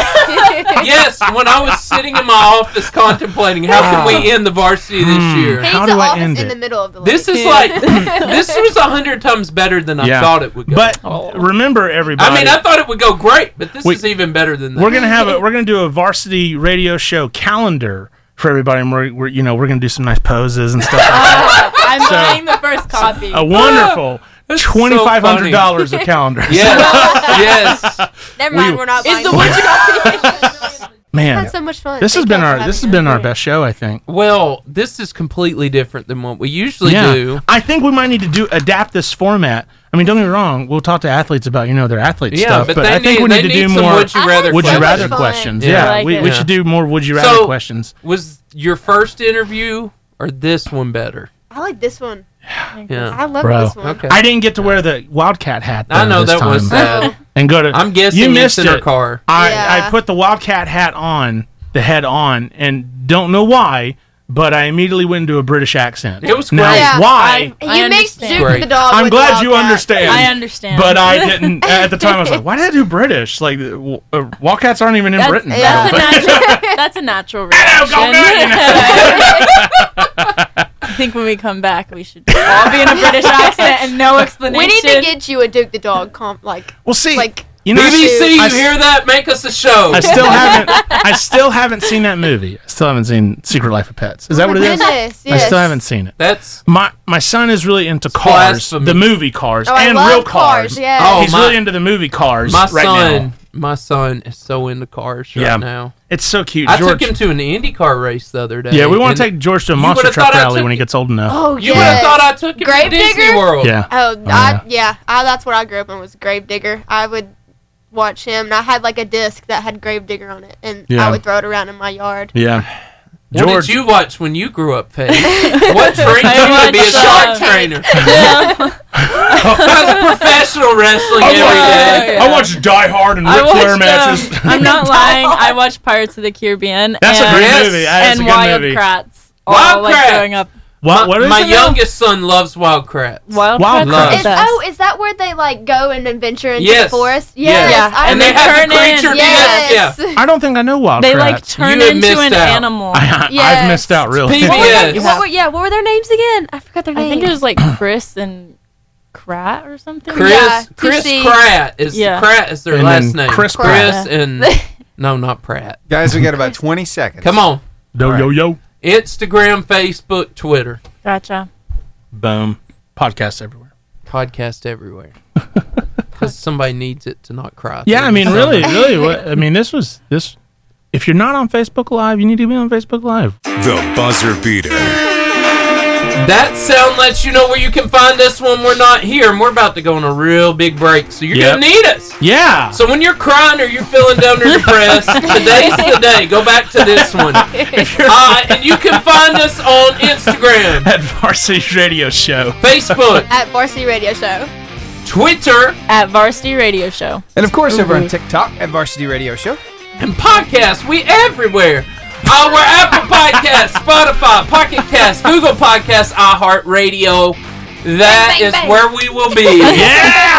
yes. When I was sitting in my office contemplating how can we end the varsity this
Hmm.
year,
Paint
How
the
do I
office
end
in
it?
the middle of the lake.
this is like this was a hundred times better than I
Yeah.
thought it would go. [laughs]
But remember, everybody.
Oh. I mean, I thought it would go great, but this
We-
is even better than that.
we're gonna have a, we're gonna do a varsity radio show calendar for everybody, and we're, we're you know we're gonna do some nice poses and stuff.
[laughs]
like that.
Uh, I'm
So-
buying the first copy.
Oh. [laughs]
A wonderful
so
twenty five hundred dollars of calendar.
[laughs] yes, yes.
Never
we-
mind, we, are not buying
the
it.
one
[laughs]
man.
That's so much fun.
This has
Thank
been
y'all for
our this
having
has been
us.
our best show, I think.
Well, this is completely different than what we usually do.
I think we might need to do adapt this format. I mean, don't get me wrong. We'll talk to athletes about you know their athlete
Yeah,
stuff,
but
but,
they
I think
need-
we
they
need to
need
do
some
more
would you rather
would you
questions.
rather
Fun.
questions.
Yeah.
Yeah,
I like
we,
it.
we should do more would you rather
So-
questions.
Was your first interview or this one better?
I like this one.
Yeah.
I love
Bro.
this one.
Okay.
I didn't get to wear the Wildcat hat.
I
though,
know
this
that was
time.
sad.
And go to.
I'm guessing
you
it's
missed
in her
it.
car.
I,
Yeah.
I put the Wildcat hat on, the head on, and don't know why, but I immediately went into a British accent.
It was
now
great.
Yeah.
why.
You
I
mixed
understand.
Zoot
Great.
the dog.
I'm
with
glad
the
you
Wildcat.
understand.
I understand.
But I didn't. At the time, I was like, "Why did I do British? Like, uh, w- uh, Wildcats aren't even in
that's,
Britain."
that's
But-
a natural. That's a natural
Hello,
reaction.
[laughs] go back, you know.
[laughs] I think when we come back, we should all be in a British accent and no explanation.
We need to get you a Duke the dog comp. Like,
Well, see,
Like,
you know,
BBC,
I
you
s-
hear that? Make us a show.
I
[laughs]
still haven't. I still haven't seen that movie. I still haven't seen Secret Life of Pets. Is that
my
what it is?
goodness,
I
yes.
still haven't seen it.
That's
My my son is really into cars,
blasphemy.
the movie cars,
Oh, I
and
love
real cars.
cars, yeah.
Oh,
he's
my-
really into the movie cars
my
right
son.
now.
My son is so into cars right
Yeah.
now.
It's so cute.
I
George,
took him to an IndyCar race the other day.
yeah, we want
and
to take George to a
You
monster
would've
truck
thought I
rally
took
when he
you-
gets old enough.
oh
You
yeah.
would have thought I took him
Grave
to Disney
digger?
World.
yeah.
Oh,
Oh,
I, yeah. I, that's what I grew up on was Gravedigger. I would watch him, and I had like a disc that had Gravedigger on it, and
Yeah.
I would throw it around in my yard.
Yeah.
What
George-
did
[laughs]
you watch when you grew up, Paige? what trained
I
you to be a
watched,
shark
uh,
trainer?
[laughs] Yeah.
That's professional wrestling
I
every
yeah.
day.
watched, I watched Die Hard and
I
Ric Flair
uh,
watched,
matches.
[laughs]
um, I'm not lying. I watched Pirates of the Caribbean.
That's
and,
a great
Yes.
movie. That's
And
a good
Wild
movie.
Kratts.
Wild
all, like
Kratts.
growing up.
[laughs] What, what is
My
it now?
youngest son loves Wild Kratts.
Wild,
Wild
Kratts.
Kratts.
is
Is,
the best.
oh, is that where they like go and adventure into
Yes.
the forest?
Yes.
Yes,
Yeah.
I
and they
remember.
have the
Turn in.
creature be
yes.
yeah.
[laughs]
I don't think I know Wild
they
Kratts.
like turn
You had
into
missed
an
out.
animal.
[laughs]
I,
I, I've
Yes.
missed out really.
It's PBS.
What,
Yes.
were, yeah, what were their names again? I forgot their names.
think it was like Chris and Krat or something.
Chris
Yeah, to
Chris
see-
Pratt is
Yeah.
Pratt is their
And
last
then
name.
Chris
Chris
Pratt.
and no, not Pratt.
Guys, we got about 20 seconds.
Come on,
Yo, yo, yo.
Instagram, Facebook, Twitter,
Gotcha.
Boom. Podcast everywhere.
podcast
[laughs]
everywhere. Because somebody needs it to not cry.
Yeah,
through
I mean,
the
really,
summer.
really. What, I mean, this was this. If you're not on Facebook Live, you need to be on Facebook Live.
The buzzer beater.
That sound lets you know where you can find us when we're not here, and we're about to go on a real big break. So you're
Yep.
gonna need us.
Yeah.
So when you're crying or you're feeling down or depressed, today's the day. Go back to this
[laughs]
one. Uh, and you can find us on Instagram,
[laughs] at Varsity Radio Show.
Facebook,
At Varsity Radio Show.
Twitter,
At Varsity Radio Show.
And of course, over on TikTok at Varsity Radio Show.
and podcasts. We everywhere. Uh, we're Apple Podcasts, Spotify, Pocket Cast, Google Podcasts, iHeartRadio. That
Bang, bang,
is
bang.
where we
[laughs]
will be.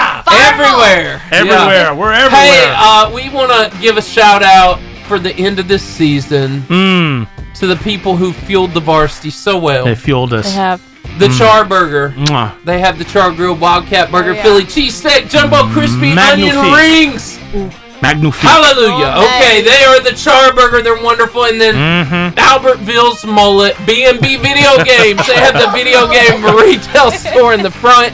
[laughs] Yeah.
Everywhere.
[laughs] Everywhere.
Yeah.
We're everywhere.
Hey, uh, we want to give a shout out for the end of this season
mm,
to the people who fueled the varsity so well.
they fueled us.
They have
The
mm.
Char Burger.
Mwah.
They have the char grilled wildcat burger,
Oh, yeah.
Philly cheesesteak, jumbo crispy
Mm. Magnifique.
onion rings.
Magnifique.
Hallelujah.
Oh,
okay, they are the char burger. They're wonderful. And then
Mm-hmm.
Albertville's mullet, B&B video games. They have the video game retail store in the front,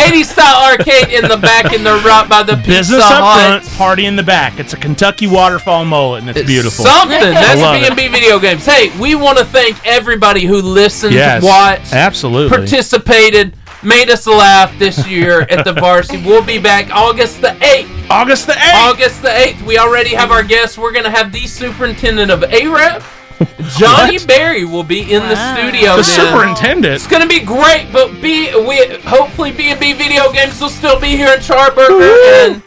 80 style arcade in the back, and they're right by the
Business
Pizza
up
Hut.
front, party in the back. It's a Kentucky waterfall mullet, and it's,
It's
beautiful.
Something. That's
love it.
B&B video games. Hey, we want to thank everybody who listened,
yes.
watched,
Absolutely.
participated, made us laugh this year at the varsity. We'll be back August the 8th.
August the 8th.
August the 8th, we already have our guests. We're going to have the superintendent of AREP, Johnny
What?
Berry, will be in the
Wow.
studio.
the
then.
superintendent.
It's going to be great, but be we hopefully B&B Video Games will still be here in Charburger, and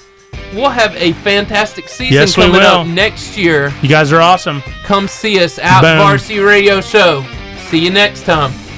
we'll have a fantastic season
Yes, we
coming
will.
up next year.
You guys are awesome.
Come see us at
Boom.
Varsity Radio Show. See you next time.